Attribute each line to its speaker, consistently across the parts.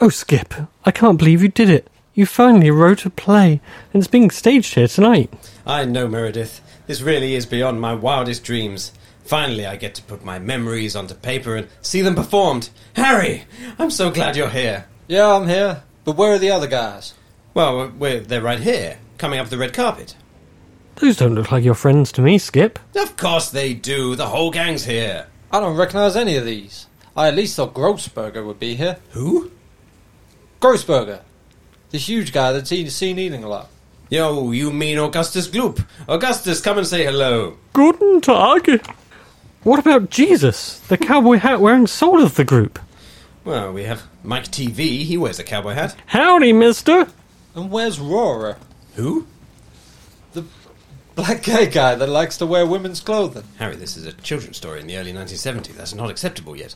Speaker 1: Oh, Skip, I can't believe you did it. You finally wrote a play, and it's being staged here tonight.
Speaker 2: I know, Meredith. This really is beyond my wildest dreams. Finally, I get to put my memories onto paper and see them performed. Harry, I'm so glad you're here.
Speaker 3: Yeah, I'm here. But where are the other guys?
Speaker 2: Well, we're, they're right here, coming up the red carpet.
Speaker 1: Those don't look like your friends to me, Skip.
Speaker 2: Of course they do. The whole gang's here.
Speaker 3: I don't recognize any of these. I at least thought Grossberger would be here.
Speaker 2: Who?
Speaker 3: Grossberger. This huge guy that's seen, seen eating a lot.
Speaker 2: Yo, you mean Augustus Gloop. Augustus, come and say hello.
Speaker 1: Guten Tag. What about Jesus, the cowboy hat wearing soul of the group?
Speaker 2: Well, we have Mike TV. He wears a cowboy hat.
Speaker 1: Howdy, mister.
Speaker 3: And where's Rora?
Speaker 2: Who?
Speaker 3: The black gay guy that likes to wear women's clothing.
Speaker 2: Harry, this is a children's story in the early 1970s. That's not acceptable yet.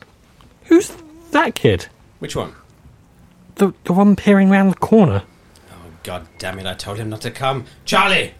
Speaker 1: Who's that kid?
Speaker 2: Which one?
Speaker 1: The, the one peering round the corner.
Speaker 2: Oh, god damn it, I told him not to come. Charlie!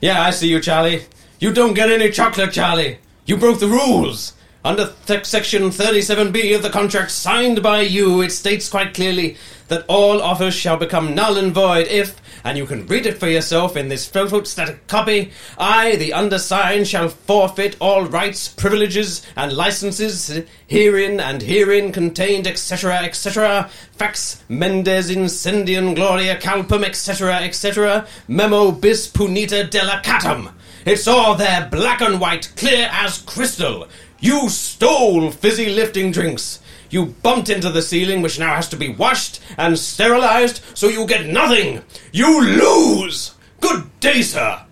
Speaker 2: Yeah, I see you, Charlie. You don't get any chocolate, Charlie. You broke the rules. Under th- section 37B of the contract signed by you, it states quite clearly that all offers shall become null and void if, and you can read it for yourself in this photostatic copy, I, the undersigned, shall forfeit all rights, privileges, and licenses herein and herein contained, etc., etc., fax Mendez incendium gloria calpum, etc., etc., memo bis punita delicatum. It's all there, black and white, clear as crystal. You stole fizzy lifting drinks. You bumped into the ceiling, which now has to be washed and sterilized, so you get nothing. You lose. Good day, sir.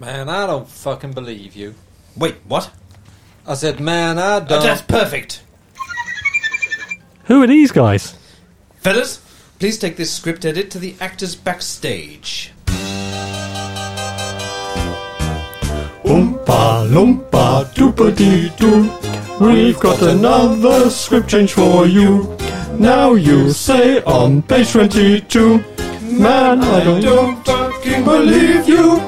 Speaker 3: Man, I don't fucking believe you.
Speaker 2: Wait, what?
Speaker 3: I said, man, I don't.
Speaker 2: Uh, That's perfect.
Speaker 1: Who are these guys?
Speaker 2: Fellas, please take this script edit to the actors backstage.
Speaker 4: Oompa loompa doopity doo. We've got another script change for you. Now you say on page 22. Man, I don't, fucking believe you.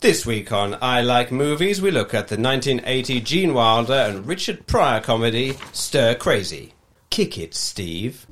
Speaker 2: This week on I Like Movies, we look at the 1980 Gene Wilder and Richard Pryor comedy Stir Crazy. Kick it, Steve.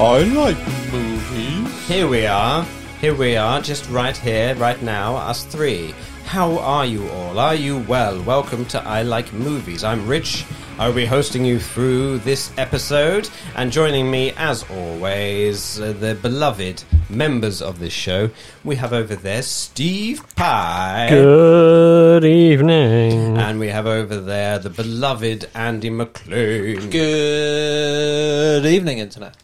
Speaker 4: I like movies.
Speaker 2: Here we are. Here we are, just right here, right now, us three. How are you all? Are you well? Welcome to I Like Movies. I'm Rich. I'll be hosting you through this episode. And joining me, as always, uh, the beloved members of this show. We have over there Steve Pye.
Speaker 1: Good evening.
Speaker 2: And we have over there the beloved Andy McLean.
Speaker 3: Good evening, internet.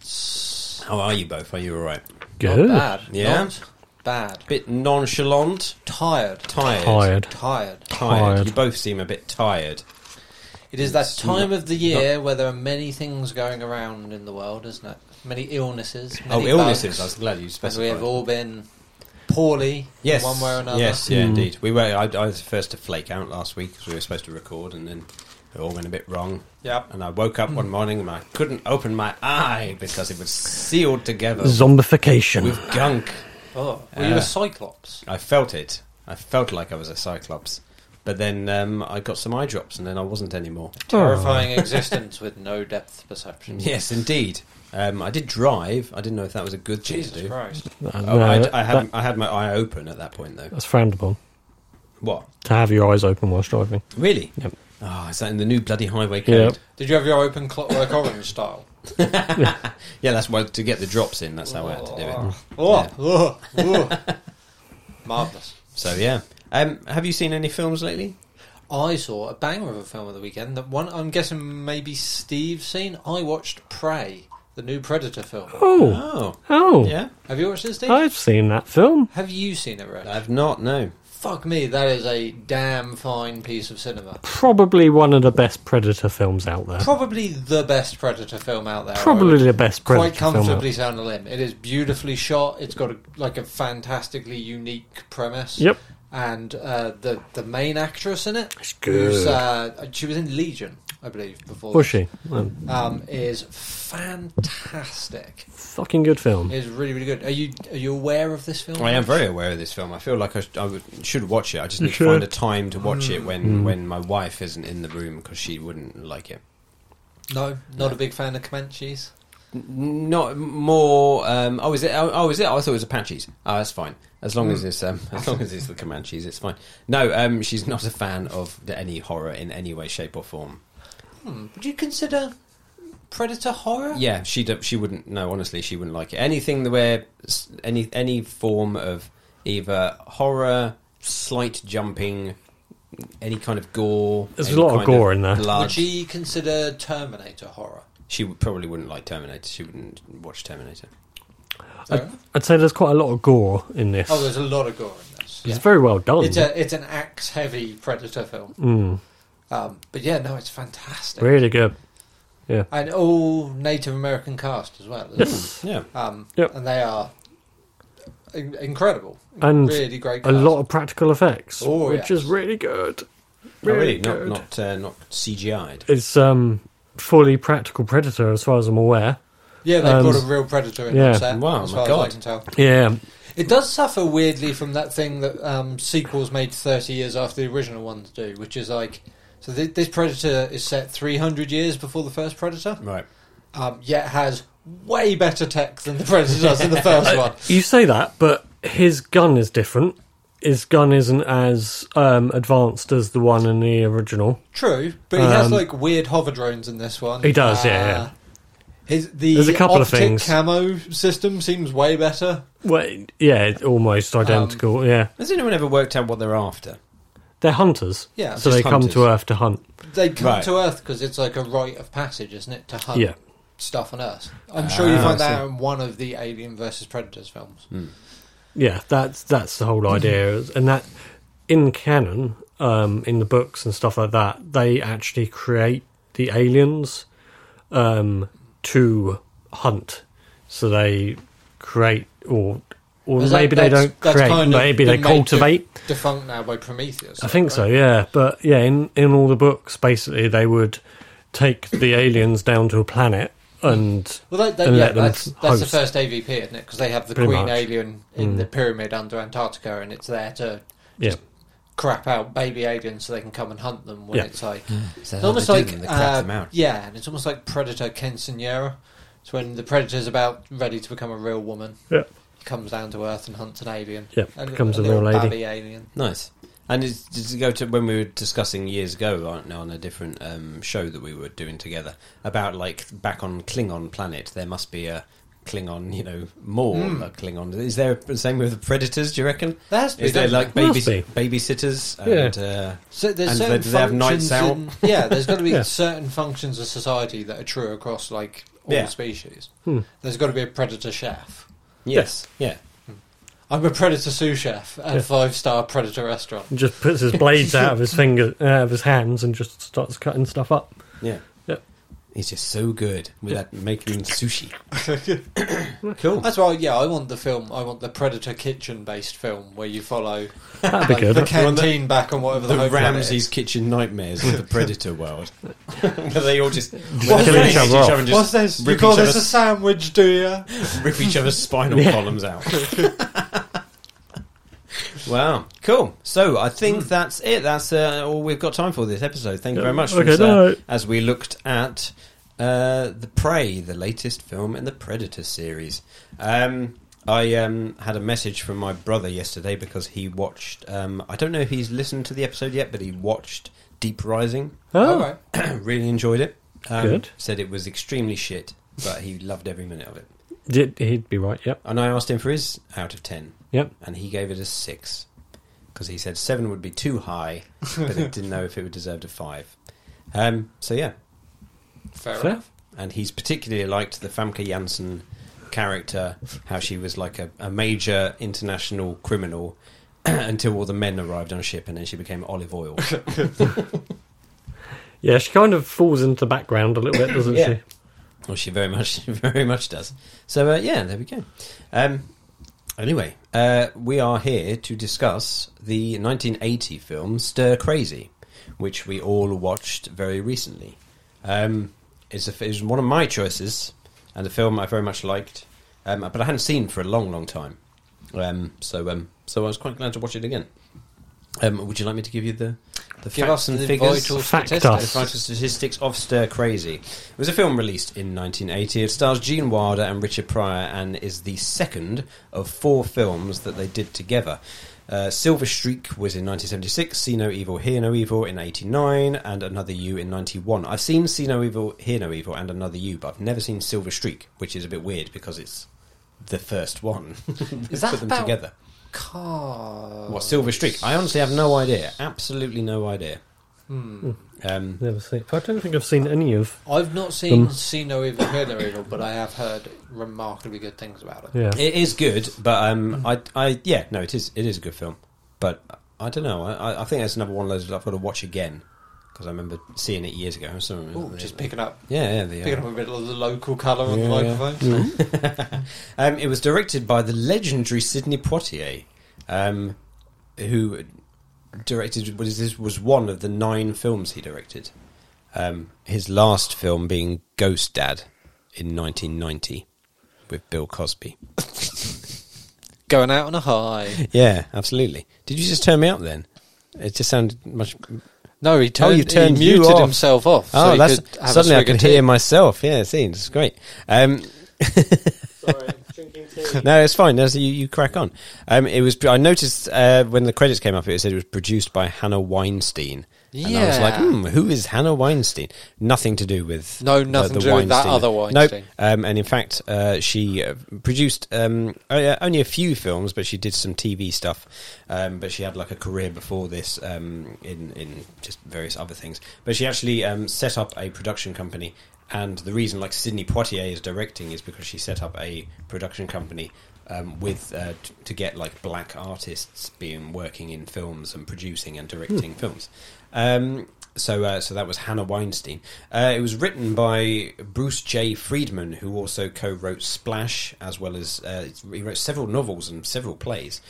Speaker 2: How are you both? Are you alright?
Speaker 1: Good.
Speaker 3: Bad.
Speaker 2: Yeah?
Speaker 3: Not bad.
Speaker 2: Bit nonchalant,
Speaker 3: Tired.
Speaker 2: tired.
Speaker 1: Tired.
Speaker 3: Tired.
Speaker 2: Tired.
Speaker 1: Tired.
Speaker 2: You both seem a bit tired.
Speaker 3: It is that time of the year where there are many things going around in the world, isn't it? Many illnesses. Many
Speaker 2: oh, illnesses.
Speaker 3: bugs,
Speaker 2: I was glad you
Speaker 3: and
Speaker 2: specified.
Speaker 3: we have all been poorly,
Speaker 2: yes.
Speaker 3: in one way or another.
Speaker 2: Yes, yeah, indeed. We were. I, I was the first to flake out last week because we were supposed to record, and then it all went a bit wrong.
Speaker 3: Yep.
Speaker 2: And I woke up one morning and I couldn't open my eye because it was sealed together
Speaker 1: Zombification.
Speaker 2: with gunk.
Speaker 3: Oh, were you
Speaker 2: Uh,
Speaker 3: a cyclops?
Speaker 2: I felt it. I felt like I was a cyclops. But then um, I got some eye drops, and then I wasn't anymore.
Speaker 3: Terrifying
Speaker 2: Oh.
Speaker 3: existence with no depth perception.
Speaker 2: Yes, indeed. Um, I did drive. I didn't know if that was a good thing to
Speaker 3: Jesus
Speaker 2: do.
Speaker 3: Christ.
Speaker 1: Uh,
Speaker 2: Oh,
Speaker 1: no,
Speaker 2: I, I had
Speaker 1: that-
Speaker 2: I had my eye open at that point though.
Speaker 1: that's frowned upon.
Speaker 2: What?
Speaker 1: To have your eyes open whilst driving.
Speaker 2: Really?
Speaker 1: Yep.
Speaker 2: Oh, is that in the new bloody highway code?
Speaker 3: Did you have your open clockwork orange style?
Speaker 2: Yeah, that's why to get the drops in. That's how I had to do it.
Speaker 3: Oh, oh, oh. Marvellous.
Speaker 2: So yeah. Um, have you seen any films lately?
Speaker 3: I saw a banger of a film of the weekend that one I'm guessing maybe Steve's seen. I watched Prey, the new Predator film.
Speaker 1: Oh.
Speaker 2: Oh,
Speaker 1: Oh.
Speaker 2: yeah.
Speaker 3: Have you watched it, Steve?
Speaker 1: I've seen that film.
Speaker 3: Have you seen it, Red?
Speaker 2: I've not. No.
Speaker 3: Fuck me, that is a damn fine piece of cinema.
Speaker 1: Probably one of the best Predator films out there.
Speaker 3: Probably the best Predator film out there. I
Speaker 1: Probably
Speaker 3: would
Speaker 1: the best Predator
Speaker 3: quite
Speaker 1: film. out
Speaker 3: comfortably sound a limb. It is beautifully shot. It's got a, like a fantastically unique premise.
Speaker 1: Yep.
Speaker 3: And uh, the the main actress in it,
Speaker 1: It's
Speaker 3: who's,
Speaker 1: good.
Speaker 3: uh, she was in Legion, I believe, before.
Speaker 1: Was
Speaker 3: this,
Speaker 1: she? Um,
Speaker 3: Um, is fantastic.
Speaker 1: fucking good film.
Speaker 3: It's really really good. Are you are you aware of this film?
Speaker 2: I am very aware of this film. I feel like I, sh- I would, should watch it. I just
Speaker 1: You
Speaker 2: need to
Speaker 1: should.
Speaker 2: find a time to watch it when,
Speaker 3: Mm.
Speaker 2: when my wife isn't in the room because she wouldn't like it.
Speaker 3: No, not a big fan of Comanches.
Speaker 2: N- Not more. Um, oh, is it? Oh, oh, is it? Oh, I thought it was Apaches. Oh, that's fine. As long as
Speaker 1: Hmm.
Speaker 2: it's um, as long as it's the Comanches, it's fine. No, um, she's not a fan of the- any horror in any way, shape, or form.
Speaker 3: Hmm. Would you consider Predator horror?
Speaker 2: Yeah, she do, she wouldn't. No, honestly, she wouldn't like it. Anything where s- any any form of either horror, slight jumping, any kind of gore.
Speaker 1: There's a
Speaker 2: any
Speaker 1: lot of
Speaker 2: kind
Speaker 1: gore in there.
Speaker 2: blood.
Speaker 3: Would she consider Terminator horror?
Speaker 2: She would- probably wouldn't like Terminator. She wouldn't watch Terminator.
Speaker 3: Fair
Speaker 1: I-
Speaker 3: enough.
Speaker 1: I'd say there's quite a lot of gore in this.
Speaker 3: oh, there's a lot of gore in this.
Speaker 1: It's very well done.
Speaker 3: It's a it's an axe heavy predator film.
Speaker 1: Mm,
Speaker 3: Um, but yeah, no, it's fantastic.
Speaker 1: really good. Yeah.
Speaker 3: And all Native American cast as well. isn't
Speaker 1: Yes.
Speaker 2: Yeah,
Speaker 3: it? Um,
Speaker 1: Yep.
Speaker 3: And they are in- incredible.
Speaker 1: And
Speaker 3: really great.
Speaker 1: A
Speaker 3: Cast.
Speaker 1: lot of practical effects,
Speaker 3: Oh,
Speaker 1: which
Speaker 3: yes.
Speaker 1: is really good.
Speaker 2: oh, really, not
Speaker 1: good.
Speaker 2: not uh, not CGI'd.
Speaker 1: It's um fully practical Predator, as far as I'm aware.
Speaker 3: Yeah, they
Speaker 1: um,
Speaker 3: brought a real predator in
Speaker 1: yeah.
Speaker 3: the set.
Speaker 2: Wow,
Speaker 3: as
Speaker 2: my
Speaker 3: far
Speaker 2: God.
Speaker 3: As I can tell.
Speaker 1: Yeah.
Speaker 3: It does suffer weirdly from that thing that um, sequels made 30 years after the original ones do, which is like. So th- this Predator is set 300 years before the first Predator,
Speaker 2: Right.
Speaker 3: um, yet has way better tech than the Predator does in the first one.
Speaker 1: You say that, but his gun is different. His gun isn't as um, advanced as the one in the original.
Speaker 3: True, but he has
Speaker 1: Um,
Speaker 3: like weird hover drones in this one. Uh,
Speaker 1: He does, yeah, yeah.
Speaker 3: His, the
Speaker 1: There's a couple of
Speaker 3: optic
Speaker 1: things.
Speaker 3: camo system seems way better.
Speaker 1: Well, yeah, it's
Speaker 3: Um,
Speaker 1: almost identical. yeah,
Speaker 2: Has anyone ever worked out what they're after?
Speaker 1: they're hunters.
Speaker 3: Yeah,
Speaker 1: so
Speaker 2: just
Speaker 1: they come
Speaker 2: hunters.
Speaker 1: to Earth to hunt.
Speaker 3: They come
Speaker 2: Right.
Speaker 3: to Earth because it's like a rite of passage, isn't it, to hunt
Speaker 1: Yeah.
Speaker 3: stuff on Earth? I'm sure you
Speaker 2: Ah, I
Speaker 3: find that
Speaker 2: see.
Speaker 3: out in one of the Alien versus Predators films.
Speaker 1: Yeah, that's that's the whole idea,
Speaker 3: Mm-hmm.
Speaker 1: and that in canon, um, in the books and stuff like that, they actually create the aliens um, to hunt. So they create, or or
Speaker 3: Is that-
Speaker 1: maybe they
Speaker 3: that's-
Speaker 1: don't
Speaker 3: that's
Speaker 1: create,
Speaker 3: kind of
Speaker 1: maybe they
Speaker 3: been made to-
Speaker 1: cultivate.
Speaker 3: Defunct now by Prometheus.
Speaker 1: I think
Speaker 3: right?
Speaker 1: so, yeah. But yeah, in in all the books, basically they would take the aliens down to a planet and
Speaker 3: Well, that, that,
Speaker 1: And
Speaker 3: yeah,
Speaker 1: let them
Speaker 3: that's, that's the
Speaker 1: host.
Speaker 3: first AVP, isn't it? Because they have the
Speaker 1: Pretty
Speaker 3: Queen
Speaker 1: much. Mm.
Speaker 3: Alien in the pyramid under Antarctica, and it's there to
Speaker 1: yeah,
Speaker 3: crap out baby aliens so they can come and hunt them when
Speaker 1: Yeah.
Speaker 3: it's like
Speaker 2: So
Speaker 3: It's almost
Speaker 2: Mm. they do
Speaker 3: like
Speaker 2: them, they crap
Speaker 3: uh,
Speaker 2: them out.
Speaker 3: yeah, and it's almost like Predator Quinceanera. It's when the Predator's about ready to become a real woman.
Speaker 1: Yeah.
Speaker 3: He comes down to Earth and hunts an alien.
Speaker 1: Yeah,
Speaker 3: and,
Speaker 1: becomes a
Speaker 3: little
Speaker 1: real lady.
Speaker 3: babby alien.
Speaker 2: Nice. And it's- does it go to when we were discussing years ago on, on a different um, show that we were doing together about like back on Klingon planet, there must be a Klingon, you know, more a Klingon. Is there the same with the predators? Do you reckon?
Speaker 3: Hmm. There has to be,
Speaker 2: Is there
Speaker 3: doesn't
Speaker 2: like
Speaker 1: there?
Speaker 2: baby,
Speaker 1: Must be.
Speaker 2: babysitters?
Speaker 1: Yeah.
Speaker 2: And, uh,
Speaker 3: So there's
Speaker 2: And
Speaker 3: certain
Speaker 2: do they have nights
Speaker 3: functions. in- yeah, there's got to be
Speaker 1: Yeah.
Speaker 3: certain functions of society that are true across like all
Speaker 2: Yeah.
Speaker 3: species.
Speaker 1: Hmm.
Speaker 3: There's got to be a Predator chef.
Speaker 2: yes, yeah.
Speaker 3: I'm a Predator sous chef at
Speaker 1: Yeah.
Speaker 3: a five star Predator restaurant.
Speaker 1: and just puts his blades out of his fingers, out of his hands, and just starts cutting stuff up.
Speaker 2: Yeah.
Speaker 1: Yep.
Speaker 2: He's just so good with
Speaker 1: Yeah.
Speaker 2: that making sushi.
Speaker 1: Cool.
Speaker 3: That's why, yeah, I want the film. I want the Predator kitchen based film where you follow
Speaker 1: That'd be
Speaker 3: like, the
Speaker 1: good.
Speaker 3: canteen back on whatever the,
Speaker 2: The
Speaker 3: hotel
Speaker 2: Ramsey's
Speaker 3: is.
Speaker 2: kitchen nightmares of the predator world. Where they all just,
Speaker 1: Well,
Speaker 2: they
Speaker 1: killing
Speaker 2: hate
Speaker 1: each other off.
Speaker 2: and just
Speaker 3: What's this? You
Speaker 2: rip
Speaker 3: call
Speaker 2: each
Speaker 3: this
Speaker 2: other
Speaker 3: a sandwich, do you?
Speaker 2: rip each other's spinal
Speaker 1: Yeah.
Speaker 2: columns out. wow, cool. So I
Speaker 1: Hmm.
Speaker 2: think that's it. That's uh, all we've got time for this episode. Thank you very much,
Speaker 1: Okay,
Speaker 2: Chris, uh,
Speaker 1: alright.
Speaker 2: As we looked at uh, the Prey, the latest film in the Predator series. Um, I um, had a message from my brother yesterday because he watched. Um, I don't know if he's listened to the episode yet, but he watched Deep Rising.
Speaker 1: Oh,
Speaker 3: All right.
Speaker 2: really enjoyed it. Um,
Speaker 1: Good.
Speaker 2: Said it was extremely shit, but he loved every minute of it.
Speaker 1: Yeah, he'd be right. Yep,
Speaker 2: And I asked him for his out of 10,
Speaker 1: yep.
Speaker 2: and he gave it a 6. Because he said 7 would be too high, but he didn't know if it would deserve a 5. Um, so, yeah.
Speaker 3: Fair,
Speaker 1: Fair.
Speaker 3: enough.
Speaker 2: And he's particularly liked the Famke Janssen character, how she was like a, a major international criminal until all the men arrived on a ship, and then she became olive oil.
Speaker 1: Yeah, she kind of falls into the background a little bit, doesn't
Speaker 2: Yeah.
Speaker 1: she?
Speaker 2: Well, she very much, she very much does. So uh, yeah, there we go. Um, anyway, uh, we are here to discuss the 1980 film Stir Crazy, which we all watched very recently. Um, it's a, it was one of my choices, and a film I very much liked, um, but I hadn't seen for a long, long time. Um, so, um, so I was quite glad to watch it again. Um, would you like me to give you the the
Speaker 3: Give
Speaker 2: facts
Speaker 3: us
Speaker 2: and
Speaker 3: the
Speaker 2: figures?
Speaker 3: vital
Speaker 1: Fact
Speaker 2: The
Speaker 1: us.
Speaker 3: statistics.
Speaker 1: Yes.
Speaker 2: vital statistics of Stir Crazy. It was a film released in 1980. It stars Gene Wilder and Richard Pryor and is the second of four films that they did together. Uh, Silver Streak was in 1976, See No Evil, Hear No Evil in 89, and Another You in 91. I've seen See No Evil, Hear No Evil, and Another You, but I've never seen Silver Streak, which is a bit weird because it's the first one.
Speaker 3: Is that
Speaker 2: Put them
Speaker 3: about-
Speaker 2: together.
Speaker 3: Cars.
Speaker 2: What, Silver Streak? I honestly have no idea. Absolutely no idea. Um,
Speaker 1: Never seen. I don't think I've seen any of.
Speaker 3: I've not seen See No Evil, Hear No Evil, but I have heard remarkably good things about it.
Speaker 1: Yeah,
Speaker 2: It is good, but um, I, I, yeah, no, it is, it is a good film, but I don't know. I, I- I think that's another one of those that I've got to watch again because I remember seeing it years ago. So uh,
Speaker 3: Ooh, just picking up,
Speaker 2: yeah, yeah, the, uh,
Speaker 3: picking up a bit of the local colour on
Speaker 2: Yeah,
Speaker 3: the
Speaker 2: yeah.
Speaker 3: microphone.
Speaker 2: Um, it was directed by the legendary Sidney Poitier, um, who directed was this was one of the nine films he directed. Um, his last film being Ghost Dad in 1990 with Bill Cosby.
Speaker 3: Going out on a high.
Speaker 2: Yeah, absolutely. Did you just turn me up then? It just sounded much.
Speaker 3: No, he turned.
Speaker 2: you turned
Speaker 3: he
Speaker 2: you
Speaker 3: muted
Speaker 2: off.
Speaker 3: himself off. so
Speaker 2: oh,
Speaker 3: he
Speaker 2: that's
Speaker 3: could have a
Speaker 2: suddenly I
Speaker 3: swig
Speaker 2: can
Speaker 3: of
Speaker 2: hear
Speaker 3: tea.
Speaker 2: myself. Yeah, see, it's great. Um,
Speaker 1: Sorry, drinking tea.
Speaker 2: no, it's fine. That's, you, you crack on. Um, it was. I noticed uh, when the credits came up, it said it was produced by Hannah Weinstein. And I was
Speaker 3: Yeah.
Speaker 2: like, hmm, who is Hannah Weinstein? Nothing to do with
Speaker 3: No,
Speaker 2: uh,
Speaker 3: nothing
Speaker 2: the
Speaker 3: to do with that other
Speaker 2: Nope.
Speaker 3: Weinstein.
Speaker 2: Um, and in fact, uh, she uh, produced um, o- uh, only a few films, but she did some TV stuff. Um, but she had like a career before this um, in in just various other things. But she actually um, set up a production company, and the reason like Sydney Poitier is directing is because she set up a production company. Um, with uh, t- to get like black artists being working in films and producing and directing films, um, so, uh, so that was Hannah Weinstein. Uh, it was written by Bruce J. Friedman, who also co-wrote Splash, as well as uh, he wrote several novels and several plays.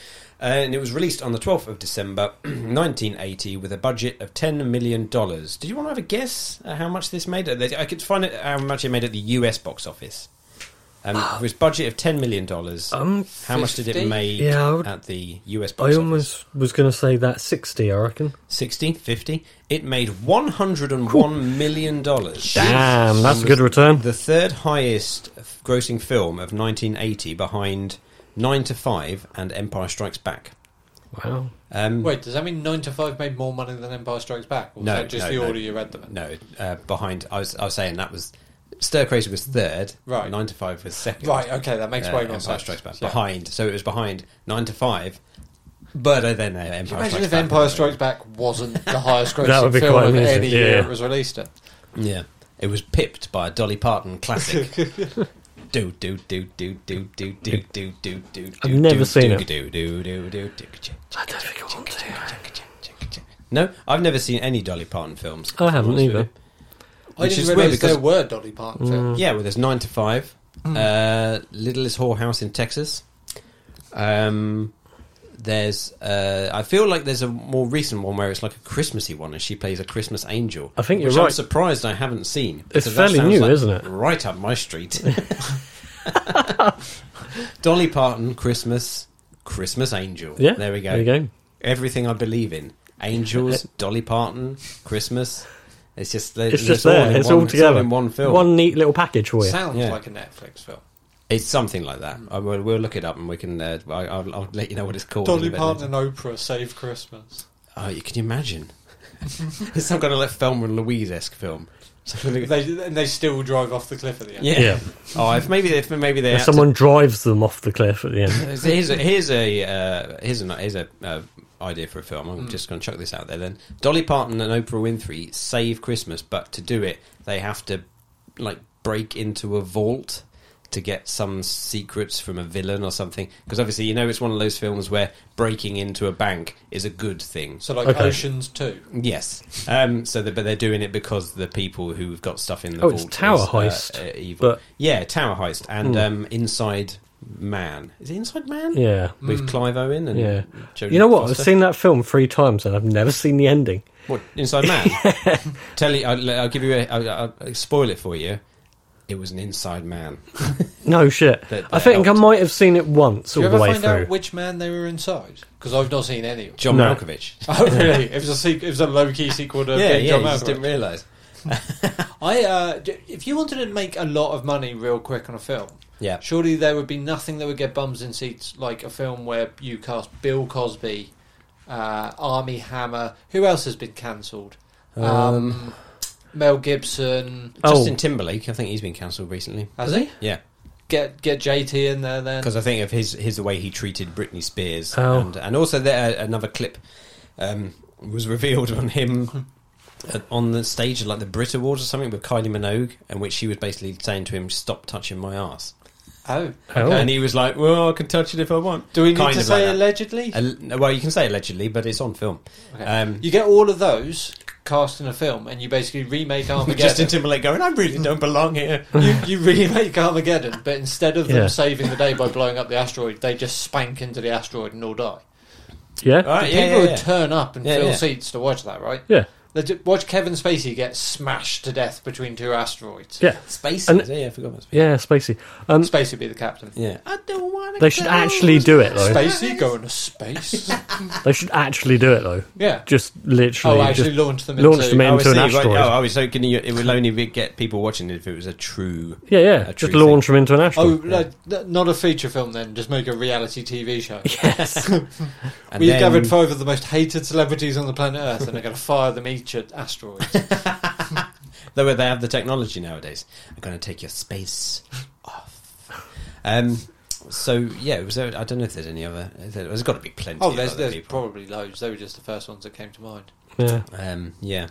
Speaker 2: Uh, and it was released on the twelfth of December, nineteen eighty, with a budget of ten million dollars. Did you want to have a guess at how much this made? Uh, I could find out how much it made at the U.S. box office. Um, it was budget of ten million dollars.
Speaker 1: Um,
Speaker 2: how much did it
Speaker 3: 50?
Speaker 2: make
Speaker 1: Yeah, I would-
Speaker 2: at the U.S. box
Speaker 1: I
Speaker 2: office?
Speaker 1: almost was going to say that sixty. I reckon.
Speaker 2: 60, 50. It made $101 million. dollars.
Speaker 1: Damn, that's a good return.
Speaker 2: The third highest grossing film of 1980 behind 9 to 5 and Empire Strikes Back.
Speaker 1: Wow.
Speaker 2: Um,
Speaker 3: Wait, does that mean Nine to Five made more money than Empire Strikes Back? Or was
Speaker 2: No,
Speaker 3: that just
Speaker 2: no,
Speaker 3: the
Speaker 2: no.
Speaker 3: order you read them in?
Speaker 2: No, uh, behind. I was, I was saying that was. Stir Crazy was third.
Speaker 3: Right.
Speaker 2: 9 to 5 was second.
Speaker 3: Right, okay, that makes
Speaker 2: uh,
Speaker 3: way more
Speaker 2: Empire
Speaker 3: sense.
Speaker 2: Strikes Back.
Speaker 3: Yeah.
Speaker 2: Behind. So it was behind 9 to 5. But uh, then uh, Empire
Speaker 3: Can you imagine
Speaker 2: Strikes
Speaker 3: if
Speaker 2: Back-
Speaker 3: Empire Strikes Back wasn't the highest
Speaker 1: That would
Speaker 3: grossing
Speaker 1: be
Speaker 3: film
Speaker 1: quite
Speaker 3: of
Speaker 1: amazing,
Speaker 3: any year
Speaker 1: yeah.
Speaker 3: it was released in?
Speaker 2: Yeah. It was pipped by a Dolly Parton classic. Do do do do do do do do do do.
Speaker 1: I've never
Speaker 2: do,
Speaker 1: seen
Speaker 2: do,
Speaker 1: it.
Speaker 2: Do do do do do.
Speaker 1: I don't think I want to.
Speaker 2: No, I've never seen any Dolly Parton films.
Speaker 1: I haven't
Speaker 2: Honestly.
Speaker 1: either.
Speaker 3: I
Speaker 2: Which
Speaker 3: didn't
Speaker 2: is
Speaker 3: realise
Speaker 2: weird because-
Speaker 3: there were Dolly Parton films.
Speaker 2: Yeah, well, there's Nine to Five,
Speaker 1: Hmm.
Speaker 2: uh, Littlest Whorehouse in Texas. Um, there's, uh, I feel like there's a more recent one where it's like a Christmassy one, and she plays a Christmas angel.
Speaker 1: I think
Speaker 2: which
Speaker 1: you're
Speaker 2: I'm
Speaker 1: right.
Speaker 2: surprised I haven't seen.
Speaker 1: It's
Speaker 2: because that
Speaker 1: fairly
Speaker 2: sounds
Speaker 1: new,
Speaker 2: like
Speaker 1: isn't it?
Speaker 2: Right up my street. Dolly Parton, Christmas, Christmas Angel.
Speaker 1: Yeah,
Speaker 2: there we go.
Speaker 1: There you go.
Speaker 2: Everything I believe in: angels, Dolly Parton, Christmas. It's just
Speaker 1: It's just there.
Speaker 2: in
Speaker 1: it's
Speaker 2: one,
Speaker 1: all together
Speaker 2: in one film.
Speaker 1: One neat little package for you.
Speaker 3: Sounds
Speaker 2: Yeah.
Speaker 3: like a Netflix film.
Speaker 2: It's something like that. I will, we'll look it up and we can. Uh, I, I'll, I'll let you know what it's called.
Speaker 3: Dolly
Speaker 2: in a bit.
Speaker 3: Parton and Oprah save Christmas.
Speaker 2: Oh, you can you imagine? it's some kind of like Thelma and Louise esque film. Something like-
Speaker 3: They, and they still drive off the cliff at the end.
Speaker 2: yeah.
Speaker 1: Yeah.
Speaker 2: Oh, if maybe if maybe they
Speaker 1: If
Speaker 2: had to-
Speaker 1: someone drives them off the cliff at the end.
Speaker 2: Here's a here's a uh, here's an here's a uh, idea for a film. I'm just going to chuck this out there. Then Dolly Parton and Oprah Winfrey save Christmas, but to do it, they have to like break into a vault, to get some secrets from a villain or something. Because obviously, you know, it's one of those films where breaking into a bank is a good thing.
Speaker 3: So like
Speaker 1: Okay.
Speaker 3: Ocean's Two.
Speaker 2: Yes. Um, so, the, but they're doing it because the people who've got stuff in the
Speaker 1: Oh,
Speaker 2: vault
Speaker 1: it's Tower
Speaker 2: is, uh,
Speaker 1: Heist,
Speaker 2: uh, evil.
Speaker 1: but Hmm.
Speaker 2: yeah, Tower Heist and um, Inside Man. Is it Inside Man?
Speaker 1: yeah,
Speaker 2: With Clive Owen and
Speaker 1: Mm. Yeah.
Speaker 2: Jodie
Speaker 1: you know what?
Speaker 2: Foster?
Speaker 1: I've seen that film three times and I've never seen the ending.
Speaker 2: What Inside Man? Tell you, I'll, I'll give you. A, I'll, I'll- I'll spoil it for you. It was an Inside Man.
Speaker 1: No shit.
Speaker 2: That-
Speaker 1: I
Speaker 2: that
Speaker 1: think
Speaker 2: helped.
Speaker 1: I might have seen it once
Speaker 3: Do you
Speaker 1: all
Speaker 3: ever
Speaker 1: the way
Speaker 3: find
Speaker 1: through.
Speaker 3: out which man they were inside? Because I've not seen any. of them.
Speaker 2: John
Speaker 1: No.
Speaker 2: Malkovich.
Speaker 3: Oh really? It was a sequ- it was a low key sequel to
Speaker 2: yeah,
Speaker 3: Big
Speaker 2: yeah.
Speaker 3: John
Speaker 2: You just
Speaker 3: Malkovich.
Speaker 2: didn't realise.
Speaker 3: I uh, d- if you wanted to make a lot of money real quick on a film,
Speaker 2: Yeah.
Speaker 3: surely there would be nothing that would get bums in seats like a film where you cast Bill Cosby, uh, Army Hammer. Who else has been cancelled? Um, Mel Gibson.
Speaker 1: Oh.
Speaker 2: Justin Timberlake. I think he's been cancelled recently.
Speaker 3: Has he?
Speaker 2: Yeah,
Speaker 3: Get get JT in there then.
Speaker 2: because I think of his his the way he treated Britney Spears,
Speaker 1: Oh.
Speaker 2: and and also there uh, another clip um, was revealed on him. uh, On the stage, at, like the Brit Awards or something, with Kylie Minogue, in which she was basically saying to him, "Stop touching my ass,"
Speaker 3: Oh,
Speaker 1: Oh.
Speaker 2: and he was like, "Well, I can touch it if I want."
Speaker 3: do we need
Speaker 2: Kind
Speaker 3: to
Speaker 2: of like
Speaker 3: say
Speaker 2: that.
Speaker 3: allegedly?
Speaker 2: Al- well, you can say allegedly, but it's on film.
Speaker 3: Okay.
Speaker 2: Um,
Speaker 3: you get all of those cast in a film, and you basically remake
Speaker 2: Justin
Speaker 3: Armageddon.
Speaker 2: Timberlake going, I really don't belong here.
Speaker 3: you, you remake Armageddon, but instead of them
Speaker 1: Yeah.
Speaker 3: saving the day by blowing up the asteroid, they just spank into the asteroid and all die.
Speaker 1: yeah,
Speaker 2: All right,
Speaker 3: The
Speaker 2: yeah, yeah,
Speaker 3: people who
Speaker 2: yeah.
Speaker 3: turn up and
Speaker 2: Yeah,
Speaker 3: fill
Speaker 2: yeah.
Speaker 3: seats to watch that, right?
Speaker 1: yeah,
Speaker 3: They ju- watch Kevin Spacey get smashed to death between two asteroids.
Speaker 1: yeah,
Speaker 2: Spaces.
Speaker 1: And-
Speaker 2: yeah, yeah, I forgot about spaces.
Speaker 1: yeah. Spacey. Um,
Speaker 3: Spacey be the captain.
Speaker 2: Yeah. I don't want
Speaker 1: they should actually do it though.
Speaker 3: Spacey going to space.
Speaker 1: They should actually do it though.
Speaker 3: yeah.
Speaker 1: Just literally.
Speaker 3: oh, actually
Speaker 1: just-
Speaker 3: launch them.
Speaker 1: launch
Speaker 3: into,
Speaker 1: them in.
Speaker 2: I was
Speaker 1: into an
Speaker 2: thinking, right,
Speaker 1: asteroid.
Speaker 2: oh, I was thinking you, it would only be- get people watching it if it was a true.
Speaker 1: yeah, yeah.
Speaker 2: a
Speaker 1: Just
Speaker 2: true
Speaker 1: launch them into an asteroid.
Speaker 3: Oh, no, th- not a feature film then. Just make a reality TV show.
Speaker 1: Yes.
Speaker 2: And
Speaker 3: We've
Speaker 2: then-
Speaker 3: gathered five of the most hated celebrities on the planet Earth, and are going to fire them each at asteroids.
Speaker 2: Though they have the technology nowadays. I'm going to take your space off. Um, so yeah, was there, I don't know if there's any other. there- There's got to be plenty.
Speaker 3: Oh,
Speaker 2: of
Speaker 3: there's
Speaker 2: other
Speaker 3: there's
Speaker 2: people.
Speaker 3: probably loads. They were just the first ones that came to mind.
Speaker 1: yeah.
Speaker 2: Um, yeah,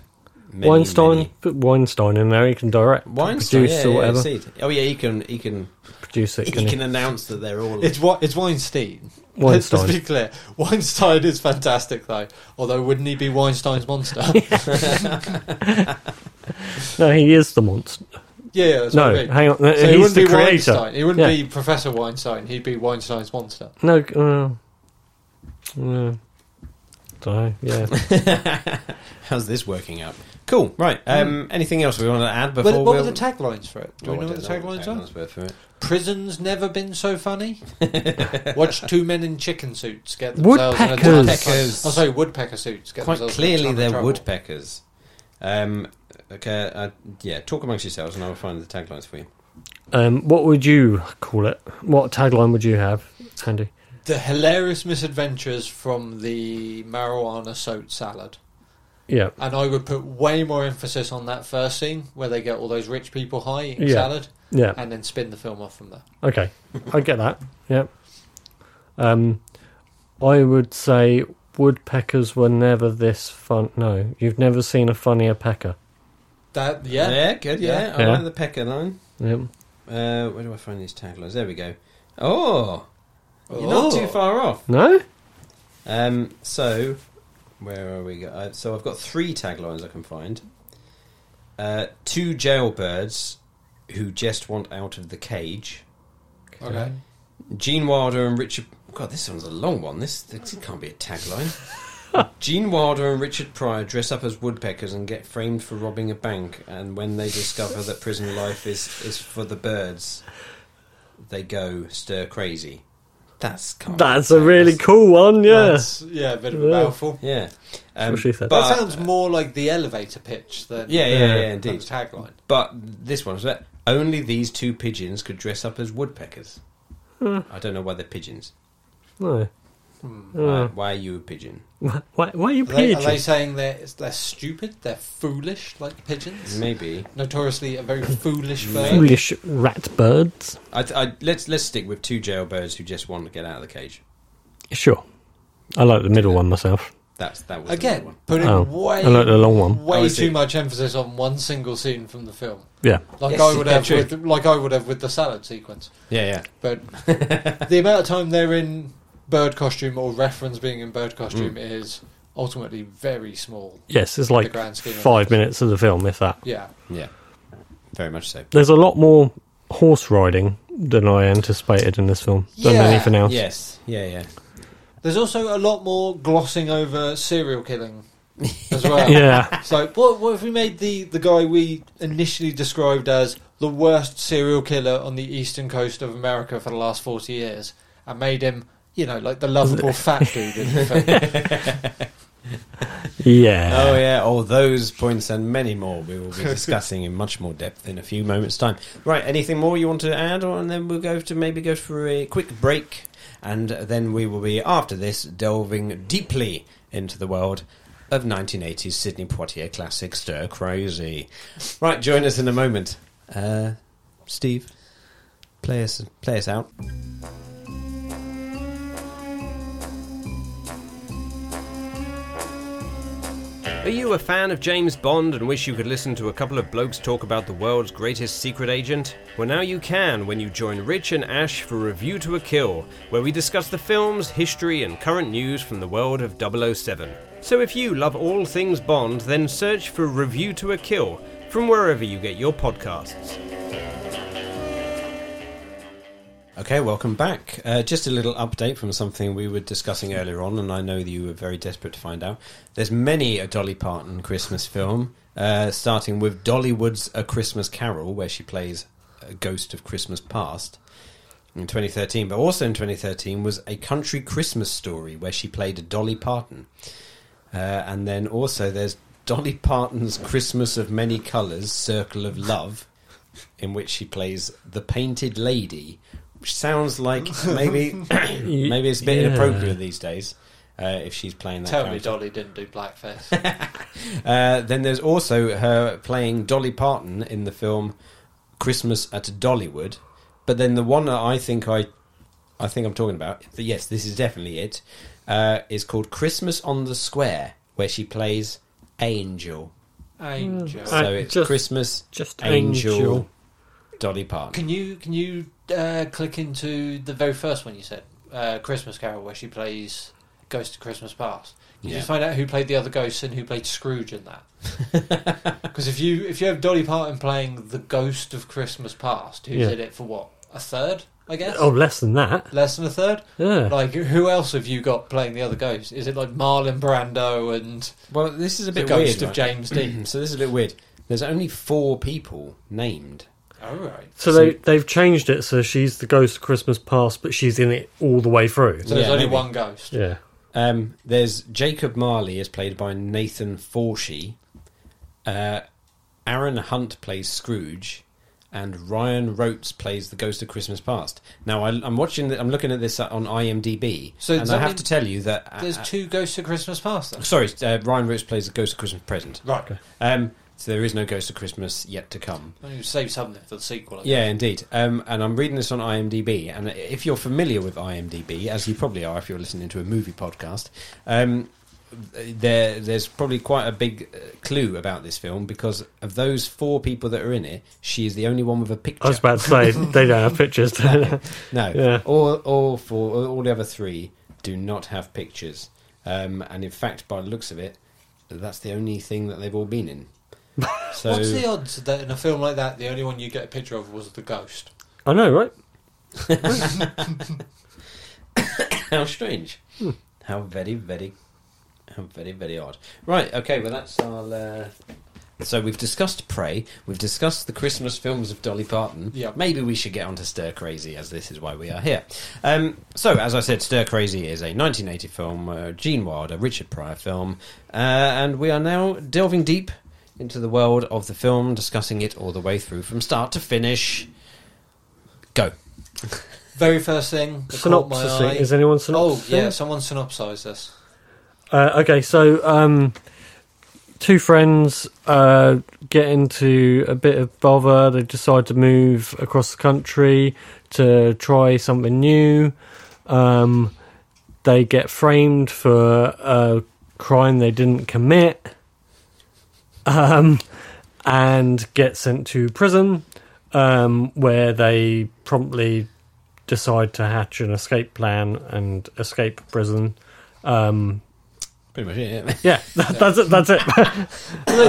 Speaker 2: Many,
Speaker 1: Weinstein,
Speaker 2: many-
Speaker 1: put Weinstein in there. He can direct,
Speaker 2: Weinstein,
Speaker 1: produce,
Speaker 2: yeah,
Speaker 1: or
Speaker 2: yeah,
Speaker 1: whatever.
Speaker 2: indeed. Oh yeah, he can. He can.
Speaker 1: produce it.
Speaker 2: He
Speaker 1: Can he?
Speaker 2: can announce that they're all.
Speaker 3: It's what it's Weinstein. Let's,
Speaker 1: Weinstein.
Speaker 3: let's be clear. Weinstein is fantastic, though. Although, wouldn't he be Weinstein's monster? yeah,
Speaker 1: No, he is the monster.
Speaker 3: yeah, that's
Speaker 1: No,
Speaker 3: what I mean.
Speaker 1: hang on.
Speaker 3: So he
Speaker 1: He's
Speaker 3: wouldn't
Speaker 1: the
Speaker 3: be
Speaker 1: creator.
Speaker 3: Weinstein. He wouldn't
Speaker 1: Yeah.
Speaker 3: be Professor Weinstein. He'd be Weinstein's monster.
Speaker 1: No. Uh, no. Dunno, yeah.
Speaker 2: How's this working out? Cool. Right. Um, Anything else we want to add before?
Speaker 3: What, what
Speaker 2: we'll... Oh,
Speaker 3: were the taglines for it? Do we know what the taglines are? Prison's never been so funny. Watch two men in chicken suits get themselves in a ton of
Speaker 1: Woodpeckers.
Speaker 3: trouble. Oh, sorry, woodpecker suits. Get
Speaker 2: Quite
Speaker 3: themselves in a
Speaker 2: clearly,
Speaker 3: ton of
Speaker 2: they're
Speaker 3: trouble.
Speaker 2: woodpeckers. Um, okay. Uh, yeah. Talk amongst yourselves, and I will find the taglines for you.
Speaker 1: Um, what would you call it? What tagline would you have, Andy?
Speaker 3: The hilarious misadventures from the marijuana soaked salad.
Speaker 1: Yeah.
Speaker 3: And I would put way more emphasis on that first scene where they get all those rich people high eating
Speaker 1: Yeah.
Speaker 3: salad
Speaker 1: Yeah.
Speaker 3: and then spin the film off from there.
Speaker 1: Okay, I get that. Yeah. Um, I would say woodpeckers were never this fun. No, you've never seen a funnier pecker.
Speaker 3: That yeah.
Speaker 2: Good. Yeah. I
Speaker 1: Yeah.
Speaker 2: like the pecker line.
Speaker 1: Yep.
Speaker 2: Uh, where do I find these taglines? There we go. Oh, you're
Speaker 3: Oh.
Speaker 2: not too far off.
Speaker 1: No.
Speaker 2: Um, so, where are we? Go- uh, so I've got three taglines I can find. Uh, two jailbirds who just want out of the cage.
Speaker 3: Okay.
Speaker 2: Gene Wilder and Richard. God, this one's a long one. This, this can't be a tagline. Gene Wilder and Richard Pryor dress up as woodpeckers and get framed for robbing a bank. And when they discover that prison life is, is for the birds, they go stir crazy. That's can't be
Speaker 1: That's a
Speaker 2: tagline.
Speaker 1: really cool one. Yeah.
Speaker 3: That's, yeah, a bit of a
Speaker 1: Yeah.
Speaker 3: mouthful.
Speaker 2: yeah. Um,
Speaker 1: what she said.
Speaker 2: But,
Speaker 3: that sounds more like the elevator pitch than
Speaker 2: yeah, yeah, yeah,
Speaker 1: Yeah.
Speaker 2: yeah,
Speaker 3: than the
Speaker 2: indeed.
Speaker 3: tagline.
Speaker 2: But this one's that only these two pigeons could dress up as woodpeckers. I don't know why they're pigeons.
Speaker 1: No.
Speaker 2: Why, why are you a pigeon?
Speaker 1: Why, why are you
Speaker 3: Are they,
Speaker 1: pigeon?
Speaker 3: are they saying they're they're stupid? They're foolish, like pigeons.
Speaker 2: Maybe.
Speaker 3: Notoriously, a very foolish bird.
Speaker 1: Foolish rat birds.
Speaker 2: I, th- I, let's let's stick with two jailbirds who just want to get out of the cage.
Speaker 1: Sure. I like the middle one myself.
Speaker 2: That's that was the main
Speaker 3: Again,
Speaker 2: one.
Speaker 3: putting
Speaker 1: Oh,
Speaker 3: way
Speaker 1: I like the long one.
Speaker 2: Oh, I
Speaker 3: way
Speaker 2: see.
Speaker 3: too much emphasis on one single scene from the film,
Speaker 1: Yeah.
Speaker 3: like
Speaker 2: Yes,
Speaker 3: I would
Speaker 2: yeah,
Speaker 3: have
Speaker 2: true.
Speaker 3: with like I would have with the salad sequence.
Speaker 2: Yeah, yeah.
Speaker 3: But the amount of time they're in bird costume or reference being in bird costume
Speaker 2: Mm.
Speaker 3: is ultimately very small.
Speaker 1: Yes, it's like
Speaker 3: grand scheme of
Speaker 1: five
Speaker 3: things.
Speaker 1: minutes of the film, if that.
Speaker 3: Yeah,
Speaker 2: Yeah, very much so.
Speaker 1: There's a lot more horse riding than I anticipated in this film than
Speaker 3: Yeah,
Speaker 1: anything else.
Speaker 2: Yes, yeah, yeah.
Speaker 3: there's also a lot more glossing over serial killing as well.
Speaker 1: Yeah.
Speaker 3: So what, what if we made the, the guy we initially described as the worst serial killer on the eastern coast of America for the last 40 years and made him, you know, like the lovable fat dude in the film?
Speaker 1: Yeah.
Speaker 2: Oh yeah, all those points and many more we will be discussing in much more depth in a few moments' time. Right, anything more you want to add, or and then we'll go to maybe go for a quick break, and then we will be after this delving deeply into the world of 1980s Sydney Poitier classic Stir Crazy. Right, join us in a moment. Uh, Steve, play us play us out.
Speaker 5: Are you a fan of James Bond and wish you could listen to a couple of blokes talk about the world's greatest secret agent? Well, now you can when you join Rich and Ash for Review to a Kill, where we discuss the films, history, and current news from the world of 007. So if you love all things Bond, then search for Review to a Kill from wherever you get your podcasts.
Speaker 2: Okay, welcome back. Uh, just a little update from something we were discussing earlier on, and I know that you were very desperate to find out. There's many a Dolly Parton Christmas film, uh, starting with Dollywood's A Christmas Carol, where she plays a ghost of Christmas past in 2013, but also in 2013 was A Country Christmas Story, where she played a Dolly Parton. Uh, and then also there's Dolly Parton's Christmas of Many Colours, Circle of Love, in which she plays the Painted Lady, which sounds like maybe maybe it's a bit
Speaker 1: Yeah.
Speaker 2: inappropriate these days uh, if she's playing that.
Speaker 3: Totally
Speaker 2: character.
Speaker 3: Dolly didn't do blackface.
Speaker 2: Uh, then there's also her playing Dolly Parton in the film Christmas at Dollywood. But then the one that I think I, I think I'm talking about. th- Yes, this is definitely it. Uh, is called Christmas on the Square, where she plays Angel.
Speaker 3: Angel.
Speaker 1: Uh,
Speaker 2: So it's
Speaker 1: just-
Speaker 2: Christmas
Speaker 1: Just
Speaker 2: Angel,
Speaker 1: angel.
Speaker 2: Dolly Parton.
Speaker 3: Can you can you uh, click into the very first one you said, uh, Christmas Carol, where she plays Ghost of Christmas Past? Can
Speaker 2: Yeah.
Speaker 3: you find out who played the other ghosts and who played Scrooge in that? Because if you if you have Dolly Parton playing the Ghost of Christmas Past, who
Speaker 1: Yeah.
Speaker 3: did it for what a third, I guess,
Speaker 1: Oh, less than that.
Speaker 3: less than a third.
Speaker 1: Yeah.
Speaker 3: Like who else have you got playing the other ghost? Is it like Marlon Brando and
Speaker 2: Well, this is a
Speaker 3: the
Speaker 2: bit weird.
Speaker 3: Ghost of
Speaker 2: right?
Speaker 3: James Dean?
Speaker 2: so this is a bit weird. There's only four people named.
Speaker 3: All right.
Speaker 1: so they they've changed it so she's the ghost of Christmas past, but she's in it all the way through.
Speaker 3: So there's
Speaker 2: Yeah,
Speaker 3: only
Speaker 2: maybe.
Speaker 3: one ghost.
Speaker 1: Yeah.
Speaker 2: Um, there's Jacob Marley is played by Nathan Forshee. Uh, Aaron Hunt plays Scrooge, and Ryan Rotes plays the Ghost of Christmas Past. Now I, I'm watching. The, I'm looking at this on IMDb,
Speaker 3: So does
Speaker 2: and I
Speaker 3: that
Speaker 2: have
Speaker 3: mean
Speaker 2: to tell you that. uh,
Speaker 3: There's two ghosts of Christmas Past. Then.
Speaker 2: uh, sorry, uh, Ryan Rotes plays the Ghost of Christmas Present.
Speaker 3: Right.
Speaker 2: Um, so there is no Ghost of Christmas yet to come.
Speaker 3: Well, you save something for the sequel. I
Speaker 2: Yeah, indeed. Um, and I'm reading this on IMDb. And if you're familiar with IMDb, as you probably are if you're listening to a movie podcast, um, there there's probably quite a big uh, clue about this film because of those four people that are in it, she is the only one with a picture.
Speaker 1: I was about to say they don't have pictures.
Speaker 2: No,
Speaker 1: Yeah.
Speaker 2: all all four, all the other three do not have pictures. Um, and in fact, by the looks of it, that's the only thing that they've all been in. So
Speaker 3: What's the odds that in a film like that, the only one you get a picture of was the ghost?
Speaker 1: I know, right?
Speaker 2: How strange. How very, very, how very, very odd. Right, okay, well, that's our. Uh... So we've discussed Prey, we've discussed the Christmas films of Dolly Parton.
Speaker 3: Yeah.
Speaker 2: Maybe we should get on to Stir Crazy, as this is why we are here. Um, so, as I said, Stir Crazy is a 1980 film, uh, Gene Wilder, Richard Pryor film, uh, and we are now delving deep into the world of the film, discussing it all the way through from start to finish. Go.
Speaker 3: Very first thing that caught my eye.
Speaker 1: Synopsising. Is anyone
Speaker 3: oh
Speaker 1: synopsising?
Speaker 3: yeah, someone synopsised this.
Speaker 1: Uh, okay, so um, two friends uh, get into a bit of bother. They decide to move across the country to try something new. Um, they get framed for uh, crime they didn't commit, um, and get sent to prison, um, where they promptly decide to hatch an escape plan and escape prison. Um,
Speaker 2: Pretty much it. Yeah.
Speaker 1: yeah, that, that's it. That's it.
Speaker 3: Well,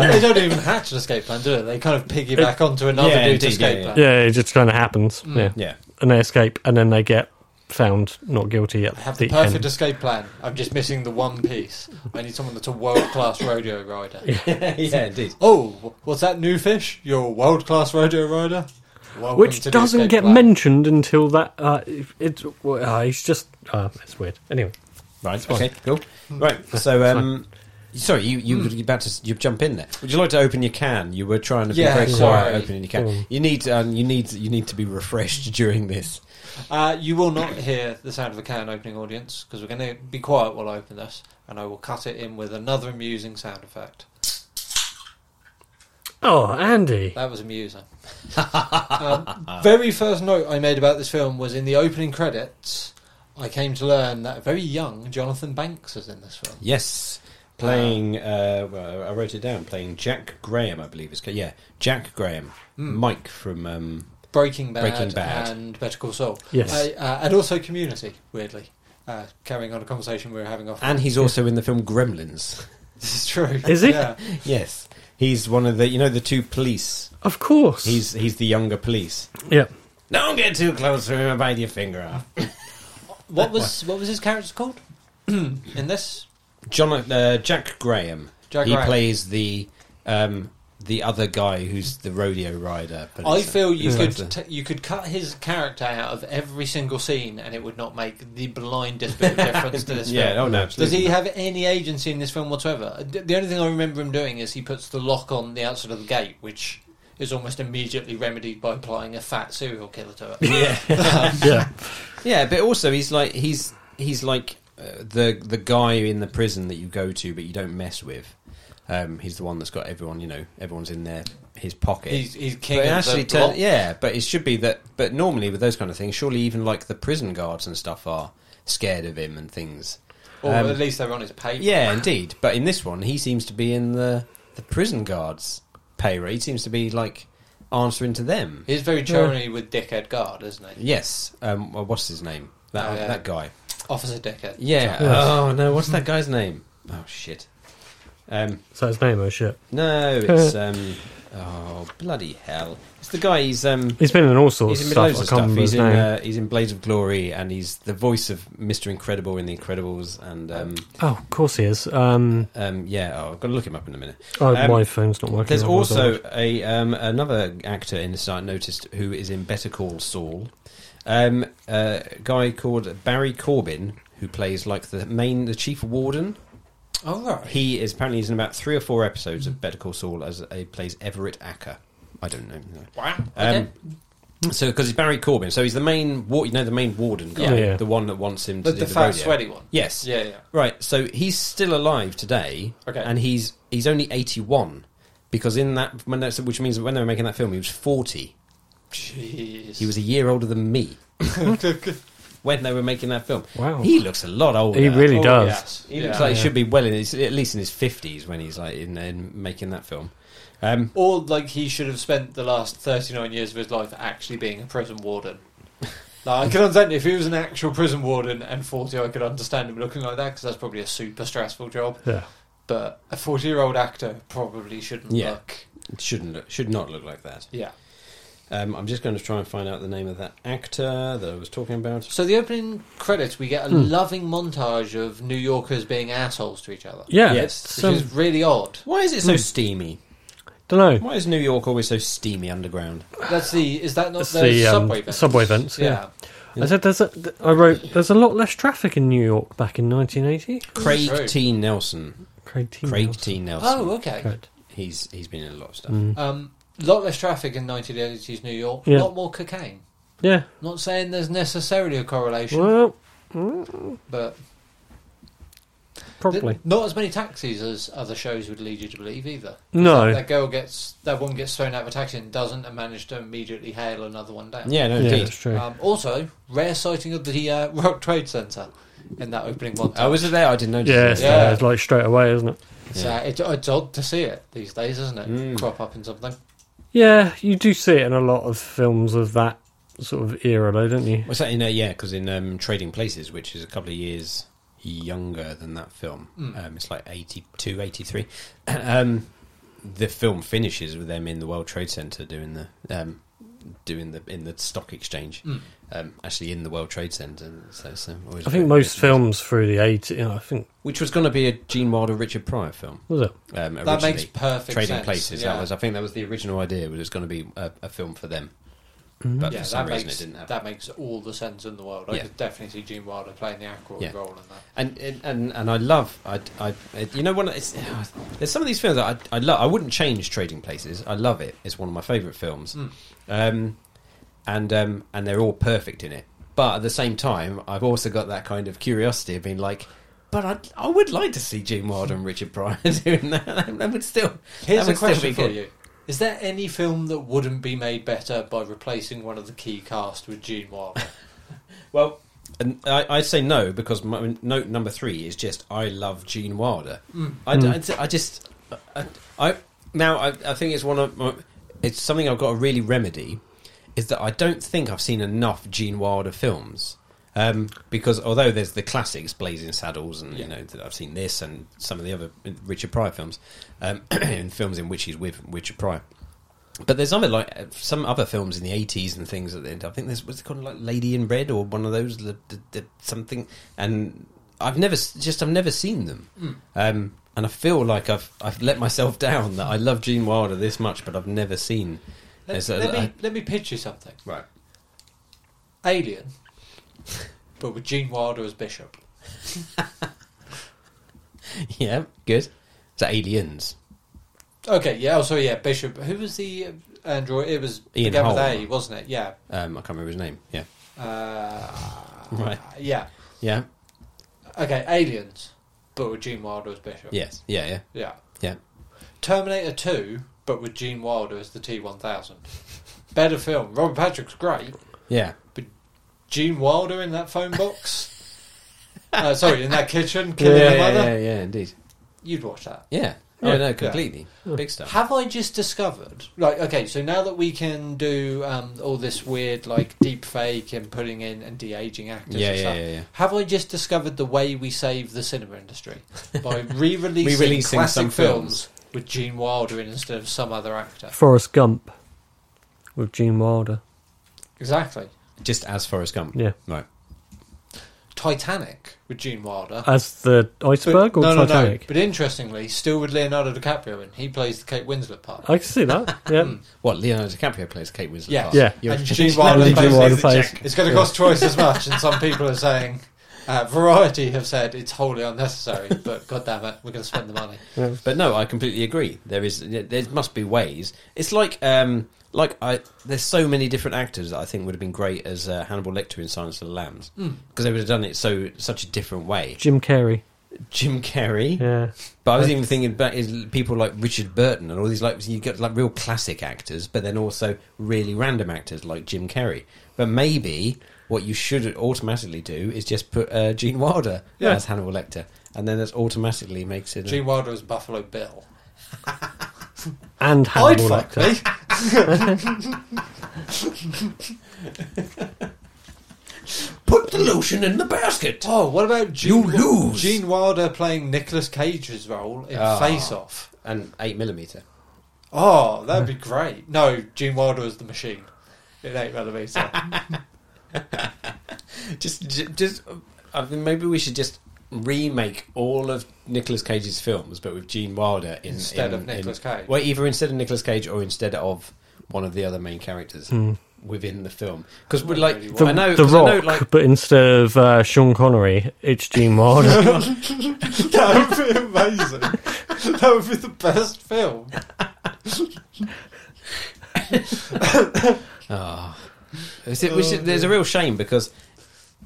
Speaker 3: they, they don't even hatch an escape plan, do they? They kind of piggyback onto another
Speaker 2: Yeah,
Speaker 3: dude's
Speaker 2: indeed,
Speaker 3: escape
Speaker 2: yeah, yeah.
Speaker 3: plan.
Speaker 1: yeah, it just kind of happens. Yeah.
Speaker 2: yeah.
Speaker 1: and they escape, and then they get found not guilty at
Speaker 3: I have
Speaker 1: the,
Speaker 3: the perfect
Speaker 1: end.
Speaker 3: escape plan. I'm just missing the one piece. I need someone that's a world class rodeo rider.
Speaker 2: yeah, indeed.
Speaker 3: Oh, what's that new fish? You're a world class rodeo rider? Welcome
Speaker 1: Which
Speaker 3: to the
Speaker 1: doesn't
Speaker 3: escape
Speaker 1: get
Speaker 3: plan.
Speaker 1: mentioned until that. Uh, it's well, uh, it's just uh, it's weird. Anyway,
Speaker 2: Right. Okay. Cool. Right. So, um, sorry, you you were about to s- you jump in there. Would you like to open your can? You were trying to be
Speaker 3: Yeah,
Speaker 2: very
Speaker 3: sorry.
Speaker 2: quiet opening your can. You need um, you need you need to be refreshed during this.
Speaker 3: Uh, you will not hear the sound of a can opening audience because we're going to be quiet while I open this, and I will cut it in with another amusing sound effect.
Speaker 1: oh Andy,
Speaker 3: That was amusing. um, very first note I made about this film was in the opening credits. I came to learn that a very young Jonathan Banks is in this film.
Speaker 2: Yes. Playing, uh, well, I wrote it down. Playing Jack Graham, I believe it's ca- yeah, Jack Graham, Mike from um,
Speaker 3: Breaking Bad,
Speaker 2: Breaking Bad.
Speaker 3: and Better Call Saul.
Speaker 1: Yes.
Speaker 3: I- uh, and also Community, weirdly. Uh, carrying on a conversation we were having off.
Speaker 2: and he's also in the film Gremlins.
Speaker 3: this is true.
Speaker 1: Is he?
Speaker 3: Yeah.
Speaker 2: yes, he's one of the you know the two police.
Speaker 1: of course.
Speaker 2: He's he's the younger police.
Speaker 1: yeah.
Speaker 2: Don't get too close to him and bite your finger off.
Speaker 3: What was what was his character called in this?
Speaker 2: John uh, Jack Graham.
Speaker 3: Jack
Speaker 2: he
Speaker 3: Graham.
Speaker 2: plays the um, the other guy who's the rodeo rider. But
Speaker 3: I
Speaker 2: it's a-
Speaker 3: feel you
Speaker 2: it's
Speaker 3: could
Speaker 2: a-
Speaker 3: t- you could cut his character out of every single scene, and it would not make the blindest bit of difference to this
Speaker 2: yeah,
Speaker 3: film.
Speaker 2: oh no,
Speaker 3: Does
Speaker 2: absolutely.
Speaker 3: he have any agency in this film whatsoever? D- The only thing I remember him doing is he puts the lock on the outside of the gate, which is almost immediately remedied by applying a fat serial killer to it.
Speaker 2: yeah.
Speaker 1: Yeah,
Speaker 2: Yeah, but also he's like he's he's like uh, the the guy in the prison that you go to, but you don't mess with. Um, he's the one that's got everyone. You know, everyone's in their his pocket.
Speaker 3: He's, he's
Speaker 2: but
Speaker 3: king
Speaker 2: it
Speaker 3: of
Speaker 2: actually,
Speaker 3: the
Speaker 2: turn-
Speaker 3: block.
Speaker 2: yeah, but it should be that. But normally with those kind of things, surely even like the prison guards and stuff are scared of him and things.
Speaker 3: or
Speaker 2: um,
Speaker 3: at least they're on his paper.
Speaker 2: Yeah, indeed. But in this one, he seems to be in the the prison guards' pay rate. He seems to be like answering to them.
Speaker 3: He's very charmony with Dickhead Guard, isn't he?
Speaker 2: Yes. Um, well, what's his name? That
Speaker 3: Oh, yeah.
Speaker 2: that guy.
Speaker 3: Officer Dickhead.
Speaker 2: Yeah. Oh no, what's that guy's name? Oh shit. Um,
Speaker 1: so his name oh shit.
Speaker 2: no, it's
Speaker 1: Uh,
Speaker 2: um, oh bloody hell! It's the guy. He's um,
Speaker 1: He's been in all sorts of
Speaker 2: he's in
Speaker 1: stuff. I
Speaker 2: loads
Speaker 1: can't
Speaker 2: of stuff.
Speaker 1: remember
Speaker 2: He's
Speaker 1: his
Speaker 2: in
Speaker 1: name.
Speaker 2: uh, he's in Blades of Glory, and he's the voice of Mister Incredible in The Incredibles, and um,
Speaker 1: oh, of course he is. Um,
Speaker 2: um, yeah, oh, I've got to look him up in a minute.
Speaker 1: oh,
Speaker 2: Um,
Speaker 1: my phone's not working.
Speaker 2: There's
Speaker 1: I was
Speaker 2: also a um, another actor in this I noticed who is in Better Call Saul, um, a guy called Barry Corbin who plays like the main the chief warden.
Speaker 3: All right.
Speaker 2: He is apparently he's in about three or four episodes of Better Call Saul as he plays Everett Acker. I don't know. no.
Speaker 3: Wow.
Speaker 2: Um, So because he's Barry Corbin, so he's the main war, you know the main warden guy,
Speaker 1: Yeah. Yeah.
Speaker 2: the one that wants him to
Speaker 3: the,
Speaker 2: do
Speaker 3: the
Speaker 2: the
Speaker 3: fat,
Speaker 2: rodeo.
Speaker 3: sweaty one.
Speaker 2: Yes.
Speaker 3: Yeah, yeah.
Speaker 2: Right. So he's still alive today.
Speaker 3: Okay.
Speaker 2: And he's he's only eighty one because in that when that's, which means when they were making that film he was forty.
Speaker 3: Jeez.
Speaker 2: He was a year older than me when they were making that film.
Speaker 1: Wow.
Speaker 2: He looks a lot older.
Speaker 1: He really
Speaker 3: Oh,
Speaker 1: does.
Speaker 3: yes.
Speaker 2: He
Speaker 3: Oh. Yeah.
Speaker 2: looks like he should be well in his, at least in his fifties when he's like in, in making that film. Um,
Speaker 3: Or like he should have spent the last thirty nine years of his life actually being a prison warden. Like, I can understand if he was an actual prison warden and forty, I could understand him looking like that because that's probably a super stressful job.
Speaker 1: Yeah.
Speaker 3: But a forty year old actor probably shouldn't
Speaker 2: Yeah.
Speaker 3: look.
Speaker 2: it shouldn't look, should not look like that.
Speaker 3: Yeah.
Speaker 2: Um, I'm just going to try and find out the name of that actor that I was talking about.
Speaker 3: So the opening credits, we get a
Speaker 1: Hmm.
Speaker 3: loving montage of New Yorkers being assholes to each other.
Speaker 1: Yeah,
Speaker 2: Yes.
Speaker 1: it's,
Speaker 3: which
Speaker 1: um,
Speaker 3: is really odd.
Speaker 2: Why is it
Speaker 1: Hmm.
Speaker 2: so steamy?
Speaker 1: don't know.
Speaker 2: Why is New York always so steamy underground?
Speaker 3: That's the is that not
Speaker 1: It's
Speaker 3: the,
Speaker 1: the um,
Speaker 3: subway vents?
Speaker 1: subway vents. Yeah.
Speaker 3: Yeah.
Speaker 1: I said there's a. th- I wrote there's a lot less traffic in New York back in 1980.
Speaker 2: Craig
Speaker 3: True.
Speaker 2: T. Nelson.
Speaker 1: Craig T.
Speaker 2: Craig
Speaker 1: Nelson.
Speaker 2: T. Nelson.
Speaker 3: Oh, okay.
Speaker 1: Correct.
Speaker 2: He's he's been in a lot of stuff.
Speaker 1: Mm.
Speaker 3: Um, lot less traffic in 1980s New York.
Speaker 1: Yeah.
Speaker 3: Lot more cocaine.
Speaker 1: Yeah.
Speaker 3: Not saying there's necessarily a correlation,
Speaker 1: Well,
Speaker 3: but th-
Speaker 1: probably.
Speaker 3: not as many taxis as other shows would lead you to believe either.
Speaker 1: No.
Speaker 3: that, that girl gets that woman gets thrown out of a taxi and doesn't, and manage to immediately hail another one down.
Speaker 2: Yeah, no,
Speaker 1: yeah,
Speaker 2: indeed.
Speaker 1: that's true.
Speaker 3: Um, also, rare sighting of the uh, World Trade Center. in that opening one.
Speaker 2: Oh, was it there? I didn't notice.
Speaker 1: Yeah, uh,
Speaker 2: it.
Speaker 1: it's,
Speaker 3: Yeah.
Speaker 1: there, it's like straight away, isn't it?
Speaker 3: It's, uh, it, it's odd to see it these days, isn't it?
Speaker 2: Mm.
Speaker 3: Crop up in something.
Speaker 1: Yeah, you do see it in a lot of films of that sort of era, though, don't you?
Speaker 2: Was that in? Uh, yeah, because in um, Trading Places, which is a couple of years younger than that film,
Speaker 3: Mm.
Speaker 2: um, it's like 82, 83. um, the film finishes with them in the World Trade Center doing the um, doing the in the stock exchange,
Speaker 3: Mm. Hmm.
Speaker 2: um, actually in the World Trade Center. So, so always
Speaker 1: I think
Speaker 2: very
Speaker 1: most
Speaker 2: good.
Speaker 1: films through the 80s, you know, I think,
Speaker 2: which was going to be a Gene Wilder, Richard Pryor film.
Speaker 1: was it?
Speaker 2: Um,
Speaker 3: That
Speaker 2: originally.
Speaker 3: makes perfect
Speaker 2: Trading
Speaker 3: sense.
Speaker 2: Places.
Speaker 3: Yeah.
Speaker 2: That was, I think, that was the original idea. Was it was going to be a, a film for them, but
Speaker 3: yeah,
Speaker 2: for some
Speaker 3: that
Speaker 2: reason
Speaker 3: makes
Speaker 2: it didn't happen.
Speaker 3: that makes all the sense in the world. I
Speaker 2: Yeah.
Speaker 3: could definitely see Gene Wilder playing the Aqua
Speaker 2: Yeah.
Speaker 3: role in that.
Speaker 2: and and and, and I love I, I you know when it's there's some of these films that I I love I wouldn't change Trading Places I love it it's one of my favourite films,
Speaker 3: Mm.
Speaker 2: um, and um and they're all perfect in it but at the same time I've also got that kind of curiosity of being like. But I, I would like to see Gene Wilder and Richard Pryor doing that. That would still. that
Speaker 3: Here's a
Speaker 2: would still be
Speaker 3: question for
Speaker 2: good.
Speaker 3: you: Is there any film that wouldn't be made better by replacing one of the key cast with Gene Wilder?
Speaker 2: Well, and I, I'd say no because my, note number three is just I love Gene Wilder. I, d- I d- I just I, I now I, I think it's one of my, it's something I've got to really remedy is that I don't think I've seen enough Gene Wilder films. Um, because although there's the classics, Blazing Saddles, and you know that I've seen this and some of the other Richard Pryor films, um, and films in which he's with Richard Pryor, but there's other like uh, some other films in the eighties and things. That they, I think there's what's it called like Lady in Red or one of those the, the, the, something. And I've never s- just I've never seen them.
Speaker 3: Hmm.
Speaker 2: Um, and I feel like I've I've let myself down that I love Gene Wilder this much, but I've never seen.
Speaker 3: Let,
Speaker 2: there's a-
Speaker 3: let me
Speaker 2: I-
Speaker 3: let me pitch you something:
Speaker 2: right.
Speaker 3: Alien, but with Gene Wilder as Bishop.
Speaker 2: Yeah. Good. So aliens.
Speaker 3: Okay, yeah. Also, yeah, Bishop. Who was the android? It was
Speaker 2: Ian
Speaker 3: began with
Speaker 2: Holm.
Speaker 3: A, wasn't it? Yeah.
Speaker 2: Um, I can't remember his name. Yeah.
Speaker 3: Uh,
Speaker 2: Right.
Speaker 3: Yeah.
Speaker 2: Yeah.
Speaker 3: Okay, Aliens, but with Gene Wilder as Bishop.
Speaker 2: Yes. Yeah. Yeah.
Speaker 3: Yeah.
Speaker 2: Yeah.
Speaker 3: Terminator 2, but with Gene Wilder as the T 1000. Better film. Robert Patrick's great.
Speaker 2: Yeah.
Speaker 3: Gene Wilder in that phone box. uh, sorry, in that kitchen, killing the
Speaker 2: yeah,
Speaker 3: mother.
Speaker 2: yeah, yeah, indeed.
Speaker 3: You'd watch that.
Speaker 2: Yeah.
Speaker 1: Yeah.
Speaker 2: Oh no, completely. Big stuff.
Speaker 3: Have I just discovered? Like, okay, so now that we can do um, all this weird, like, deep fake and putting in and de aging actors
Speaker 2: Yeah,
Speaker 3: and
Speaker 2: yeah,
Speaker 3: stuff,
Speaker 2: yeah, yeah.
Speaker 3: have I just discovered the way we save the cinema industry? By re releasing
Speaker 2: Re-releasing
Speaker 3: classic
Speaker 2: some films.
Speaker 3: films with Gene Wilder in instead of some other actor.
Speaker 1: Forrest Gump with Gene Wilder.
Speaker 3: Exactly.
Speaker 2: Just as Forrest Gump.
Speaker 1: Yeah.
Speaker 2: Right.
Speaker 3: Titanic with Gene Wilder.
Speaker 1: As the iceberg Uh, or
Speaker 3: no, no, no.
Speaker 1: Titanic?
Speaker 3: But interestingly, still with Leonardo DiCaprio, and he plays the Kate Winslet part.
Speaker 1: I can see that, yeah.
Speaker 2: What Leonardo DiCaprio plays Kate Winslet.
Speaker 3: Yeah.
Speaker 2: part.
Speaker 1: Yeah.
Speaker 2: You're-
Speaker 3: and Gene Wilder
Speaker 1: Gene
Speaker 3: plays.
Speaker 1: Wilder
Speaker 3: the
Speaker 1: plays-
Speaker 3: Jack. It's going to cost twice as much, and some people are saying. Uh, Variety have said it's wholly unnecessary, but god damn it, we're going to spend the money.
Speaker 2: But no, I completely agree. There is there must be ways. It's like um like I there's so many different actors that I think would have been great as uh, Hannibal Lecter in Silence of the Lambs
Speaker 3: Hmm.
Speaker 2: because they would have done it so such a different way.
Speaker 1: Jim Carrey,
Speaker 2: Jim Carrey.
Speaker 1: yeah.
Speaker 2: But I was even thinking about is people like Richard Burton and all these like you get like real classic actors, but then also really random actors like Jim Carrey. But maybe what you should automatically do is just put uh, Gene Wilder
Speaker 1: Yeah.
Speaker 2: as Hannibal Lecter, and then that automatically makes it. a-
Speaker 3: Gene Wilder as Buffalo Bill.
Speaker 1: And
Speaker 3: I'd
Speaker 1: Hannibal
Speaker 3: fuck
Speaker 1: Lecter.
Speaker 3: me.
Speaker 2: Put the lotion in the basket.
Speaker 3: Oh, what about Gene,
Speaker 2: You lose.
Speaker 3: Gene Wilder playing Nicolas Cage's role in
Speaker 2: Ah.
Speaker 3: Face Off?
Speaker 2: And eight millimeter.
Speaker 3: Oh, that'd be great. No, Gene Wilder was the machine. It ain't millimeter.
Speaker 2: Just, ju- just. I think maybe we should just remake all of Nicolas Cage's films, but with Gene Wilder in,
Speaker 3: Instead
Speaker 2: in-
Speaker 3: of Nicolas
Speaker 2: in-
Speaker 3: Cage.
Speaker 2: Well, either instead of Nicolas Cage or instead of one of the other main characters within the film. Because we're like,
Speaker 3: really
Speaker 1: The,
Speaker 2: I know,
Speaker 1: Hmm. the
Speaker 2: 'cause I know,
Speaker 1: Rock,
Speaker 2: like,
Speaker 1: but instead of uh, Sean Connery, it's Gene Wilder.
Speaker 3: that would be amazing. that would be the best film.
Speaker 2: Ah. Is it- which is- there's
Speaker 3: Oh,
Speaker 2: a real shame because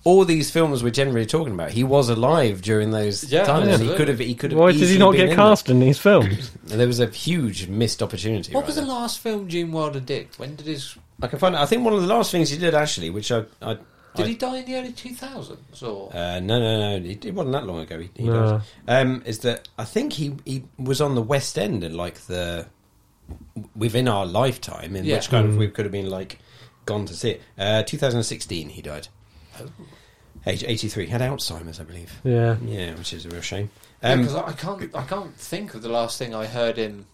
Speaker 2: all these films we're generally talking about, he was alive during those
Speaker 3: Yeah,
Speaker 2: times. He
Speaker 3: absolutely.
Speaker 2: could have. He could have.
Speaker 1: Why did he
Speaker 2: easily
Speaker 1: not
Speaker 2: been
Speaker 1: get
Speaker 2: in them.
Speaker 1: cast in these films?
Speaker 2: There was a huge missed opportunity.
Speaker 3: What
Speaker 2: right
Speaker 3: was
Speaker 2: there.
Speaker 3: the last film Gene Wilder did? When did his
Speaker 2: I can find. I think one of the last things he did actually, which I I,
Speaker 3: Did
Speaker 2: I-
Speaker 3: he die in the early 2000s? Or
Speaker 2: Uh, no, no, no. It, it wasn't that long ago. He, he
Speaker 1: No.
Speaker 2: died. Um, is that I think he he was on the West End in like the within our lifetime, in
Speaker 3: Yeah.
Speaker 2: which kind of
Speaker 1: Mm.
Speaker 2: we could have been like gone to see it. Uh, 2016, he died.
Speaker 3: Oh.
Speaker 2: Age 83. Had Alzheimer's, I believe.
Speaker 1: Yeah.
Speaker 2: Yeah, which is a real shame. Um,
Speaker 3: because I, I can't, I can't think of the last thing I heard him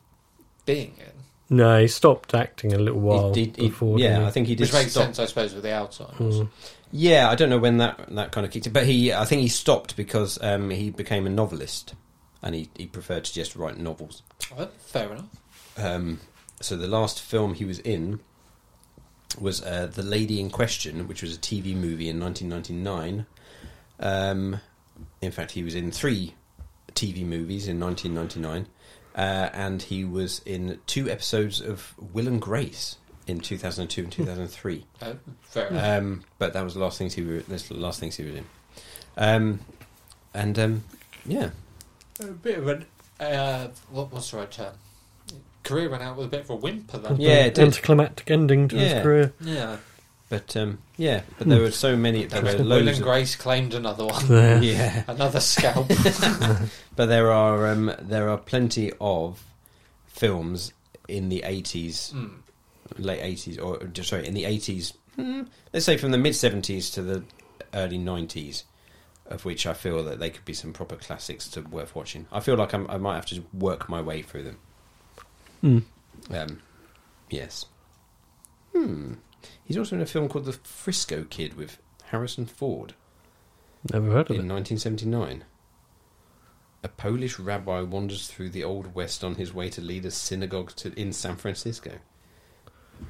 Speaker 3: being in,
Speaker 1: No, he stopped acting a little while
Speaker 2: he- he- he-
Speaker 1: before.
Speaker 2: yeah,
Speaker 1: didn't he?
Speaker 2: I think he did
Speaker 3: which makes
Speaker 2: stop.
Speaker 3: sense, I suppose, with the Alzheimer's.
Speaker 2: Yeah, I don't know when that that kind of kicked in, but he I think he stopped because um, he became a novelist, and he, he preferred to just write novels.
Speaker 3: Well, Uh, fair enough.
Speaker 2: Um, so the last film he was in was uh, The Lady in Question, which was a TV movie in 1999. Um, in fact, he was in three TV movies in 1999, uh, and he was in two episodes of Will and Grace in 2002 and 2003.
Speaker 3: Uh, fair enough.
Speaker 2: Um, but that was the last things he were, that's the last things he was in. Um, and um, yeah,
Speaker 3: A bit of an uh, what, what's the right term? Career went out with a bit of a whimper then.
Speaker 2: Yeah, it did.
Speaker 1: anticlimactic ending to
Speaker 2: Yeah.
Speaker 1: his career.
Speaker 3: Yeah.
Speaker 2: but um, yeah, but there were so many. There were
Speaker 3: Will
Speaker 2: loads.
Speaker 3: and
Speaker 2: Of,
Speaker 3: Grace claimed another one,
Speaker 1: There.
Speaker 2: yeah.
Speaker 3: another scalp.
Speaker 2: But there are um, there are plenty of films in the eighties,
Speaker 3: Mm.
Speaker 2: late eighties, or just- sorry, in the eighties. hmm, Let's say from the mid seventies to the early nineties, of which I feel that they could be some proper classics to worth watching. I feel like I'm, I might have to work my way through them.
Speaker 1: Hmm.
Speaker 2: Um, yes. Hmm. He's also in a film called The Frisco Kid with Harrison Ford
Speaker 1: Never heard of
Speaker 2: in
Speaker 1: it.
Speaker 2: 1979. A Polish rabbi wanders through the Old West on his way to lead a synagogue to, in San Francisco.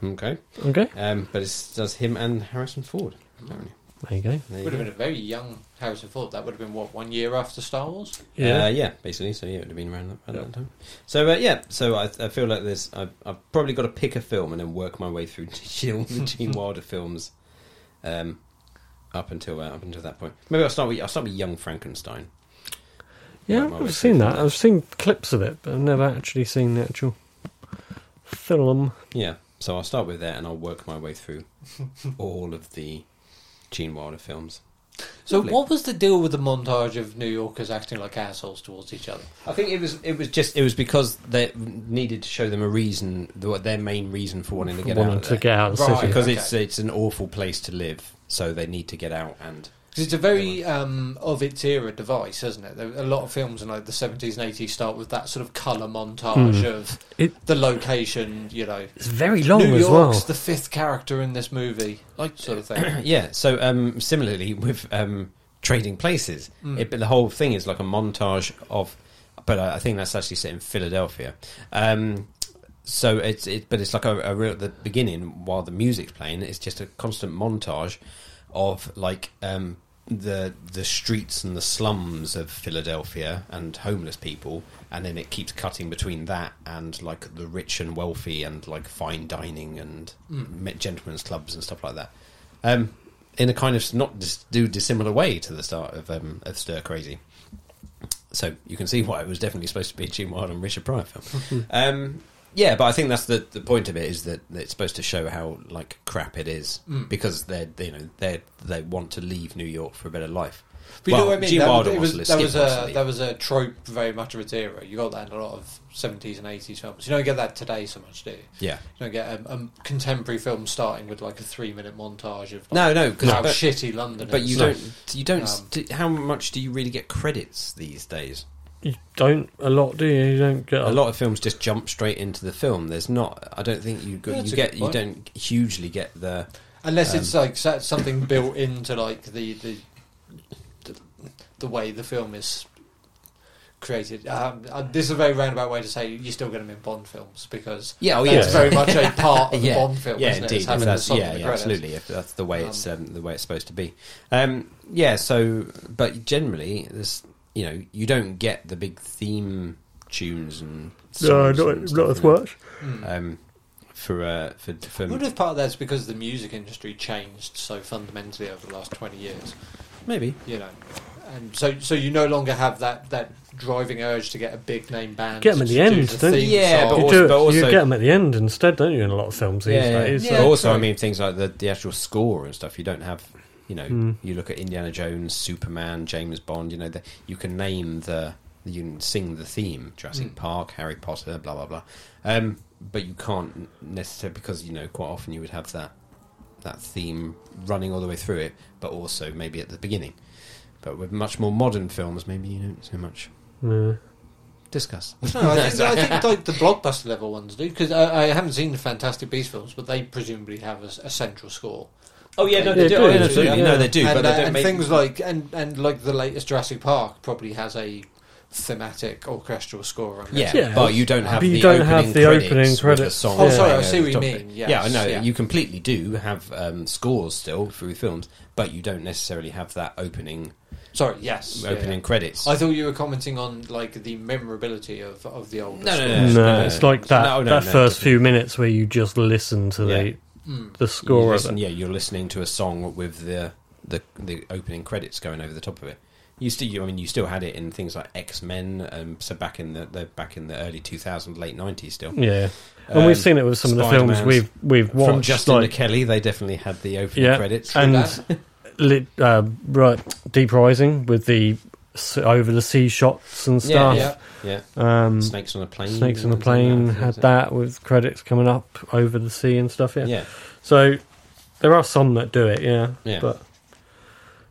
Speaker 2: Okay,
Speaker 1: Okay,
Speaker 2: um, but it does him and Harrison Ford. Apparently,
Speaker 1: there you go.
Speaker 2: There you
Speaker 3: would have
Speaker 2: go.
Speaker 3: been a very young Harrison Ford. That would have been what one year after Star Wars.
Speaker 2: Uh,
Speaker 1: Yeah,
Speaker 2: yeah, basically. So yeah, it would have been around that, around that time. So uh, yeah, so I, I feel like there's I've, I've probably got to pick a film and then work my way through all the Gene Wilder films, um, up until uh, up until that point. Maybe I'll start with I'll start with Young Frankenstein.
Speaker 1: yeah.
Speaker 2: Work my way
Speaker 1: I've seen
Speaker 2: through
Speaker 1: that. I've seen clips of it, but I've never actually seen the actual film.
Speaker 2: Yeah, so I'll start with that and I'll work my way through all of the Gene Wilder films.
Speaker 3: So,
Speaker 2: Lovely.
Speaker 3: what was the deal with the montage of New Yorkers acting like assholes towards each other?
Speaker 2: I think it was it was just it was because they needed to show them a reason, th- their main reason for wanting to get
Speaker 1: wanting
Speaker 2: out.
Speaker 1: to
Speaker 2: of there.
Speaker 1: get out of the
Speaker 3: Right.
Speaker 1: city.
Speaker 2: because
Speaker 3: Okay.
Speaker 2: it's it's an awful place to live, so they need to get out. And
Speaker 3: 'Cause it's a very um, of its era device, isn't it? There, a lot of films in like the seventies and eighties start with that sort of colour montage of
Speaker 1: It-
Speaker 3: the location. You know,
Speaker 1: It's very long
Speaker 3: New
Speaker 1: as
Speaker 3: York's
Speaker 1: well.
Speaker 3: the fifth character in this movie, like sort of thing.
Speaker 2: yeah, so um, similarly with um, trading places, it, but the whole thing is like a montage of. But I, I think that's actually set in Philadelphia. Um, so it's it, but it's like a, a real the beginning while the music's playing. It's just a constant montage of like um, the the streets and the slums of Philadelphia and homeless people, and then it keeps cutting between that and like the rich and wealthy and like fine dining and me- gentlemen's clubs and stuff like that. Um, in a kind of s- not dis- do dissimilar way to the start of um, of Stir Crazy. So you can see why it was definitely supposed to be a Gene Wilder and Richard Pryor film. um, yeah, but I think that's the, the point of it is that it's supposed to show how like crap it is
Speaker 3: Mm.
Speaker 2: because they you know they they want to leave New York for a better life.
Speaker 3: But you
Speaker 2: Well,
Speaker 3: know what I mean?
Speaker 2: Gene
Speaker 3: that,
Speaker 2: Wilder
Speaker 3: it
Speaker 2: wants
Speaker 3: was,
Speaker 2: to live.
Speaker 3: that
Speaker 2: Skip
Speaker 3: was
Speaker 2: wants to
Speaker 3: a
Speaker 2: leave.
Speaker 3: that was a trope very much of its era. You got that in a lot of seventies and eighties films. You don't get that today so much, do you?
Speaker 2: yeah.
Speaker 3: You don't get a, a contemporary film starting with like a three-minute montage of like,
Speaker 2: No, no, 'cause-
Speaker 3: how
Speaker 2: but-
Speaker 3: shitty London
Speaker 2: But
Speaker 3: is.
Speaker 2: you
Speaker 3: No.
Speaker 2: don't you don't
Speaker 3: Oh, Um,
Speaker 2: st- how much do you really get credits these days?
Speaker 1: You don't a lot, do you? You don't get
Speaker 3: Oh.
Speaker 2: a lot of films just jump straight into the film. There's not. I don't think you go,
Speaker 3: That's
Speaker 2: you
Speaker 3: a
Speaker 2: get
Speaker 3: good
Speaker 2: you
Speaker 3: point.
Speaker 2: don't hugely get the
Speaker 3: unless it's
Speaker 2: um,
Speaker 3: like sa- something built into like the the the, the way the film is created. Um, uh, this is a very roundabout way to say you still get them in Bond films because
Speaker 2: yeah. Oh
Speaker 1: yeah.
Speaker 3: it's very much a part of the Bond film.
Speaker 2: Yeah,
Speaker 3: isn't It?
Speaker 2: indeed.
Speaker 3: It's having
Speaker 2: If
Speaker 3: the
Speaker 2: that's-
Speaker 3: song in
Speaker 2: yeah,
Speaker 3: the
Speaker 2: yeah,
Speaker 3: credits.
Speaker 2: absolutely. If that's the way it's um, the way it's supposed to be. Um, yeah. So, but generally, there's you know you don't get the big theme tunes and songs and stuff, you know. Um, for uh, for
Speaker 3: Hmm. I wonder
Speaker 2: for
Speaker 3: if part of that's because the music industry changed so fundamentally over the last twenty years.
Speaker 2: maybe
Speaker 3: You know, and so so you no longer have that that driving urge to get a big name band.
Speaker 1: Get 'em at
Speaker 3: to
Speaker 1: the end,
Speaker 3: do the
Speaker 1: don't you?
Speaker 3: theme
Speaker 2: Yeah,
Speaker 3: song.
Speaker 1: You
Speaker 2: But
Speaker 1: do
Speaker 2: also-
Speaker 1: it,
Speaker 2: but
Speaker 1: you
Speaker 2: also-
Speaker 1: get them at the end instead, don't you? In a lot of films these
Speaker 2: yeah. yeah.
Speaker 1: days.
Speaker 2: But
Speaker 1: So-
Speaker 2: also, I
Speaker 3: right.
Speaker 2: mean things like the the actual score and stuff. You don't have You know,
Speaker 3: Hmm.
Speaker 2: you look at Indiana Jones, Superman, James Bond. You know, the, you can name the, you can sing the theme, Jurassic
Speaker 5: Hmm.
Speaker 2: Park, Harry Potter, blah blah blah. Um, but you can't necessarily because you know quite often you would have that that theme running all the way through it, but also maybe at the beginning. But with much more modern films, maybe you don't so much
Speaker 1: Yeah.
Speaker 2: discuss.
Speaker 3: No, I think, I think like the blockbuster level ones do because I, I haven't seen the Fantastic Beast films, but they presumably have a, s- a central score.
Speaker 5: Oh yeah, no, they
Speaker 1: Yeah,
Speaker 5: do.
Speaker 1: it
Speaker 5: Oh, yeah,
Speaker 1: does,
Speaker 5: absolutely,
Speaker 1: yeah.
Speaker 5: no, they do.
Speaker 3: and,
Speaker 5: but they
Speaker 3: uh,
Speaker 5: don't
Speaker 3: and
Speaker 5: make
Speaker 3: things like and and like the latest Jurassic Park probably has a thematic orchestral score. I'm
Speaker 2: Yeah,
Speaker 3: guessing.
Speaker 1: Yeah.
Speaker 2: but you don't have
Speaker 1: But you
Speaker 2: the
Speaker 1: don't
Speaker 2: opening
Speaker 1: have the
Speaker 2: credits
Speaker 1: opening
Speaker 2: with
Speaker 1: credits.
Speaker 2: the song.
Speaker 3: Oh,
Speaker 1: Yeah.
Speaker 3: sorry, I
Speaker 2: playing
Speaker 3: see
Speaker 2: over
Speaker 3: what
Speaker 2: the
Speaker 3: you
Speaker 2: top of it.
Speaker 3: mean. Yes,
Speaker 2: yeah, I know
Speaker 3: yeah.
Speaker 2: you completely do have um, scores still through films, but you don't necessarily have that opening
Speaker 3: Sorry, yes. yeah,
Speaker 2: opening credits.
Speaker 3: yeah. I thought you were commenting on like the memorability of of the old.
Speaker 2: No, no,
Speaker 3: score.
Speaker 2: Yeah,
Speaker 1: no,
Speaker 2: no,
Speaker 1: it's
Speaker 2: no.
Speaker 1: like that
Speaker 2: No, no,
Speaker 1: that
Speaker 2: no,
Speaker 1: first
Speaker 2: definitely.
Speaker 1: few minutes where you just listen to the
Speaker 3: Hmm.
Speaker 1: the
Speaker 2: You
Speaker 1: score of
Speaker 2: listen-
Speaker 1: it.
Speaker 2: yeah, you're listening to a song with the, the the opening credits going over the top of it. You still, you- I mean, you still had it in things like X Men. Um, so back in the, the back in the early 2000s, late 90s, still.
Speaker 1: Yeah, and we've
Speaker 2: Um,
Speaker 1: seen it with some of the films
Speaker 2: Spider-Man's-
Speaker 1: we've we've watched.
Speaker 2: From Justin
Speaker 1: like-
Speaker 2: to Kelly, they definitely had the opening
Speaker 1: yeah,
Speaker 2: credits.
Speaker 1: and lit, uh, right, Deep Rising with the s- over the sea shots and
Speaker 2: Yeah,
Speaker 1: stuff.
Speaker 3: yeah.
Speaker 2: yeah,
Speaker 1: Um,
Speaker 2: snakes on a plane.
Speaker 1: Snakes on the
Speaker 2: and things like
Speaker 1: plane
Speaker 2: that.
Speaker 1: had that with credits coming up over the sea and stuff. Yeah.
Speaker 2: Yeah,
Speaker 1: So there are some that do it. Yeah.
Speaker 2: Yeah.
Speaker 1: But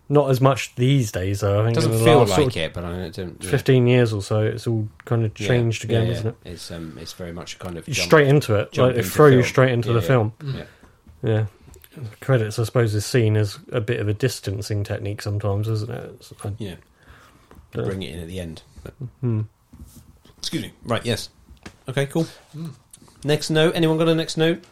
Speaker 1: not as much these days though. I think
Speaker 2: it doesn't
Speaker 1: in the
Speaker 2: feel
Speaker 1: last
Speaker 2: like
Speaker 1: sort of
Speaker 2: it, but I don't. don't yeah.
Speaker 1: Fifteen years or so, it's all kind of
Speaker 2: Yeah,
Speaker 1: changed again,
Speaker 2: yeah, yeah.
Speaker 1: isn't it?
Speaker 2: It's um, it's very much kind of
Speaker 1: You're
Speaker 2: jump-
Speaker 1: straight into it.
Speaker 2: jump
Speaker 1: Like, it
Speaker 2: into
Speaker 1: throw you
Speaker 2: film.
Speaker 1: straight into
Speaker 2: Yeah,
Speaker 1: the
Speaker 2: yeah.
Speaker 1: film.
Speaker 3: hmm,
Speaker 2: Yeah.
Speaker 1: Yeah. Credits, I suppose, is seen as a bit of a distancing technique sometimes, isn't it? It's- I-
Speaker 2: Yeah.
Speaker 1: Yeah.
Speaker 2: Bring it in at the end. But-
Speaker 1: Hmm.
Speaker 2: Excuse me. Right, yes. Okay, cool. Next note. Anyone got a next note?